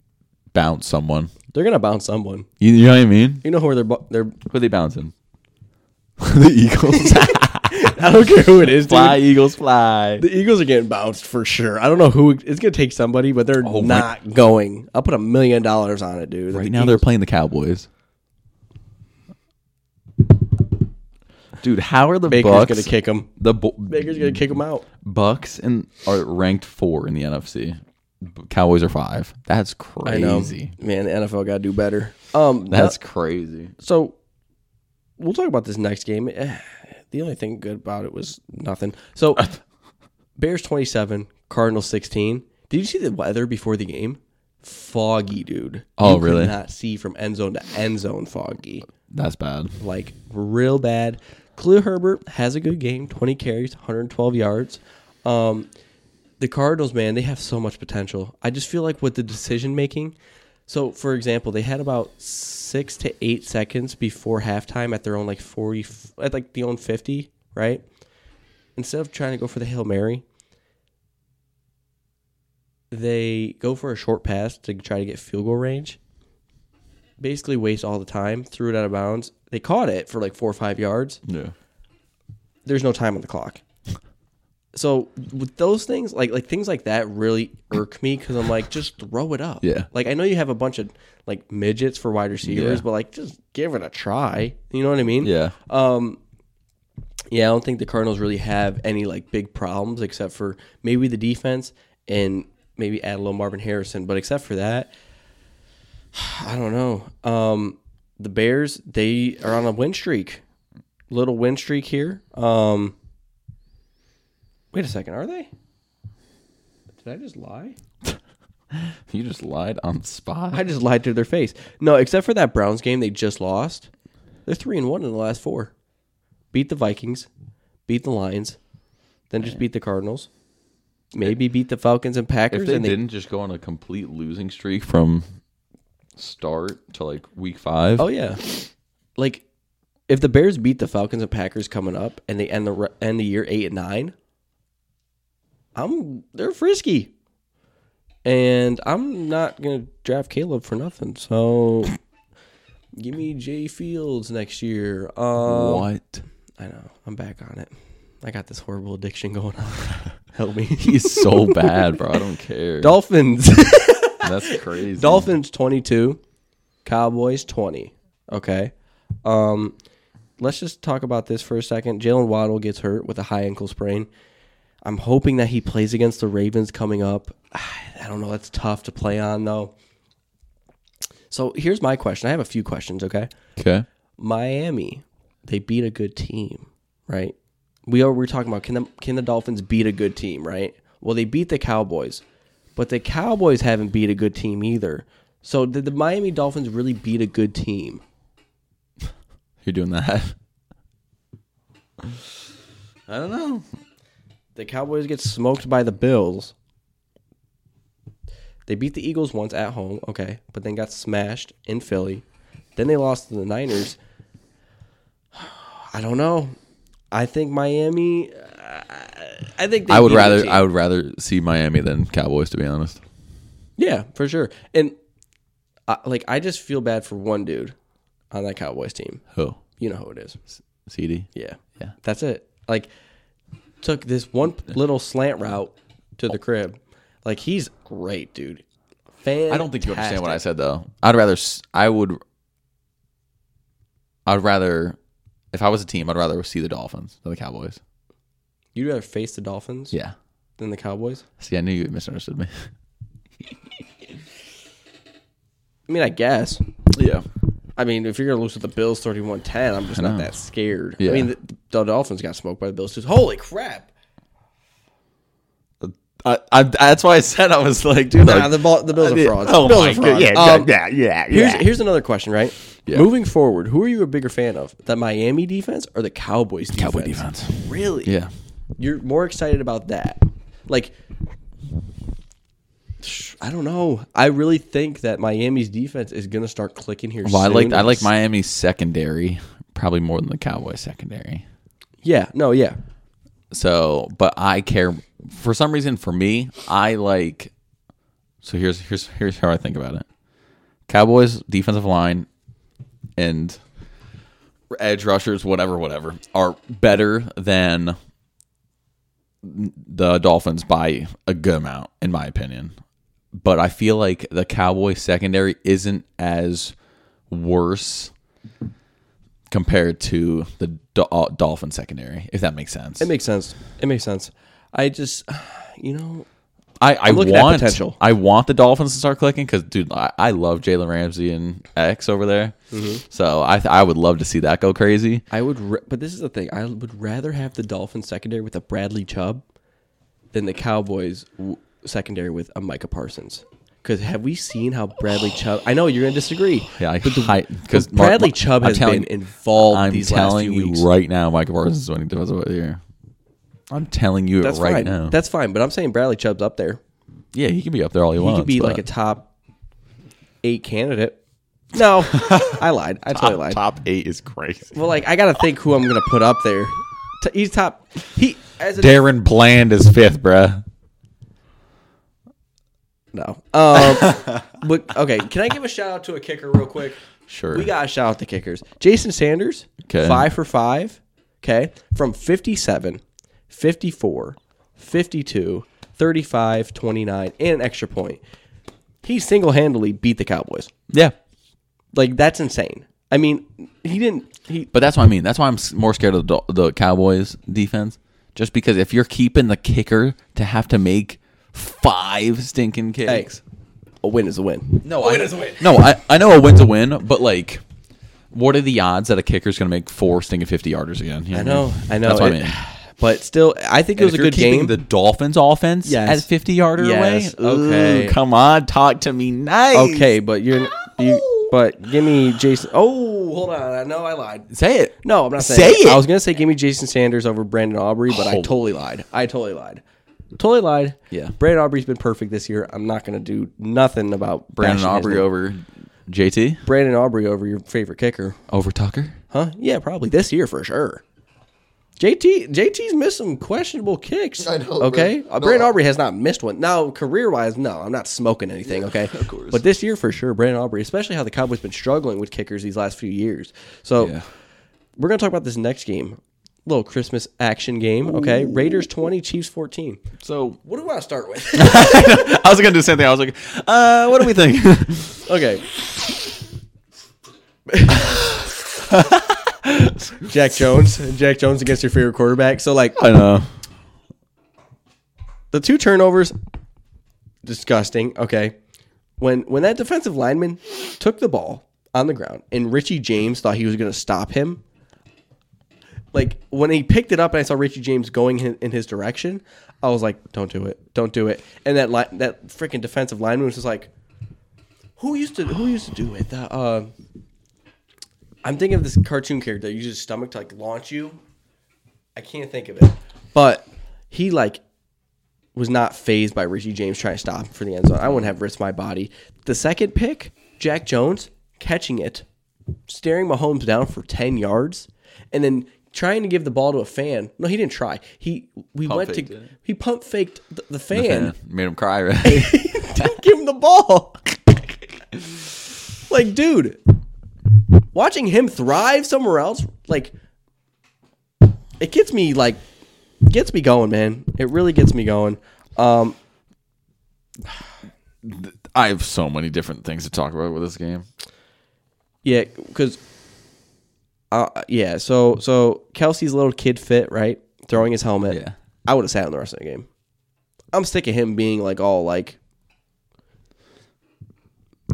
bounce someone? they're gonna bounce someone. You, you know what I mean? You know who they're bu- they're. Who are they bouncing? the Eagles. I don't care who it is, dude. fly, Eagles, fly. The Eagles are getting bounced for sure. I don't know who it's gonna take somebody, but they're Oh, right. not going. I'll put a million dollars on it, dude. Right now they're playing the Cowboys. Dude, how are the Baker's Bucks? gonna kick them. the Bo- Baker's gonna kick them out. Bucks and are ranked four in the NFC. B- Cowboys are five. That's crazy. I know, man. The NFL gotta do better. Um, That's crazy. So we'll talk about this next game. Eh, The only thing good about it was nothing. So Bears 27, Cardinals 16. Did you see the weather before the game? Foggy, dude. Oh, you really? Could not see from end zone to end zone foggy. That's bad. Like real bad. Khalil Herbert has a good game, 20 carries, 112 yards. Um the Cardinals, man, they have so much potential. I just feel like with the decision making. So, for example, they had about six to eight seconds before halftime at their own like forty, f- at like the own fifty, right? Instead of trying to go for the hail mary, they go for a short pass to try to get field goal range. Basically, waste all the time. Threw it out of bounds. They caught it for like four or five yards Yeah. there's no time on the clock. So with those things, like like things like that, really irk me because I'm like, just throw it up. Yeah. Like I know you have a bunch of like midgets for wide receivers, Yeah. but like just give it a try. You know what I mean? Yeah. Um. Yeah, I don't think the Cardinals really have any like big problems except for maybe the defense and maybe add a little Marvin Harrison, but except for that, I don't know. Um, the Bears they are on a win streak, little win streak here. Um, wait a second, are they? Did I just lie? You just lied on the spot. I just lied to their face. No, except for that Browns game they just lost. They're three and one in the last four. Beat the Vikings, beat the Lions, then just beat the Cardinals. Maybe beat the Falcons and Packers. If they and they, didn't just go on a complete losing streak from start to like week five. oh yeah, like if the Bears beat the Falcons and Packers coming up, and they end the re- end the year eight and nine, I'm they're frisky, and I'm not gonna draft Caleb for nothing. So. Give me Jay Fields next year. Um, what? I know. I'm back on it. I got this horrible addiction going on. Help me. He's so bad, bro. I don't care. Dolphins. That's crazy. Dolphins 22, Cowboys 20. Okay. Um let's just talk about this for a second. Jalen Waddle gets hurt with a high ankle sprain. I'm hoping that he plays against the Ravens coming up. I don't know, that's tough to play on though. So, here's my question. I have a few questions, okay? Okay. Miami, they beat a good team, right? We are we're talking about can the can the Dolphins beat a good team, right? Well, they beat the Cowboys, but the Cowboys haven't beat a good team either. So did the Miami Dolphins really beat a good team? You're doing that. I don't know. The Cowboys get smoked by the Bills. They beat the Eagles once at home, okay, but then got smashed in Philly. Then they lost to the Niners. I don't know. I think Miami. I- I think they I would beat a good rather team. I would rather see Miami than Cowboys to be honest. Yeah, for sure. And I, like, I just feel bad for one dude on that Cowboys team. Who? You know who it is. CD. Yeah, Yeah. That's it. Like, took this one little slant route to the crib. Like, he's great, dude. Fan. I don't think you understand what I said though. I'd rather s- I would I'd rather if I was a team, I'd rather see the Dolphins than the Cowboys. You'd rather face the Dolphins Yeah. than the Cowboys. See, I knew you misunderstood me. I mean, I guess. Yeah. I mean, if you're gonna lose to the Bills 31-10, I'm just not that scared. Yeah. I mean, the, the Dolphins got smoked by the Bills too. Holy crap! I, I, that's why I said I was like, dude, Nah, like- the, ball, the Bills are frauds. Oh Bills my are frauds. god, yeah, Um, yeah, yeah, Here's, yeah. here's another question, right? Yeah. Moving forward, who are you a bigger fan of, the Miami defense or the Cowboys defense? Cowboy defense. Really? Yeah, You're more excited about that. Like, I don't know. I really think that Miami's defense is going to start clicking here well, I soon. like I like Miami's secondary probably more than the Cowboys secondary. Yeah, no, yeah. So, but I care for some reason. For me, I like. So here's here's here's how I think about it: Cowboys defensive line and edge rushers, whatever, whatever, are better than the Dolphins by a good amount, in my opinion. But I feel like the Cowboys secondary isn't as worse compared to the Dol- Dolphin secondary, if that makes sense. It makes sense. It makes sense. I just, you know, I, I looking at want potential. I want the Dolphins to start clicking because dude, I, I love Jalen Ramsey and X over there. Mm-hmm. So I th- I would love to see that go crazy. I would, ra- but this is the thing. I would rather have the Dolphins secondary with a Bradley Chubb than the Cowboys w- secondary with a Micah Parsons. Because have we seen how Bradley Chubb? I know you're going to disagree. Yeah, I but the- because but Bradley Chubb has been involved I'm these last telling few you weeks. right now, Michael Parsons is winning defensive player of the year. I'm telling you That's it right fine. now. That's fine. But I'm saying Bradley Chubb's up there. yeah, he can be up there all he, He wants. could be but like a top eight candidate. No, I lied. I totally lied. top eight is crazy. Well, like I got to think who I'm going to put up there. T- He's top. He as a Darren Bland is fifth, bruh. No. Um, but okay, can I give a shout out to a kicker real quick? Sure. We got to shout out the kickers. Jason Sanders, 'Kay. five for five, okay, from 57, 54, 52, 35, 29, and an extra point. He single handedly beat the Cowboys. yeah. Like, that's insane. I mean, he didn't. He But that's what I mean. That's why I'm s- more scared of the, Dol- the Cowboys defense. Just because if you're keeping the kicker to have to make five stinking kicks, Thanks. A win is a win. no, I, No, I, I know a win's a win, but like, what are the odds that a kicker's going to make four stinking fifty yarders again? You I know. mean? I know. That's what I It- mean. But still, I think it If was a you're good keeping game. The Dolphins' offense Yes. as fifty yarder Yes. away. Okay. Ooh, come on, talk to me nice. Okay, but you're you, but give me Jason. Oh, hold on. I know I lied. say it. No, I'm not saying. Say it. I was gonna say give me Jason Sanders over Brandon Aubrey, but I Oh. totally lied. I totally lied. Totally lied. Yeah. Brandon Aubrey's been perfect this year. I'm not gonna do nothing about Brandon bashing his Aubrey name. over JT Brandon Aubrey over your favorite kicker, over Tucker. huh? Yeah, probably this year for sure. JT JT's missed some questionable kicks. I know, Okay, bro. uh, Brandon Aubrey has not missed one. Now, career wise, no, I'm not smoking anything. okay, of course. But this year for sure, Brandon Aubrey, especially how the Cowboys been struggling with kickers these last few years. So Yeah. we're gonna talk about this next game, little Christmas action game. Okay, Raiders 20, Chiefs 14. So What do I start with? I was gonna do the same thing. I was like, uh, what do we think? Okay. Jack Jones, Jack Jones against your favorite quarterback. So like I know. the two turnovers, disgusting. Okay, when when that defensive lineman took the ball on the ground and Richie James thought he was going to stop him, like when he picked it up and I saw Richie James going in, in his direction, I was like, "Don't do it, don't do it." And that li- that freaking defensive lineman was just like, "Who used to who used to do it?" The, uh, I'm thinking of this cartoon character that uses his stomach to like launch you. I can't think of it, but he like was not phased by Richie James trying to stop him for the end zone. I wouldn't have risked my body. The second pick, Jack Jones catching it, staring Mahomes down for ten yards, and then trying to give the ball to a fan. No, he didn't try. He we went faked to it. he pump faked the, the Yeah, fan. made him cry, right? didn't give him the ball. like, dude, watching him thrive somewhere else, like, it gets me like, gets me going, man. It really gets me going. Um, I have so many different things to talk about with this game. yeah, because, uh, yeah. So, so Kelsey's little kid fit right, throwing his helmet. Yeah. I would have sat on the rest of the game. I'm sick of him being like all like.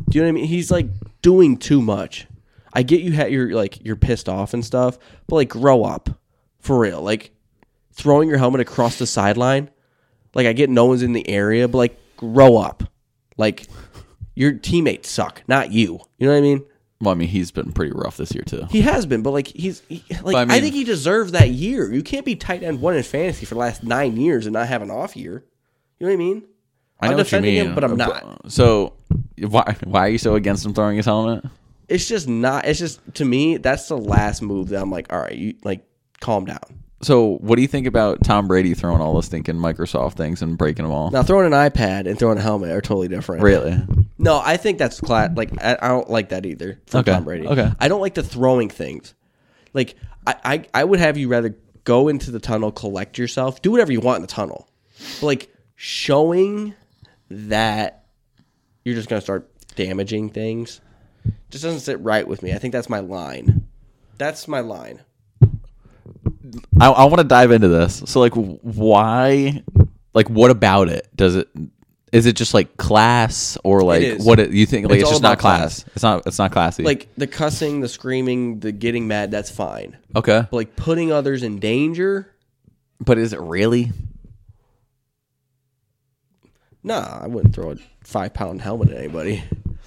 Do you know what I mean? He's like doing too much. I get you ha- you're like you're pissed off and stuff, but like grow up, for real. Like throwing your helmet across the sideline. Like I get no one's in the area, but like grow up. Like your teammates suck, not you. You know what I mean? Well, I mean, he's been pretty rough this year too. He has been, but like he's he, like I I, mean- think he deserves that year. You can't be tight end one in fantasy for the last nine years and not have an off year. You know what I mean? I know am what you defending mean, him, but I'm not. So, why why are you so against him throwing his helmet? It's just not. It's just to me that's the last move that I'm like, all right, you like calm down. So, what do you think about Tom Brady throwing all the thinking Microsoft things and breaking them all? Now throwing an iPad and throwing a helmet are totally different. Really? No, I think that's class. Like I, I don't like that either from Mm-hmm. Okay, Tom Brady. okay. I don't like the throwing things. Like I, I, I would have you rather go into the tunnel, collect yourself, do whatever you want in the tunnel, but like showing that you're just gonna start damaging things just doesn't sit right with me. I think that's my line. That's my line. I, I want to dive into this. So, like, why? Like, what about it? Does it? Is it just like class or like is. what? It, you think like It's it's, all just not about class. class. It's not. It's not classy. Like the cussing, the screaming, the getting mad. That's fine. okay, But like putting others in danger. but is it really? Nah, I wouldn't throw a five pound helmet at anybody.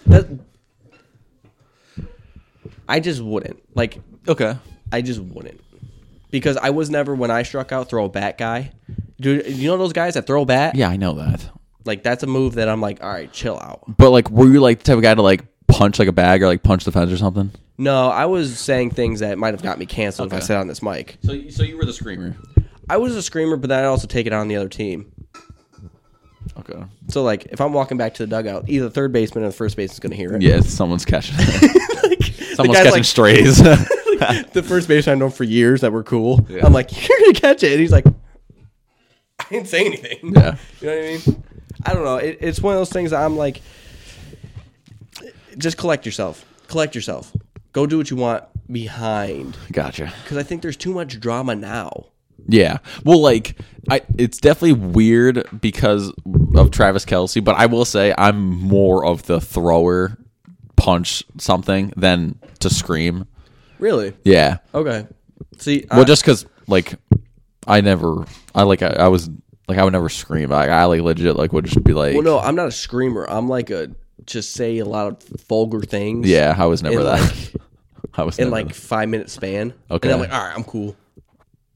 That I just wouldn't. Like Okay. I just wouldn't. Because I was never when I struck out throw a bat guy. Dude, you know those guys that throw a bat? Yeah, I know that. Like that's a move that I'm like, all right, chill out. But like, were you like the type of guy to like punch like a bag or like punch the fence or something? No, I was saying things that might have got me canceled if I sat on this mic. So, so you were the screamer. I was a screamer, but then I also take it on the other team. Okay. So like if I'm walking back to the dugout, either the third baseman or the first baseman's gonna hear it. Yeah, it's someone's catching. Like, the someone's guy's catching like, strays. the first baseman I've known for years that were cool. Yeah. I'm like, you're gonna catch it, and he's like, I didn't say anything. Yeah. you know what I mean. I don't know. It, it's one of those things. That I'm like, just collect yourself. Collect yourself. Go do what you want behind, gotcha. because I think there's too much drama now. Yeah. Well, like, I it's definitely weird because of Travis Kelsey, but I will say I'm more of the thrower, punch something than to scream. Really? Yeah. Okay. See, I- Well, just because like I never, I like I, I was like I would never scream. I, I like legit like would just be like, well, no, I'm not a screamer. I'm like a just say a lot of vulgar things. yeah, I was never And, that. like- I was in never like five minute span. Okay. And I'm like, all right, I'm cool.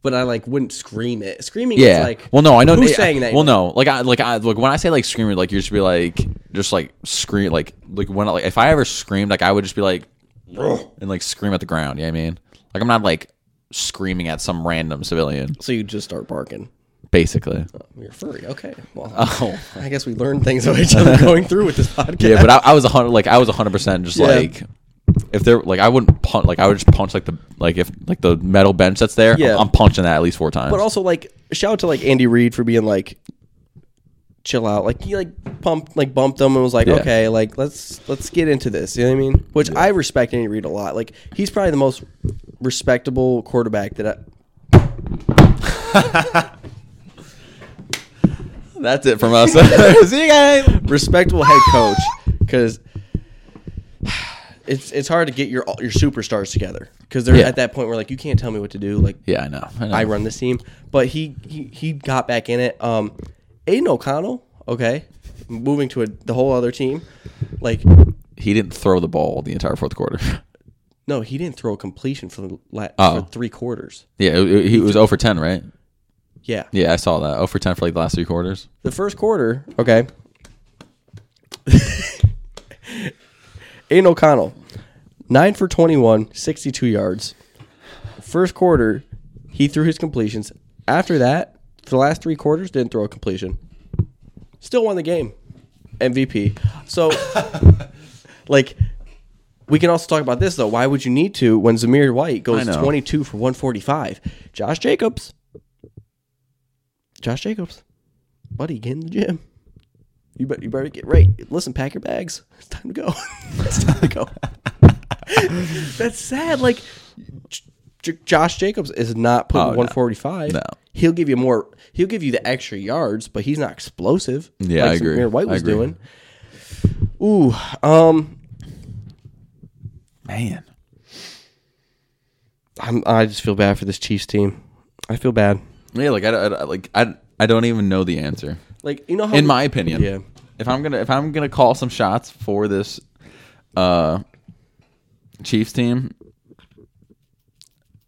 But I like wouldn't scream it. Screaming Yeah. is like well, no, I know. who's yeah, saying that. Well, no, like I like I like when I say like screaming, like you should be like just like scream like like when like if I ever screamed, like I would just be like and like scream at the ground. You know what I mean? Like I'm not like screaming at some random civilian, so you just start barking. basically. You're furry. Okay. Well, I guess we learned things about each other going through with this podcast. Oh. Yeah, but I, I was a hundred like I was a hundred percent just Yeah. like if there like I wouldn't punch like I would just punch like the like if like the metal bench that's there. Yeah. I'm punching that at least four times. But also like shout out to like Andy Reid for being like chill out. Like he like pumped like bumped them and was like, Yeah. okay, like let's let's get into this. You know what I mean? Which I respect Andy Reid a lot. Like he's probably the most respectable quarterback that I that's it from us. See you guys. respectable head coach because it's it's hard to get your your superstars together because they're Yeah. at that point where like you can't tell me what to do. Like Yeah, I know. I, know. I run this team, but he he, he got back in it. Um, Aiden O'Connell, okay, moving to a, the whole other team. Like he didn't throw the ball the entire fourth quarter. no, he didn't throw a completion for the la- Oh. for three quarters. yeah, it- it- he was 0 for 10, right? Yeah, Yeah, I saw that. 0 for 10 for like the last three quarters. the first quarter, okay. Aiden O'Connell, 9 for 21, 62 yards. First quarter, he threw his completions. After that, for the last three quarters, didn't throw a completion. Still won the game. MVP. So, like, we can also talk about this, though. Why would you need to when Zamir White goes know. 22 for 145? Josh Jacobs. Josh Jacobs. Buddy, get in the gym. You better, you better get right. Listen, pack your bags. It's time to go. it's time to go. That's sad. Like J- J- Josh Jacobs is not putting Oh, no. 145. No. He'll give you more. He'll give you the extra yards, but he's not explosive. Yeah, I like agree. Samir White I was agree. doing. Ooh, um, Man. I'm, I just feel bad for this Chiefs team. I feel bad. Yeah, like I, I- like I, I don't even know the answer. Like you know how In my opinion. Yeah. If I'm gonna if I'm gonna call some shots for this uh Chiefs team,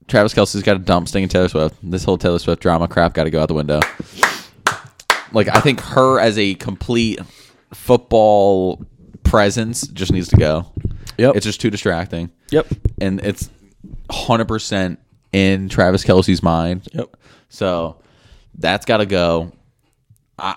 Travis Kelsey's got a dump sting in Taylor Swift. This whole Taylor Swift drama crap gotta go out the window. Like I think her as a complete football presence just needs to go. Yep. It's just too distracting. Yep. And it's hundred percent in Travis Kelsey's mind. Yep. So that's got to go. I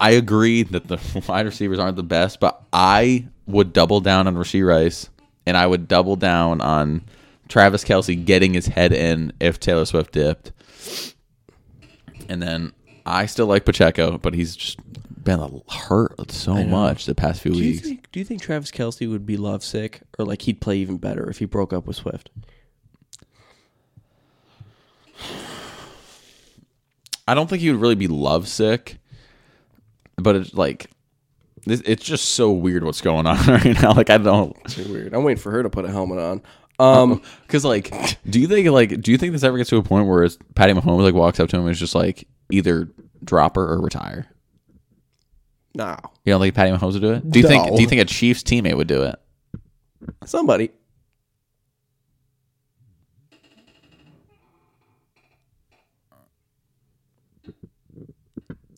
I agree that the wide receivers aren't the best, but I would double down on Rasheed Rice and I would double down on Travis Kelsey getting his head in if Taylor Swift dipped. And then I still like Pacheco, but he's just been hurt so much the past few Do you weeks. think Do you think Travis Kelsey would be lovesick, or like he'd play even better if he broke up with Swift? I don't think he would really be lovesick, but it's like this, it's just so weird what's going on right now. Like I don't Too weird. I'm waiting for her to put a helmet on. Um, because like do you think like do you think this ever gets to a point where it's Patty Mahomes like walks up to him and is just like either drop her or retire? nah, You don't think Patty Mahomes would do it? Do you think No. do you think a Chiefs teammate would do it? somebody.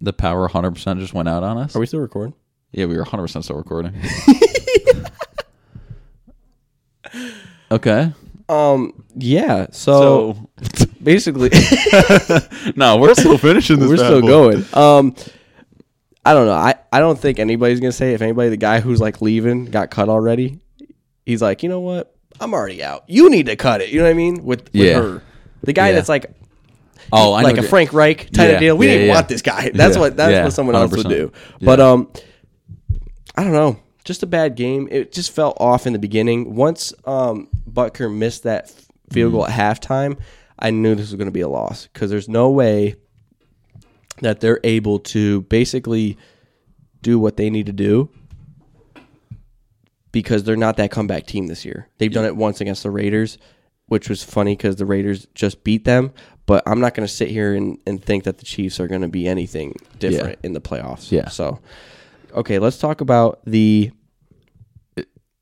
The power 100% just went out on us. Are we still recording? Yeah, we were 100% still recording. okay. Um, yeah. So, So, basically, no, we're still finishing this. Oh. we're bad still boy. going. Um, I don't know. I I don't think anybody's gonna say if anybody the guy who's like leaving got cut already. He's like, you know what? I'm already out. You need to cut it. You know what I mean? With, with Yeah. her, the guy Yeah. that's like Oh, I like know a what- Frank Reich type Yeah, of deal. We yeah, didn't yeah. want this guy. That's Yeah, what that's yeah, what someone else would 100%. do. But um, I don't know. Just a bad game. It just felt off in the beginning. Once um Butker missed that f- field goal Mm. at halftime, I knew this was going to be a loss because there's no way that they're able to basically do what they need to do because they're not that comeback team this year. They've done it once against the Raiders, which was funny because the Raiders just beat them. But I'm not going to sit here and, and think that the Chiefs are going to be anything different in the playoffs. Yeah. So, okay, let's talk about the.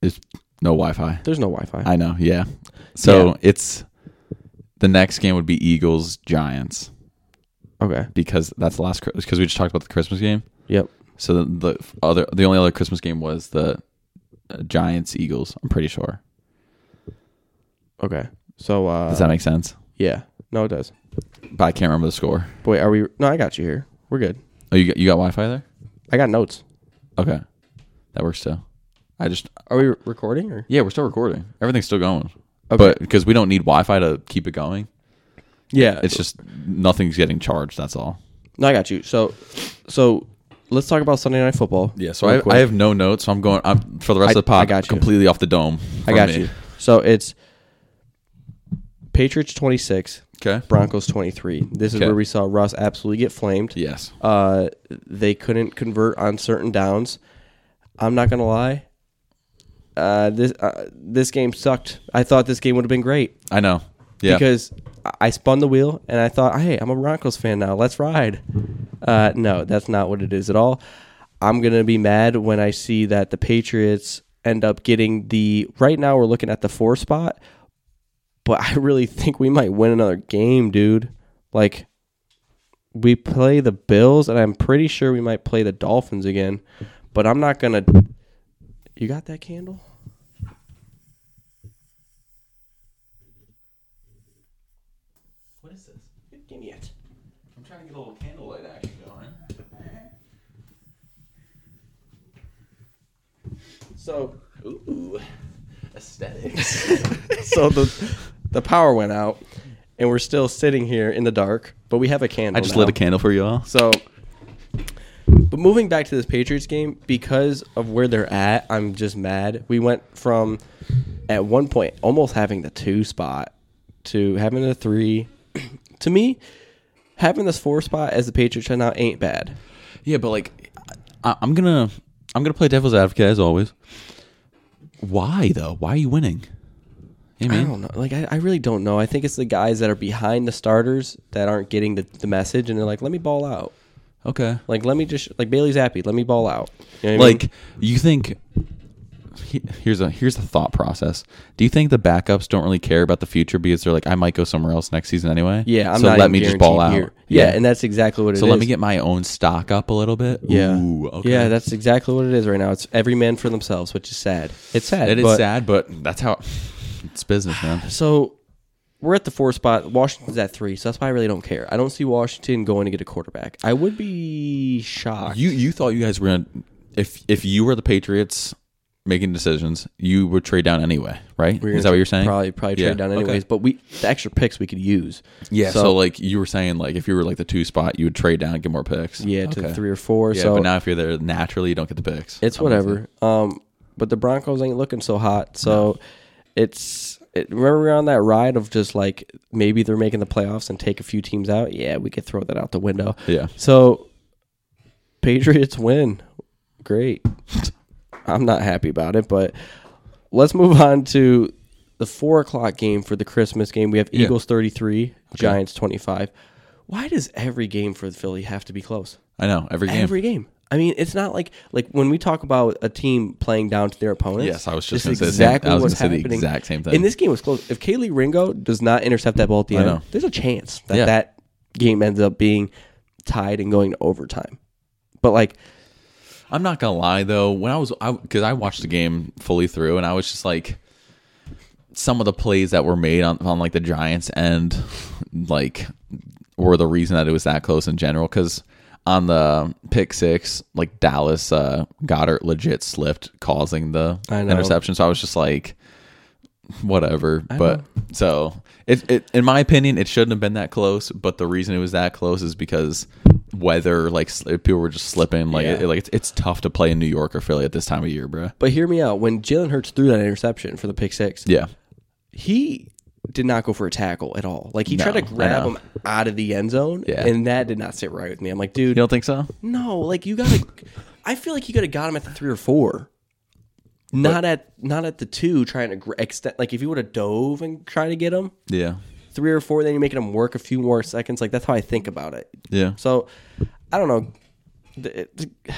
It's no Wi-Fi. There's no Wi Fi. I know. Yeah. So Yeah. it's the next game would be Eagles Giants Okay. because that's the last because we just talked about the Christmas game. Yep. So the, the other the only other Christmas game was the uh, Giants Eagles. I'm pretty sure. Okay. So, uh, Does that make sense? yeah. No, it does. But I can't remember the score. But wait, are we. No, I got you here. We're good. Oh, you got, you got Wi-Fi there? I got notes. Okay, that works too. I just Are we recording or? yeah, we're still recording. Everything's still going. Okay. But because we don't need Wi-Fi to keep it going, Yeah. it's just nothing's getting charged. That's all. No, I got you. So, so let's talk about Sunday Night Football. Yeah, so real I, quick. I have no notes. So I'm going. I'm for the rest I- of the pod. I got you. completely off the dome. I for got me. you. So it's Patriots 26, Okay. Broncos 23. This is Okay. where we saw Russ absolutely get flamed. Yes. Uh, they couldn't convert on certain downs. I'm not going to lie. uh, this uh, this game sucked. I thought this game would have been great I know. Yeah. because I- I spun the wheel and I thought, hey, I'm a Broncos fan now. Let's ride. Uh, no, that's not what it is at all. I'm gonna be mad when I see that the Patriots end up getting the. Right now, we're looking at the four spot, but I really think we might win another game, dude. Like, we play the Bills, and I'm pretty sure we might play the Dolphins again. But I'm not gonna. You got that candle? what is this? Give me it. I'm trying to get a little candlelight action going. So Ooh, aesthetics. so the the power went out, and we're still sitting here in the dark, but we have a candle. I just now. lit a candle for you all. So, but moving back to this Patriots game because of where they're at, I'm just mad. We went from at one point almost having the two spot to having the three. to me, having this four spot as the Patriots right now ain't bad. Yeah, but like, I, I'm gonna I'm gonna play devil's advocate as always. Why though? Why are you winning? You I know what I mean, don't know. Like I, I really don't know. I think it's the guys that are behind the starters that aren't getting the, the message, and they're like, "Let me ball out." okay. Like, let me just like Bailey's happy. Let me ball out. You know what I mean? Like, you think he- here's a here's a thought process. Do you think the backups don't really care about the future because they're like, I might go somewhere else next season anyway? yeah, I'm so not let even me just ball out. guaranteed here. Yeah, and that's exactly what it is. so let me get my own stock up a little bit. Yeah, Ooh, okay. yeah, that's exactly what it is right now. It's every man for themselves, which is sad. It's sad. it is but- sad, but that's how it's business, man. So we're at the four spot. Washington's at three, so that's why I really don't care. I don't see Washington going to get a quarterback. I would be shocked. You you thought you guys were gonna if if you were the Patriots making decisions, you would trade down anyway, right? We're Is gonna that what you're saying? Probably, probably Yeah, trade down anyways. okay. But we the extra picks we could use. Yeah. So, So- like you were saying, like if you were like the two spot, you would trade down and get more picks. Yeah, to Okay. three or four. Yeah, so but now if you're there naturally, you don't get the picks. It's I'm with whatever. Um, but the Broncos ain't looking so hot. So it's it, remember we were on that ride of just like maybe they're making the playoffs and take a few teams out. Yeah, we could throw that out the window. you. Yeah. So Patriots win. Great. I'm not happy about it, but let's move on to the four o'clock game for the Christmas game. We have Yeah. Eagles 33, Giants 25. Why does every game for the Philly have to be close? I know every game. every game. I mean, it's not like like when we talk about a team playing down to their opponents. Yes, I was this just gonna is say the same- exactly I was what's gonna say the happening. exact same thing. And this game was close. If Kaylee Ringo does not intercept that ball at the end, know. there's a chance that Yeah. that game ends up being tied and going to overtime. But like, I'm not gonna lie though, when I was because I, watched the game fully through, and I was just like, some of the plays that were made on, on like the Giants end, like were the reason that it was that close in general. Because on the pick six, like Dallas uh, Goddard legit slipped, causing the I know. interception. So I was just like. Whatever, but so it, it. In my opinion, it shouldn't have been that close. But the reason it was that close is because weather, like sl- people were just slipping. Like Yeah. it, like it's, it's tough to play in New York or Philly at this time of year, bro. but hear me out. When Jalen Hurts threw that interception for the pick six, Yeah, he did not go for a tackle at all. Like he No, tried to I grab know. him out of the end zone, Yeah. and that did not sit right with me. I'm like, dude, you don't think so? No, like you gotta. I feel like you could have got him at the three or four, not at not at the two. Trying to gr- extend, like if you would have dove and tried to get him Yeah, three or four, then you're making him work a few more seconds. Like that's how I think about it. yeah. So I don't know. The, the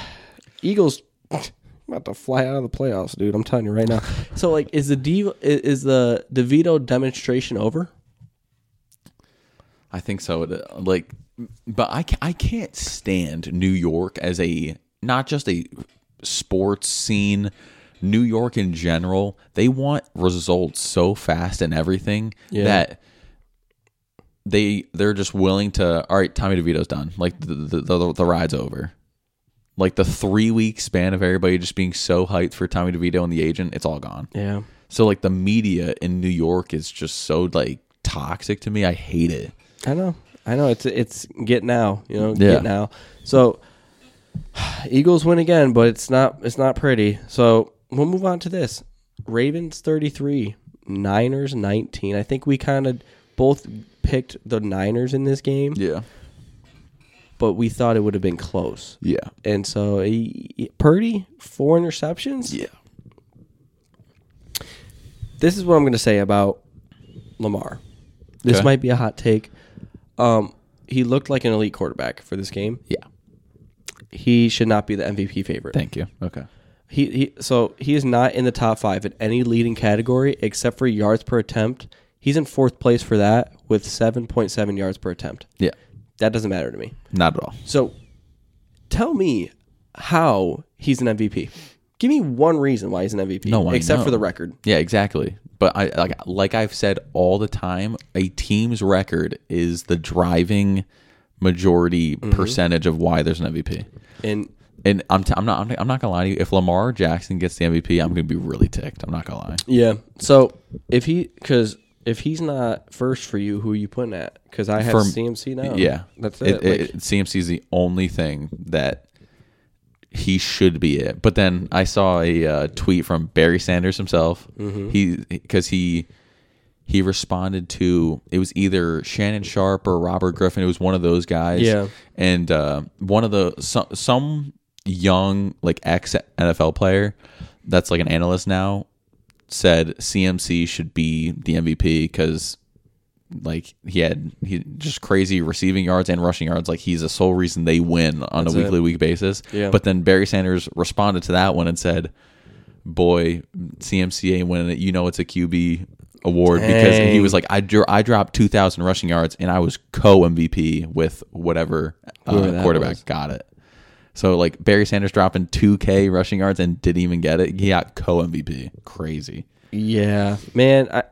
Eagles about to fly out of the playoffs, dude. I'm telling you right now. So like, is the D, is the DeVito demonstration over? I think so. It, uh, Like, but I ca- I can't stand New York as a not just a sports scene. New York in general, they want results so fast and everything Yeah. that they they're just willing to. All right, Tommy DeVito's done. Like the the, the, the ride's over. Like the three week span of everybody just being so hyped for Tommy DeVito and the agent, it's all gone. Yeah. So like the media in New York is just so like toxic to me. I hate it. I know. I know. It's it's get now. You know, Yeah. get now. So Eagles win again, but it's not it's not pretty. So we'll move on to this. Ravens thirty three, Niners nineteen. I think we kind of both picked the Niners in this game, Yeah. but we thought it would have been close. Yeah. And so e- e- Purdy four interceptions. Yeah. This is what I'm going to say about Lamar. This Okay. might be a hot take. Um, he looked like an elite quarterback for this game. Yeah. He should not be the MVP favorite. Thank you. Okay. He, he so he is not in the top five in any leading category except for yards per attempt. He's in fourth place for that with seven point seven yards per attempt. Yeah. That doesn't matter to me. Not at all. So tell me how he's an MVP. Give me one reason why he's an MVP. No, I except know. for the record. Yeah, exactly. But I like like I've said all the time, a team's record is the driving majority percentage of why there's an MVP. And And I'm, t- I'm not I'm, I'm not gonna lie to you. If Lamar Jackson gets the MVP, I'm gonna be really ticked. I'm not gonna lie. yeah, so if he because if he's not first for you, who are you putting at? Because I have For- CMC now. yeah, that's it. it, Like, it CMC is the only thing that he should be it. But then I saw a uh, tweet from Barry Sanders himself. Mm-hmm. He because he he responded to it was either Shannon Sharp or Robert Griffin. It was one of those guys. Yeah. and uh, one of the some some young like ex NFL player that's like an analyst now said CMC should be the MVP because like he had he just crazy receiving yards and rushing yards. Like he's the sole reason they win on a it. weekly week basis. Yeah. But then Barry Sanders responded to that one and said, "Boy, CMC ain't winning it. You know it's a QB award because he Dang. was like I dro- I dropped two thousand rushing yards and I was co MVP with whatever Whoever uh, that quarterback was. got it." So like Barry Sanders dropping two K rushing yards and didn't even get it. He got co MVP. Crazy. yeah, man, I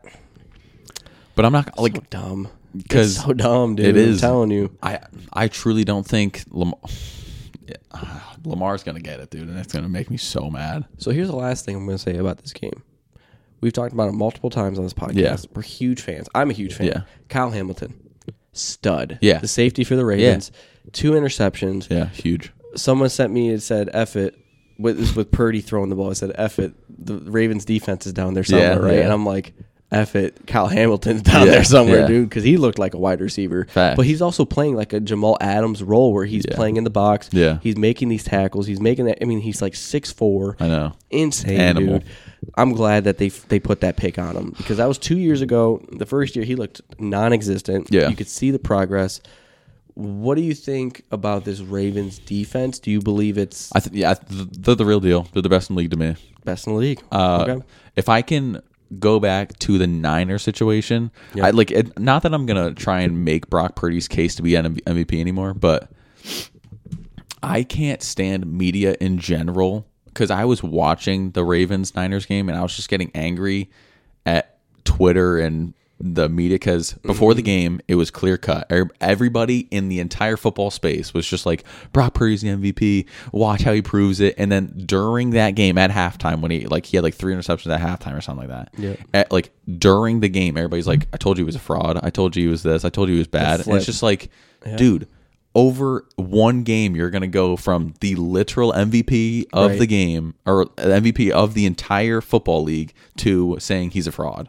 But I'm not like so dumb. 'Cause It's so dumb, dude. it is. I'm telling you. I I truly don't think Lamar Lamar's gonna get it, dude, and that's gonna make me so mad. So here's the last thing I'm going to say about this game. We've talked about it multiple times on this podcast. Yeah. We're huge fans. I'm a huge fan. Yeah. Kyle Hamilton, stud. Yeah. The safety for the Ravens, two interceptions. Yeah, huge. Someone sent me and said, F it. With, this was with Purdy throwing the ball. I said, F it. The Ravens defense is down there somewhere, Yeah, right? yeah. And I'm like, F it. Kyle Hamilton's down Yeah, there somewhere, yeah. dude, because he looked like a wide receiver. Facts. But he's also playing like a Jamal Adams role where he's playing in the box. Yeah. He's making these tackles. He's making that. I mean, he's like six four I know. insane Animal. dude. I'm glad that they they put that pick on him because that was two years ago. The first year he looked non-existent. Yeah. you could see the progress. What do you think about this Ravens defense? Do you believe it's I th- yeah, I th- they're the real deal. They're the best in the league to me. best in the league? Uh, If I can go back to the Niner situation, I like it, not that I'm gonna try and make Brock Purdy's case to be an MVP anymore, but I can't stand media in general because I was watching the Ravens Niners game and I was just getting angry at Twitter and the media because before the game it was clear cut. Er- Everybody in the entire football space was just like Brock Purdy's the MVP. Watch how he proves it. And then during that game at halftime when he like he had like three interceptions at halftime or something like that. Yeah. At, like during the game, everybody's like, I told you he was a fraud. I told you he was this. I told you he was bad. And flip. it's just like, dude over one game you're going to go from the literal MVP of Right. the game or MVP of the entire football league to saying he's a fraud.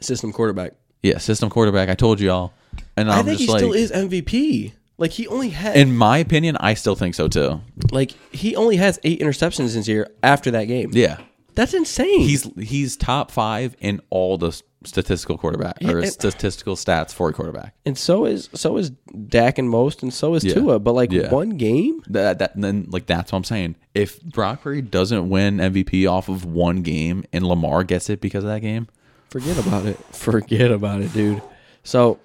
System quarterback. Yeah, system quarterback, I told y'all. And i I'm think just he like still is MVP. Like he only had in my opinion, I still think so too. like he only has eight interceptions this year after that game. Yeah. that's insane. He's he's top 5 in all the s- statistical quarterback or and- statistical stats for a quarterback. and so is so is Dak and most, and so is Yeah. Tua. But like Yeah. one game, That, that then like that's what I'm saying. If Brock Purdy doesn't win MVP off of one game and Lamar gets it because of that game, Forget about it. Forget about it, dude. So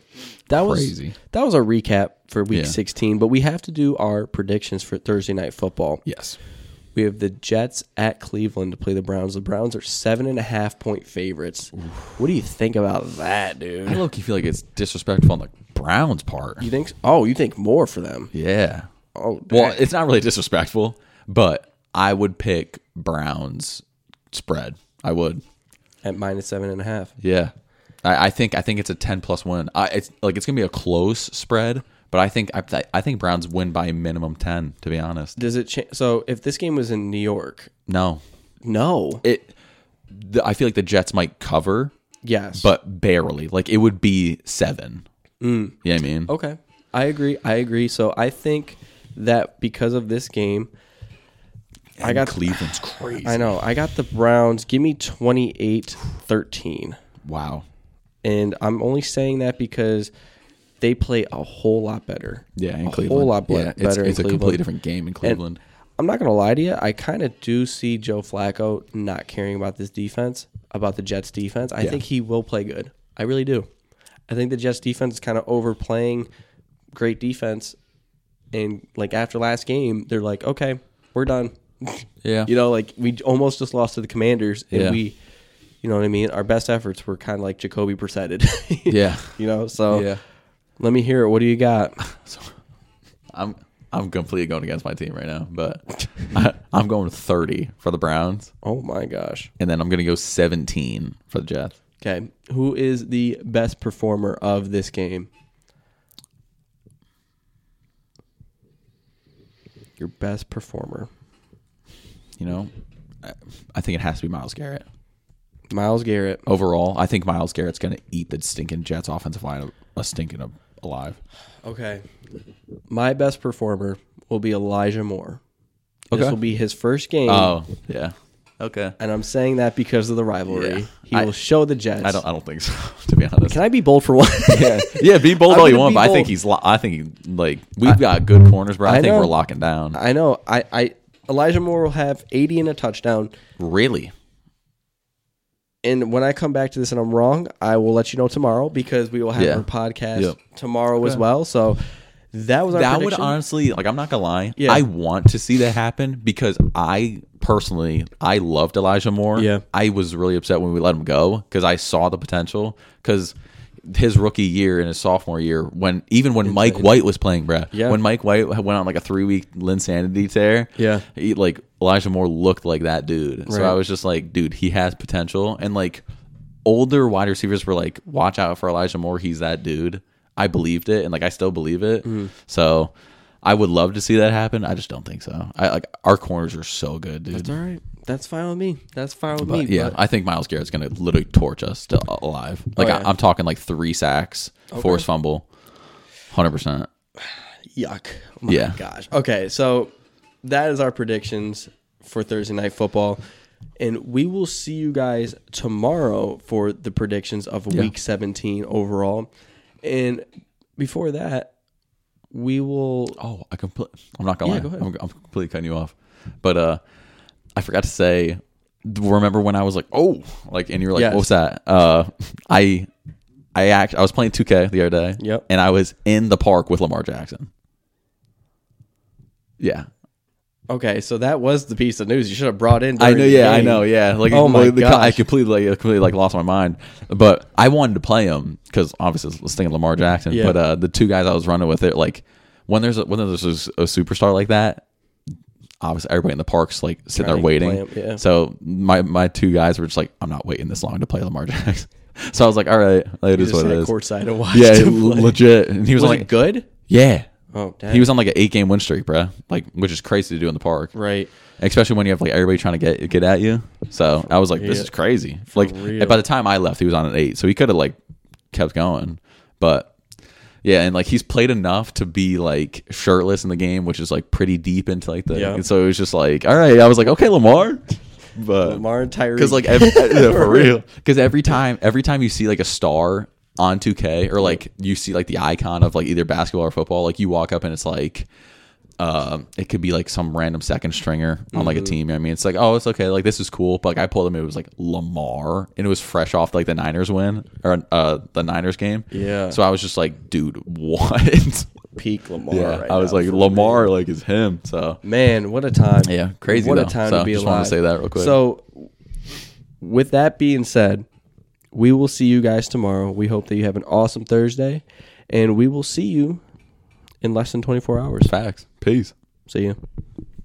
that was Crazy. that was our recap for week Yeah. 16, but we have to do our predictions for Thursday night football. yes. We have the Jets at Cleveland to play the Browns. The Browns are seven and a half point favorites. What do you think about that, I dude? low key feel like it's disrespectful on the Browns' part. You think? Oh, you think more for them? Yeah. Oh, Well, dang. it's not really disrespectful, but I would pick Browns spread. I would. at minus seven and a half. Yeah. I, I think I think it's a ten plus win. I, it's like it's gonna be a close spread, but I think I, I think Browns win by a minimum ten. To be honest, Does it? Cha- so if this game was in New York, no. no. It. The, I feel like the Jets might cover, Yes. but barely. Like it would be seven. Mm. Yeah, I mean, Okay. I agree. I agree. So I think that because of this game, I got Cleveland's crazy. I know. I got the Browns. Give me 28 13. Wow. And I'm only saying that because they play a whole lot better. Yeah, in a Cleveland. whole lot ble- yeah, it's, better. in It's a completely Cleveland. different game in And Cleveland. I'm not gonna lie to you. I kind of do see Joe Flacco not caring about this defense, about the Jets defense. I Yeah. think he will play good. I really do. I think the Jets defense is kind of overplaying great defense, and like after last game, they're like, okay, we're done. yeah. You know, like we almost just lost to the Commanders, and Yeah. we, you know what I mean. Our best efforts were kind of like Jacoby Presented. yeah. You know, so Yeah. let me hear it. What do you got? I'm I'm completely going against my team right now, but I, I'm going 30 for the Browns, Oh my gosh. and then I'm going to go 17 for the Jets. Okay, who is the best performer of this game? Your best performer, You know, I, I think it has to be Miles Garrett. Miles Garrett. Overall, I think Miles Garrett's going to eat the stinking Jets offensive line a stinking a- alive. Okay, my best performer will be Elijah Moore. This Okay. will be his first game, Oh, yeah. Okay. and I'm saying that because of the rivalry. Yeah. He I- will show the Jets. I don't I don't think so, to be honest. Can I be bold for one? yeah, yeah, be bold I'm all you gonna want, be but I think bold. he's. Lo- I think he, like we've got good corners, bro. I, I think know. we're locking down. I know. I, I Elijah Moore will have 80 and a touchdown. really? and when I come back to this and I'm wrong, I will let you know tomorrow because we will have Yeah. our podcast Yep. tomorrow as well. So that was our That would prediction. honestly, like, I'm not gonna lie. Yeah. I want to see that happen because I personally, I loved Elijah Moore. Yeah. I was really upset when we let him go because I saw the potential. Because his rookie year and his sophomore year, when even when Mike White was playing, bro, Yeah. when Mike White went on like a three week insanity tear, Yeah. he, like Elijah Moore looked like that dude. So Right. I was just like, dude, he has potential. And like older wide receivers were like, watch out for Elijah Moore. He's that dude. I believed it, and like I still believe it. Mm-hmm. So I would love to see that happen. I just don't think so. I like our corners are so good, dude. All right, that's fine with me. That's fine with me. But yeah, but- Oh, I think Miles Garrett's gonna literally torch us to alive. Like yeah. I, I'm talking like three sacks, forced fumble, hundred percent. yuck. Oh my Yeah. gosh. Okay, so that is our predictions for Thursday night football, and we will see you guys tomorrow for the predictions of Week 17 overall. And before that, we will. Oh, I complete. I'm not gonna Yeah, lie. go ahead. I'm, I'm completely cutting you off. But uh, I forgot to say. Remember when I was like, "Oh," like, and you were like, Yes. "What's that?" Uh, I, I act. I was playing 2K the other day. Yep. And I was in the park with Lamar Jackson. Yeah, Okay, so that was the piece of news you should have brought in. I during know. the Yeah, I game. know. Yeah, like, Oh my like, the co- I gosh. completely, like, completely like lost my mind. But I wanted to play him because obviously I was thinking Lamar Jackson. Yeah. But uh, the two guys I was running with, it like when there's a, when there's a, s- a superstar like that, obviously everybody in the park's like sitting Trying there to play waiting. him, yeah. So my my two guys were just like, I'm not waiting this long to play Lamar Jackson. So I was like, all right, it is Just what it sat is. courtside and watched Yeah, him l- play. legit. And he was, Was like, it good? yeah. Oh, dang. He was on like an eight game win streak, bruh. Like, which is crazy to do in the park right. especially when you have like everybody trying to get get at you. So I was like, this Yeah. is crazy. Like real. by the time I left, he was on an eight, so he could have like kept going, but yeah, and like he's played enough to be like shirtless in the game, which is like pretty deep into like the. Yeah. And so it was just like, all right, I was like, okay, Lamar, but Lamar and Tyreek. because like every, yeah, for real, because every time every time you see like a star on 2K or like you see like the icon of like either basketball or football, like you walk up and it's like. Um, it could be like some random second stringer on like a team. you know what I mean, it's like, oh, it's okay. Like this is cool. But like I pulled him, it was like Lamar, and it was fresh off like the Niners win or uh the Niners game. Yeah. So I was just like, dude, what? peak Lamar. yeah. right I was now. like, Lamar, like is him. So man, what a time! Yeah, crazy, What a though. time So, to be just alive. wanted to say that real quick. So, with that being said, we will see you guys tomorrow. We hope that you have an awesome Thursday, and we will see you in less than 24 hours. facts. Peace. See you.